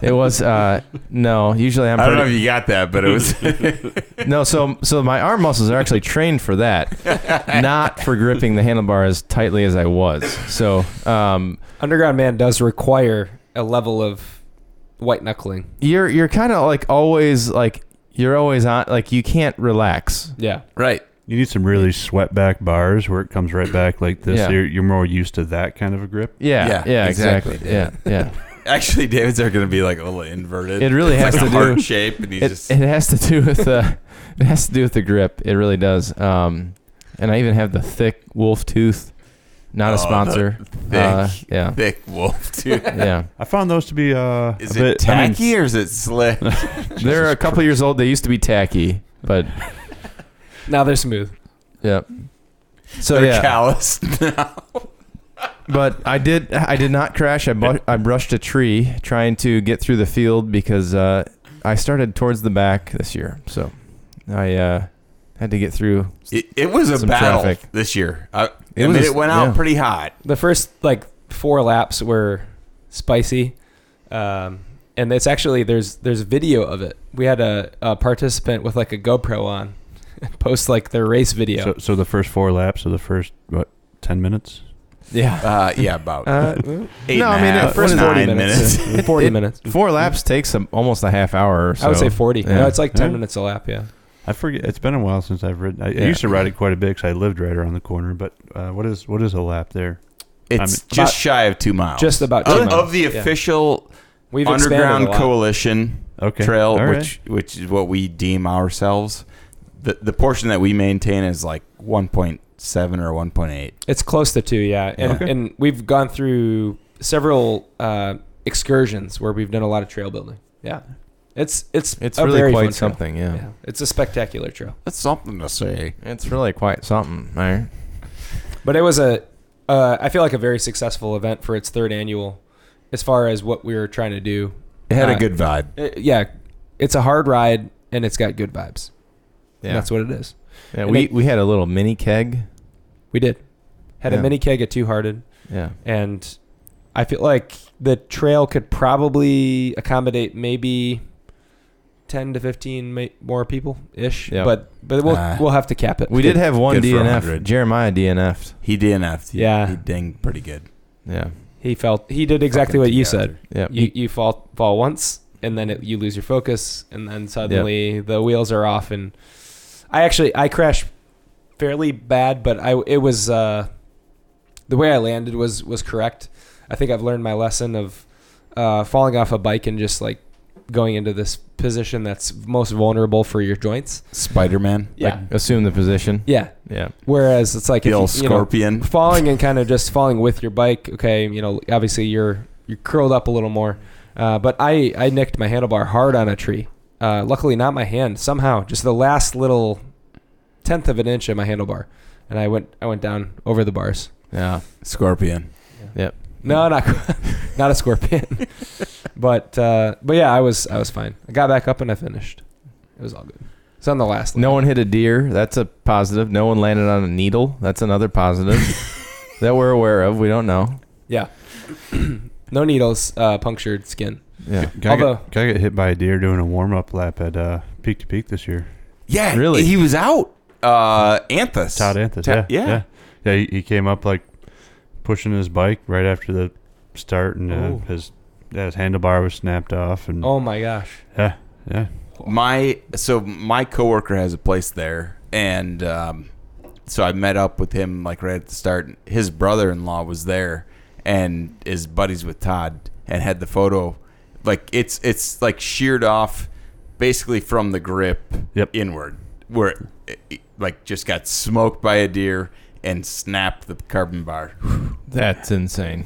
Speaker 3: It was uh, no. Usually I'm
Speaker 2: I don't know
Speaker 3: pretty,
Speaker 2: if you got that, but it was. [laughs]
Speaker 3: no. So so my arm muscles are actually trained
Speaker 2: [laughs]
Speaker 3: for that, [laughs] not for gripping the handlebar as tightly as I was. So um,
Speaker 1: Underground Man does require a level of white knuckling.
Speaker 3: you're you're kind of like always like you're always on like you can't relax.
Speaker 1: Yeah.
Speaker 2: right.
Speaker 4: You need some really sweat back bars where it comes right back like this.
Speaker 3: Yeah.
Speaker 4: You're, you're more used to that kind of a grip.
Speaker 3: Yeah,
Speaker 2: Yeah,
Speaker 3: yeah,
Speaker 2: exactly.
Speaker 3: exactly. Yeah,
Speaker 2: [laughs]
Speaker 3: yeah.
Speaker 2: Actually, David's are going to be like a little inverted.
Speaker 3: It really
Speaker 2: It's
Speaker 3: has
Speaker 2: like
Speaker 3: to
Speaker 2: a
Speaker 3: do-
Speaker 2: heart shape, and he's
Speaker 3: It,
Speaker 2: just.
Speaker 3: it has to do with the [laughs] it has to do with the grip. It really does. Um, and I even have the thick wolf tooth. Not
Speaker 2: Oh,
Speaker 3: a
Speaker 2: the
Speaker 3: sponsor.
Speaker 2: [laughs] thick-
Speaker 3: Uh,
Speaker 2: [laughs]
Speaker 3: yeah,
Speaker 2: Thick wolf,
Speaker 3: [laughs]
Speaker 2: too.
Speaker 3: yeah.
Speaker 4: I found those to be uh,
Speaker 2: Is
Speaker 4: a
Speaker 2: it
Speaker 4: bit, I mean,
Speaker 2: tacky or is it slick?
Speaker 3: They're a couple years old. They used to be tacky, but
Speaker 1: Now they're smooth.
Speaker 3: yeah. So
Speaker 2: They're
Speaker 3: yeah,
Speaker 2: calloused.
Speaker 3: but I did. I did not crash. I bu- I brushed a tree trying to get through the field because uh, I started towards the back this year. So I uh, had to get through.
Speaker 2: [laughs] It, it was a
Speaker 3: Some
Speaker 2: battle
Speaker 3: traffic.
Speaker 2: this year. I,
Speaker 3: It
Speaker 2: I
Speaker 3: was
Speaker 2: mean,
Speaker 3: a-
Speaker 2: it went out
Speaker 3: yeah.
Speaker 2: pretty hot.
Speaker 1: The first like four laps were spicy, um, and it's actually there's there's video of it. We had a, a participant with like a GoPro on, [laughs] post like their race video.
Speaker 4: so, so the first four laps of the first, what, 10 minutes?
Speaker 1: yeah.
Speaker 2: Uh, yeah, about [laughs]
Speaker 1: Uh,
Speaker 2: eight
Speaker 3: No,
Speaker 2: and
Speaker 3: I mean,
Speaker 2: a
Speaker 3: the
Speaker 2: half,
Speaker 3: first
Speaker 2: nine
Speaker 1: 40
Speaker 2: minutes.
Speaker 1: uh, [laughs] minutes. 40
Speaker 3: It-
Speaker 1: minutes.
Speaker 3: Four laps takes some, almost a half hour or so.
Speaker 1: I would say 40.
Speaker 3: yeah.
Speaker 1: No, it's like 10
Speaker 4: Yeah.
Speaker 1: minutes a lap, yeah.
Speaker 4: I forget. It's been a while since I've ridden. I, I
Speaker 3: Yeah.
Speaker 4: used to ride it quite a bit because I lived right around the corner. But uh, what is what is a lap there?
Speaker 2: It's
Speaker 4: I mean,
Speaker 1: about-
Speaker 2: just shy of two miles.
Speaker 1: Just about two
Speaker 2: of,
Speaker 1: miles.
Speaker 2: of the
Speaker 1: Yeah.
Speaker 2: official
Speaker 1: We've expanded
Speaker 2: underground
Speaker 1: a lot.
Speaker 2: coalition
Speaker 4: Okay,
Speaker 2: trail,
Speaker 4: all right.
Speaker 2: which which is what we deem ourselves. The the portion that we maintain is like one point seven or one point eight.
Speaker 1: It's close to two, yeah. And,
Speaker 2: Okay.
Speaker 1: and we've gone through several uh, excursions where we've done a lot of trail building. Yeah. It's it's
Speaker 3: It's
Speaker 1: a
Speaker 3: really
Speaker 1: very
Speaker 3: quite
Speaker 1: fun trail.
Speaker 3: something, yeah.
Speaker 1: Yeah. It's a spectacular trail.
Speaker 2: That's something to say.
Speaker 3: It's really quite something, right?
Speaker 1: But it was a uh, I feel like a very successful event for its third annual as far as what we were trying to do.
Speaker 2: It had a
Speaker 1: Uh,
Speaker 2: good vibe.
Speaker 1: Uh, yeah. It's a hard ride and it's got good vibes.
Speaker 3: Yeah.
Speaker 1: That's what it is.
Speaker 3: yeah
Speaker 1: and
Speaker 3: we,
Speaker 1: it-
Speaker 3: we had a little mini keg.
Speaker 1: We did. Had a
Speaker 3: Yeah.
Speaker 1: mini keg at Two Hearted.
Speaker 3: Yeah.
Speaker 1: and I feel like the trail could probably accommodate maybe ten to fifteen ma- more people ish.
Speaker 3: Yeah.
Speaker 1: But but we'll
Speaker 2: Ah.
Speaker 1: we'll have to cap it.
Speaker 3: We did have one
Speaker 2: good for
Speaker 3: DNF.
Speaker 2: 100.
Speaker 3: Jeremiah DNF'd.
Speaker 2: He DNF'd. He-
Speaker 1: Yeah.
Speaker 2: he dinged pretty good.
Speaker 3: Yeah.
Speaker 1: He felt he did exactly
Speaker 2: Fucking
Speaker 1: what you
Speaker 2: together.
Speaker 1: said.
Speaker 3: Yeah.
Speaker 1: You you fall fall once, and then it, you lose your focus, and then suddenly the wheels are off. And I actually I crashed fairly bad, but I it was uh, the way I landed was was correct. I think I've learned my lesson of uh, falling off a bike and just like going into this position that's most vulnerable for your joints.
Speaker 2: Spider Man.
Speaker 1: Yeah,
Speaker 3: Assume the position.
Speaker 1: yeah.
Speaker 3: Yeah.
Speaker 1: Whereas it's like
Speaker 2: The
Speaker 1: if
Speaker 2: old
Speaker 1: you- you know, [laughs]
Speaker 2: scorpion.
Speaker 1: falling and kind of just falling with your bike. Okay, you know, obviously you're you're curled up a little more, uh, but I I nicked my handlebar hard on a tree. Uh, luckily, not my hand. Somehow, just the last little tenth of an inch of my handlebar, and I went I went down over the bars.
Speaker 3: Yeah.
Speaker 2: Scorpion.
Speaker 1: No, not [laughs] not a scorpion, but uh, but yeah, I was I was fine. I got back up and I finished. It was all good. It's on the last.
Speaker 3: No
Speaker 1: lap.
Speaker 3: one hit a deer. That's a positive. No one landed on a needle. That's another
Speaker 1: [laughs]
Speaker 3: positive that we're aware of. We don't know.
Speaker 1: Yeah. [clears throat] no needles, uh, punctured skin.
Speaker 3: Yeah.
Speaker 4: Guy
Speaker 1: Although-
Speaker 4: got, guy got hit by a deer doing a warm up lap at uh, Peak to Peak this year.
Speaker 2: Yeah,
Speaker 3: Really?
Speaker 2: He was out. Uh, Anthus.
Speaker 4: Todd Anthus.
Speaker 2: Ta-
Speaker 4: yeah,
Speaker 2: yeah.
Speaker 4: yeah, yeah. He, he came up like pushing his bike right after the start, and
Speaker 1: Oh.
Speaker 4: uh, his yeah, his handlebar was snapped off, and
Speaker 1: Oh my gosh.
Speaker 4: yeah, yeah.
Speaker 1: local.
Speaker 2: My so my coworker has a place there, and um, so I met up with him like right at the start. His brother-in-law was there, and is buddies with Todd, and had the photo. Like it's it's like sheared off, basically from the grip
Speaker 4: Yep.
Speaker 2: inward, where it, it, like just got smoked by a deer and snapped the carbon bar. [sighs]
Speaker 3: That's insane.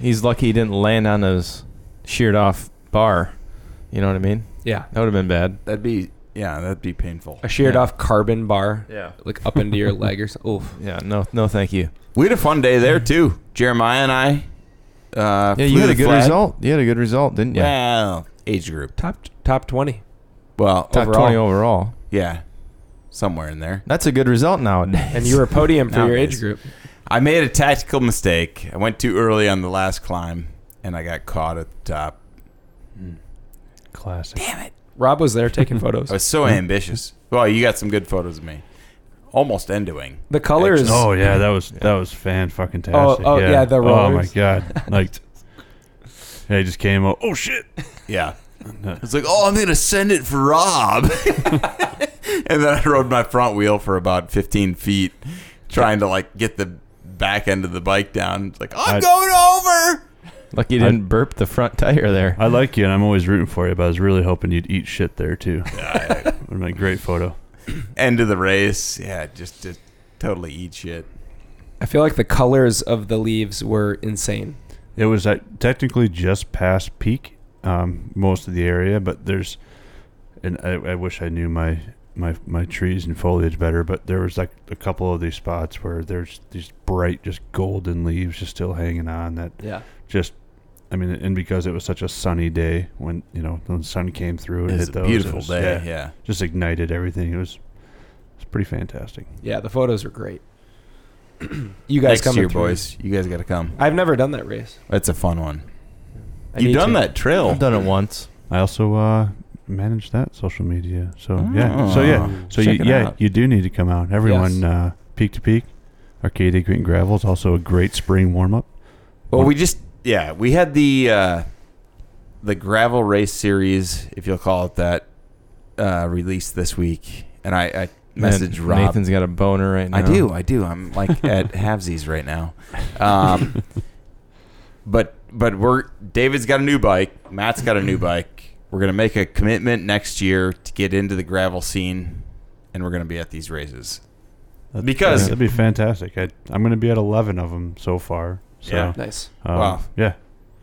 Speaker 3: He's lucky he didn't land on his sheared off bar. You know what I mean?
Speaker 1: Yeah,
Speaker 3: That would have been bad.
Speaker 2: That'd be yeah, that'd be painful.
Speaker 1: a sheared
Speaker 3: Yeah.
Speaker 1: off carbon bar,
Speaker 3: Yeah.
Speaker 1: like up into [laughs] your leg or something. Oof.
Speaker 3: Yeah. No. No. Thank you.
Speaker 2: We had a fun day there too. Jeremiah and I. Uh,
Speaker 3: Yeah. You
Speaker 2: flew
Speaker 3: had
Speaker 2: the
Speaker 3: a good
Speaker 2: flag.
Speaker 3: result. You had a good result, didn't you?
Speaker 2: Well, age group.
Speaker 1: Top top twenty.
Speaker 2: Well,
Speaker 3: Top
Speaker 2: overall,
Speaker 3: twenty overall.
Speaker 2: yeah, somewhere in there.
Speaker 3: That's a good result nowadays.
Speaker 1: And you were podium for your
Speaker 2: Nowadays.
Speaker 1: age group.
Speaker 2: I made a tactical mistake. I went too early on the last climb, and I got caught at the top.
Speaker 4: Classic.
Speaker 1: Rob was there taking photos.
Speaker 2: I was so ambitious. Well, you got some good photos of me. Almost ending.
Speaker 1: The color is
Speaker 4: Oh yeah, that was that was fan fucking tastic.
Speaker 1: oh, yeah, the
Speaker 4: oh my
Speaker 1: rollers.
Speaker 4: god,
Speaker 1: [laughs]
Speaker 4: like I just came up. Oh shit!
Speaker 2: Yeah. It's like, oh, I'm gonna send it for Rob, [laughs] and then I rode my front wheel for about 15 feet, trying to like get the back end of the bike down. It's like, I'm
Speaker 4: I-
Speaker 2: going over.
Speaker 3: [laughs] Lucky you didn't burp the front tire there.
Speaker 4: I like you, and I'm always rooting for you. But I was really hoping you'd eat shit
Speaker 1: [laughs]
Speaker 4: there too. [laughs] Would've been a great photo.
Speaker 2: End of the race. Yeah, just to totally eat shit.
Speaker 1: I feel like the colors of the leaves were insane.
Speaker 4: It was uh, technically just past peak, um, most of the area, but there's, and I, I wish I knew my, my my trees and foliage better, but there was like a couple of these spots where there's these bright, just golden leaves just still hanging on that
Speaker 1: Yeah.
Speaker 4: just, I mean, and because it was such a sunny day when you know when the sun came through and
Speaker 2: It was
Speaker 4: hit
Speaker 2: a
Speaker 4: those,
Speaker 2: beautiful
Speaker 3: Oh,
Speaker 4: was-
Speaker 2: day. Yeah.
Speaker 4: just ignited everything. It was, it's pretty fantastic.
Speaker 1: Yeah, the photos were great. [clears throat] you guys
Speaker 2: Next
Speaker 1: coming
Speaker 2: year,
Speaker 1: through.
Speaker 2: boys. You guys got to come.
Speaker 1: I've never done that race.
Speaker 2: That's a fun one.
Speaker 1: I
Speaker 2: You've
Speaker 1: need
Speaker 2: done
Speaker 1: to.
Speaker 2: that trail.
Speaker 3: I've done it once.
Speaker 4: I also uh, manage that social media. So yeah, so yeah,
Speaker 2: Oh,
Speaker 4: so
Speaker 2: check
Speaker 4: you,
Speaker 2: it
Speaker 4: yeah,
Speaker 2: out.
Speaker 4: you do need to come out. Everyone,
Speaker 1: Yes.
Speaker 4: uh, peak to peak, Arcadia Green Gravel is also a great spring warm up.
Speaker 2: Well, we just yeah, we had the uh, the gravel race series, if you'll call it that, uh, released this week, and I, I messaged
Speaker 3: Man,
Speaker 2: Rob.
Speaker 3: Nathan's got a boner right now.
Speaker 2: I do, I do. I'm
Speaker 3: [laughs]
Speaker 2: like at halvesies right now. Um, but but we're David's got a new bike. Matt's got a new bike. We're gonna make a commitment next year to get into the gravel scene, and we're gonna be at these races. Because-
Speaker 4: uh, that'd be fantastic. I, I'm going to be at 11 of them so far. So,
Speaker 2: Yeah.
Speaker 1: Nice.
Speaker 4: um,
Speaker 2: Wow.
Speaker 4: yeah,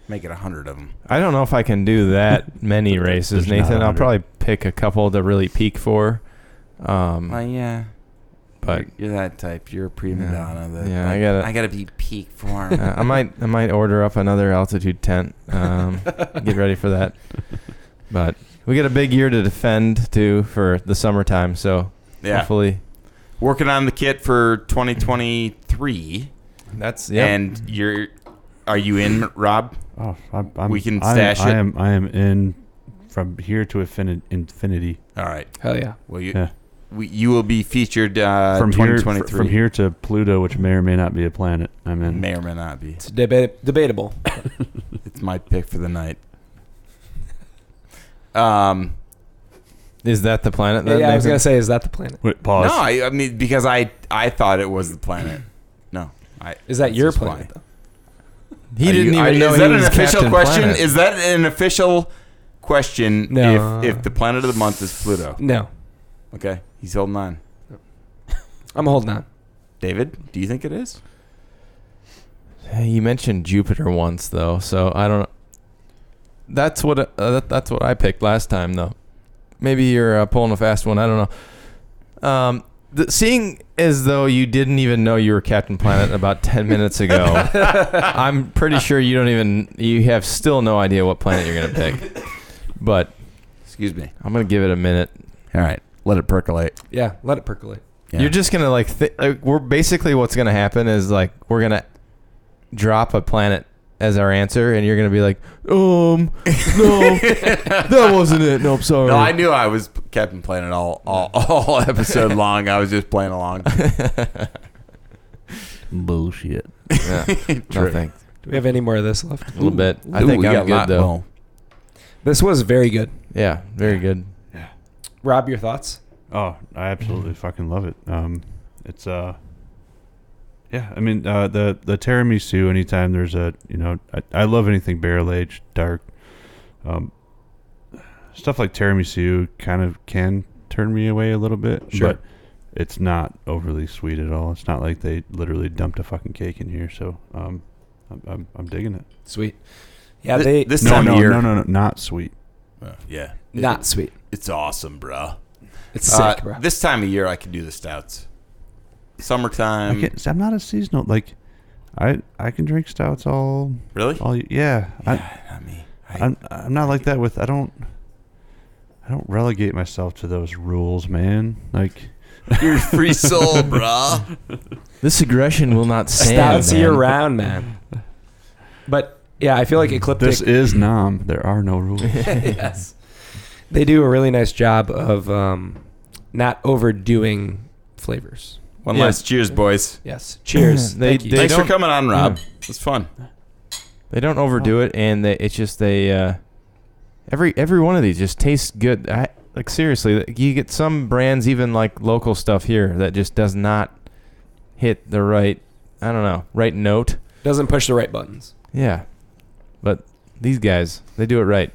Speaker 2: Make it a hundred of them.
Speaker 3: I don't know if I can do [laughs] that many
Speaker 4: There's
Speaker 3: races,
Speaker 4: not
Speaker 3: Nathan.
Speaker 4: a
Speaker 3: I'll
Speaker 4: hundred.
Speaker 3: probably pick a couple to really peak for.
Speaker 2: Oh
Speaker 3: Um,
Speaker 2: yeah.
Speaker 3: but
Speaker 2: you're that type. You're a prima
Speaker 3: Yeah.
Speaker 2: donna. That,
Speaker 3: Yeah, I gotta-
Speaker 2: I gotta be peak
Speaker 3: [laughs]
Speaker 2: form.
Speaker 3: uh, I might I might order up another altitude tent. Um, get ready for that. But we got a big year to defend too for the summertime. So
Speaker 2: [laughs] yeah,
Speaker 3: hopefully
Speaker 2: working on the kit for 2023.
Speaker 3: that's yeah.
Speaker 2: And you're, are you in, Rob?
Speaker 4: oh, I'm, I'm,
Speaker 2: We can
Speaker 4: I am-
Speaker 2: stash
Speaker 4: I
Speaker 2: it.
Speaker 4: am, I am in from here to infin- infinity.
Speaker 2: All right.
Speaker 1: Hell yeah.
Speaker 2: Well, you,
Speaker 4: Yeah.
Speaker 2: we, you will be featured uh,
Speaker 4: from here, fr-
Speaker 2: 2023.
Speaker 4: from here to Pluto, which may or may not be a planet. I'm in.
Speaker 2: may or may not be.
Speaker 1: It's deba- debatable.
Speaker 2: It's my pick for the night. [laughs] Um,
Speaker 3: Is that the planet?
Speaker 1: yeah,
Speaker 3: That
Speaker 1: I was
Speaker 3: Nathan-
Speaker 1: gonna say, is that the planet?
Speaker 4: Wait, pause.
Speaker 2: no, I, I mean because I I thought it was the planet. No, I,
Speaker 1: Is that
Speaker 2: that's
Speaker 1: your
Speaker 2: just why.
Speaker 1: planet? Though?
Speaker 3: he
Speaker 2: Are
Speaker 3: didn't
Speaker 2: you-
Speaker 3: even
Speaker 2: are-
Speaker 3: know
Speaker 2: Is
Speaker 3: he
Speaker 2: that
Speaker 3: was
Speaker 2: an official
Speaker 3: Captain
Speaker 2: question?
Speaker 3: Planet.
Speaker 2: Is that an official question?
Speaker 1: No.
Speaker 2: If, if the planet of the month is Pluto,
Speaker 1: No,
Speaker 2: okay, he's holding on.
Speaker 1: I'm holding on.
Speaker 2: David, do you think it is?
Speaker 3: Hey, you mentioned Jupiter once though, so I don't. That's what uh, that, that's what I picked last time though. Maybe you're uh, pulling a fast one. I don't know. Um, the, seeing as though you didn't even know you were Captain Planet about [laughs] ten minutes ago, I'm pretty sure you don't even you have still no idea what planet you're gonna pick. But
Speaker 2: Excuse me.
Speaker 3: I'm gonna give it a minute.
Speaker 2: All right, let it percolate.
Speaker 1: Yeah, let it percolate.
Speaker 2: Yeah. [laughs]
Speaker 3: You're just gonna like, th- like we're basically what's gonna happen is like we're gonna drop a planet as our answer, and you're gonna be like, um, no, [laughs] that wasn't it. Nope, sorry.
Speaker 2: No, I
Speaker 3: [laughs]
Speaker 2: knew I was Captain Planet all all, [laughs] all episode long. I was just playing along.
Speaker 5: Bullshit.
Speaker 3: Yeah, no
Speaker 2: [laughs] True.
Speaker 3: thanks.
Speaker 1: Do we have any more of this left?
Speaker 3: A little bit. I
Speaker 2: Ooh,
Speaker 3: think
Speaker 2: we
Speaker 3: I'm
Speaker 2: got
Speaker 3: good
Speaker 2: lot-
Speaker 3: though.
Speaker 2: well,
Speaker 1: This was very good.
Speaker 3: Yeah, very good.
Speaker 1: Rob, your thoughts?
Speaker 4: Oh, I absolutely fucking love it. Um, it's uh, yeah. I mean, uh, the the tiramisu. Anytime there's a, you know, I, I love anything barrel aged, dark, um, stuff like tiramisu. Kind of can turn me away a little bit,
Speaker 1: Sure.
Speaker 4: but it's not overly sweet at all. It's not like they literally dumped a fucking cake in here. So, um, I'm I'm, I'm digging it.
Speaker 1: Sweet. Yeah,
Speaker 2: Th-
Speaker 1: they
Speaker 2: this
Speaker 4: No,
Speaker 2: time
Speaker 4: no,
Speaker 2: of year.
Speaker 4: no, no, no, not sweet.
Speaker 2: Uh, yeah,
Speaker 1: [laughs] not
Speaker 2: It-
Speaker 1: sweet.
Speaker 2: it's awesome, bruh.
Speaker 1: It's
Speaker 2: Uh,
Speaker 1: sick, bro.
Speaker 2: This time of year, I could do the stouts.
Speaker 4: I
Speaker 2: Summertime,
Speaker 4: can't, see, I'm not a seasonal like. I I can drink stouts all
Speaker 2: really?
Speaker 4: all y- yeah. I,
Speaker 2: I mean,
Speaker 4: I'm, I'm not like that with I don't I don't relegate myself to those rules, man. Like
Speaker 2: [laughs] you're a free soul, bruh.
Speaker 3: This aggression will not stand.
Speaker 1: Stouts
Speaker 3: man.
Speaker 1: year round, man. But yeah, I feel like Ecliptic.
Speaker 4: Mm. this is [laughs] nom. There are
Speaker 2: [laughs]
Speaker 4: no
Speaker 1: [laughs]
Speaker 4: rules.
Speaker 1: yes. They do a really nice job of um, not overdoing flavors.
Speaker 2: One
Speaker 1: Yeah.
Speaker 2: last cheers, boys.
Speaker 1: Yes. Cheers.
Speaker 3: They-
Speaker 1: Thank you.
Speaker 3: they-
Speaker 2: Thanks for
Speaker 3: don't-
Speaker 2: coming on, Rob. It was fun.
Speaker 3: They don't overdo it, and they, it's just they uh, every every one of these just tastes good. I, like seriously, like, you get some brands, even like local stuff here, that just does not hit the right. I don't know, right note.
Speaker 1: Doesn't push the right buttons.
Speaker 3: Yeah, but these guys, they do it right.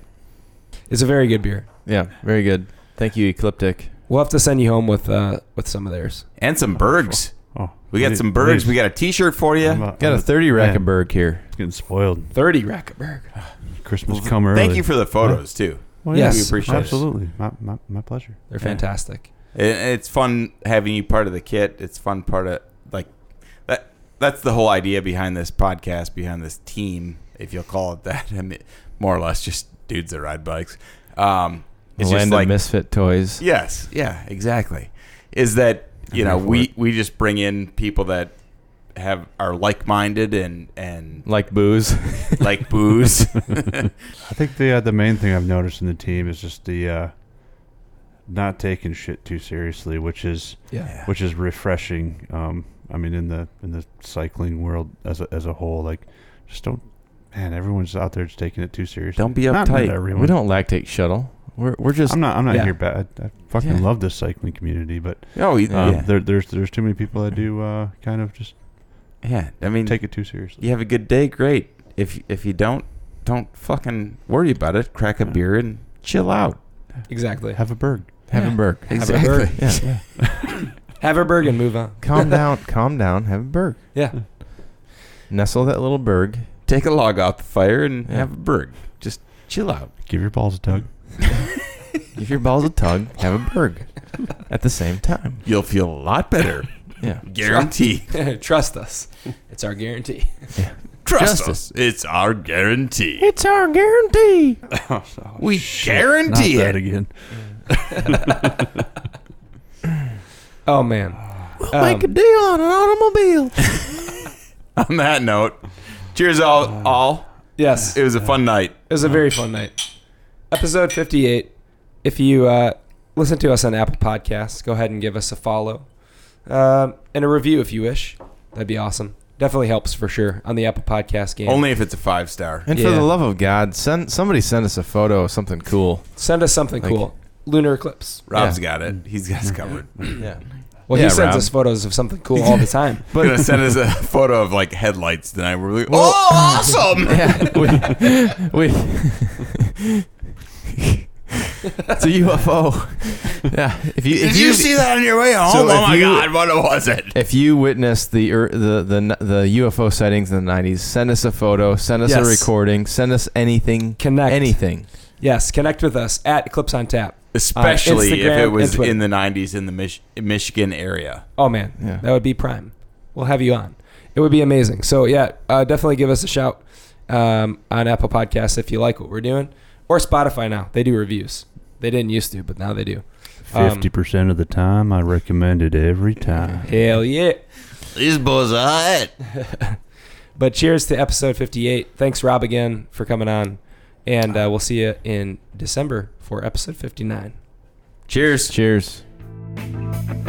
Speaker 1: It's a very good beer.
Speaker 3: Yeah, very good. Thank you, Ecliptic.
Speaker 1: We'll have to send you home with uh, with some of theirs.
Speaker 2: And some bergs.
Speaker 4: Oh,
Speaker 2: We got
Speaker 4: please-
Speaker 2: some bergs.
Speaker 4: please.
Speaker 2: We got a T-shirt for you.
Speaker 4: I'm, uh,
Speaker 3: Got
Speaker 4: I'm
Speaker 3: a thirty
Speaker 4: man,
Speaker 3: Rackenberg here.
Speaker 4: it's getting spoiled.
Speaker 1: Thirty Rackenberg.
Speaker 4: Christmas come early.
Speaker 2: Thank you for the photos too.
Speaker 4: Well,
Speaker 1: Yes.
Speaker 2: We appreciate
Speaker 4: absolutely. My, my my pleasure.
Speaker 1: They're
Speaker 2: Yeah.
Speaker 1: fantastic.
Speaker 2: it. it. It's fun having you part of the kit. It's fun part of like that. That's the whole idea behind this podcast, behind this team, if you'll call it that. [laughs] I mean, more or less, just dudes that ride bikes. Um, it's
Speaker 3: Land
Speaker 2: just like
Speaker 3: of Misfit Toys.
Speaker 2: Yes. Yeah. Exactly. Is that you
Speaker 4: I'm
Speaker 2: know
Speaker 4: here for
Speaker 2: we
Speaker 4: it.
Speaker 2: we just bring in people that have are like minded and and
Speaker 3: Like booze.
Speaker 2: like
Speaker 4: [laughs]
Speaker 2: booze.
Speaker 4: I think the uh, the main thing I've noticed in the team is just the uh, not taking shit too seriously, which is
Speaker 1: Yeah.
Speaker 4: which is refreshing. Um, I mean, in the in the cycling world as a, as a whole, like just don't, man. Everyone's out there just taking it too seriously.
Speaker 2: Don't be
Speaker 4: Not- not
Speaker 2: uptight.
Speaker 4: everyone.
Speaker 3: [laughs] we don't lactate shuttle. We're we're just
Speaker 4: I'm not. I'm not
Speaker 1: Yeah.
Speaker 4: here bad. I, I fucking
Speaker 3: Yeah.
Speaker 4: love this cycling community, but
Speaker 2: oh
Speaker 4: um,
Speaker 2: yeah.
Speaker 4: there, there's there's too many people that do uh, kind of just
Speaker 2: Yeah. I mean,
Speaker 4: take it too seriously.
Speaker 2: you have a good day, great. If if you don't, don't fucking worry about it. Crack a beer and chill out.
Speaker 1: Exactly.
Speaker 4: Have a bird.
Speaker 3: having Berg.
Speaker 1: Exactly. Have a
Speaker 2: [laughs]
Speaker 1: burger.
Speaker 3: Yeah. [laughs]
Speaker 1: Have a burger and move on.
Speaker 3: calm down, calm down, have a berg.
Speaker 1: Yeah. [laughs]
Speaker 3: Nestle that little berg.
Speaker 2: Take a log off the fire and
Speaker 3: Yeah.
Speaker 2: have a burg. Just chill out.
Speaker 4: Give your balls a tug.
Speaker 3: Give your balls a tug, have a berg at the same time.
Speaker 2: You'll feel a lot [laughs] better.
Speaker 3: Yeah.
Speaker 2: Guarantee.
Speaker 1: Trust us. It's our guarantee.
Speaker 2: Trust us.
Speaker 3: Justice.
Speaker 2: It's our guarantee. Oh,
Speaker 3: It's our guarantee.
Speaker 2: we
Speaker 4: Not
Speaker 2: guarantee it.
Speaker 4: that again.
Speaker 1: Oh man.
Speaker 3: We'll
Speaker 1: Um,
Speaker 3: make a deal on an automobile.
Speaker 2: On that note, cheers all. all.
Speaker 1: Yes.
Speaker 2: It was a fun night.
Speaker 1: It was a very fun night. Episode 58. If you uh, listen to us on Apple Podcasts, go ahead and give us a follow um, and a review if you wish. That'd be awesome. Definitely helps for sure on the Apple Podcast game.
Speaker 2: Only if it's a five star.
Speaker 3: And for
Speaker 1: Yeah.
Speaker 3: the love of God, send somebody send us a photo of something cool.
Speaker 1: send us something
Speaker 3: Like-
Speaker 1: cool. Lunar eclipse.
Speaker 2: Rob's got it. He's got [laughs] us covered.
Speaker 3: Yeah.
Speaker 1: Well,
Speaker 3: Yeah,
Speaker 1: he sends
Speaker 3: Rob.
Speaker 1: us photos of something cool all the time.
Speaker 2: But gonna send us a photo of like headlights tonight. We're like,
Speaker 3: Well-
Speaker 2: oh, [laughs] awesome!
Speaker 3: Yeah. We, we [laughs] It's a UFO. Yeah. If you if
Speaker 2: Did you see that on your way home? oh
Speaker 3: So if
Speaker 2: my
Speaker 3: you-
Speaker 2: god, what was it?
Speaker 3: If you witnessed the er, the the the UFO sightings in the '90s, send us a photo, send us
Speaker 1: Yes.
Speaker 3: a recording, send us anything,
Speaker 1: Connect.
Speaker 3: anything.
Speaker 1: Yes, connect with us at Eclipse on Tap.
Speaker 2: [laughs] Especially if
Speaker 1: Instagram
Speaker 2: it
Speaker 1: and
Speaker 2: was
Speaker 1: Twitter.
Speaker 2: in the '90s in the Mich- Michigan area.
Speaker 1: Oh, man.
Speaker 3: Yeah.
Speaker 1: That would be prime. We'll have you on. It would be amazing. So, yeah, uh, definitely give us a shout um, on Apple Podcasts if you like what we're doing or Spotify now. They do reviews. They didn't used to, but now they do. Um,
Speaker 4: Fifty percent of the time, I recommend it every time.
Speaker 1: Hell yeah.
Speaker 2: These boys are hot.
Speaker 1: But cheers to episode 58. Thanks, Rob, again for coming on. And uh, we'll see you in December for episode 59.
Speaker 2: Cheers.
Speaker 3: Cheers.
Speaker 2: Cheers.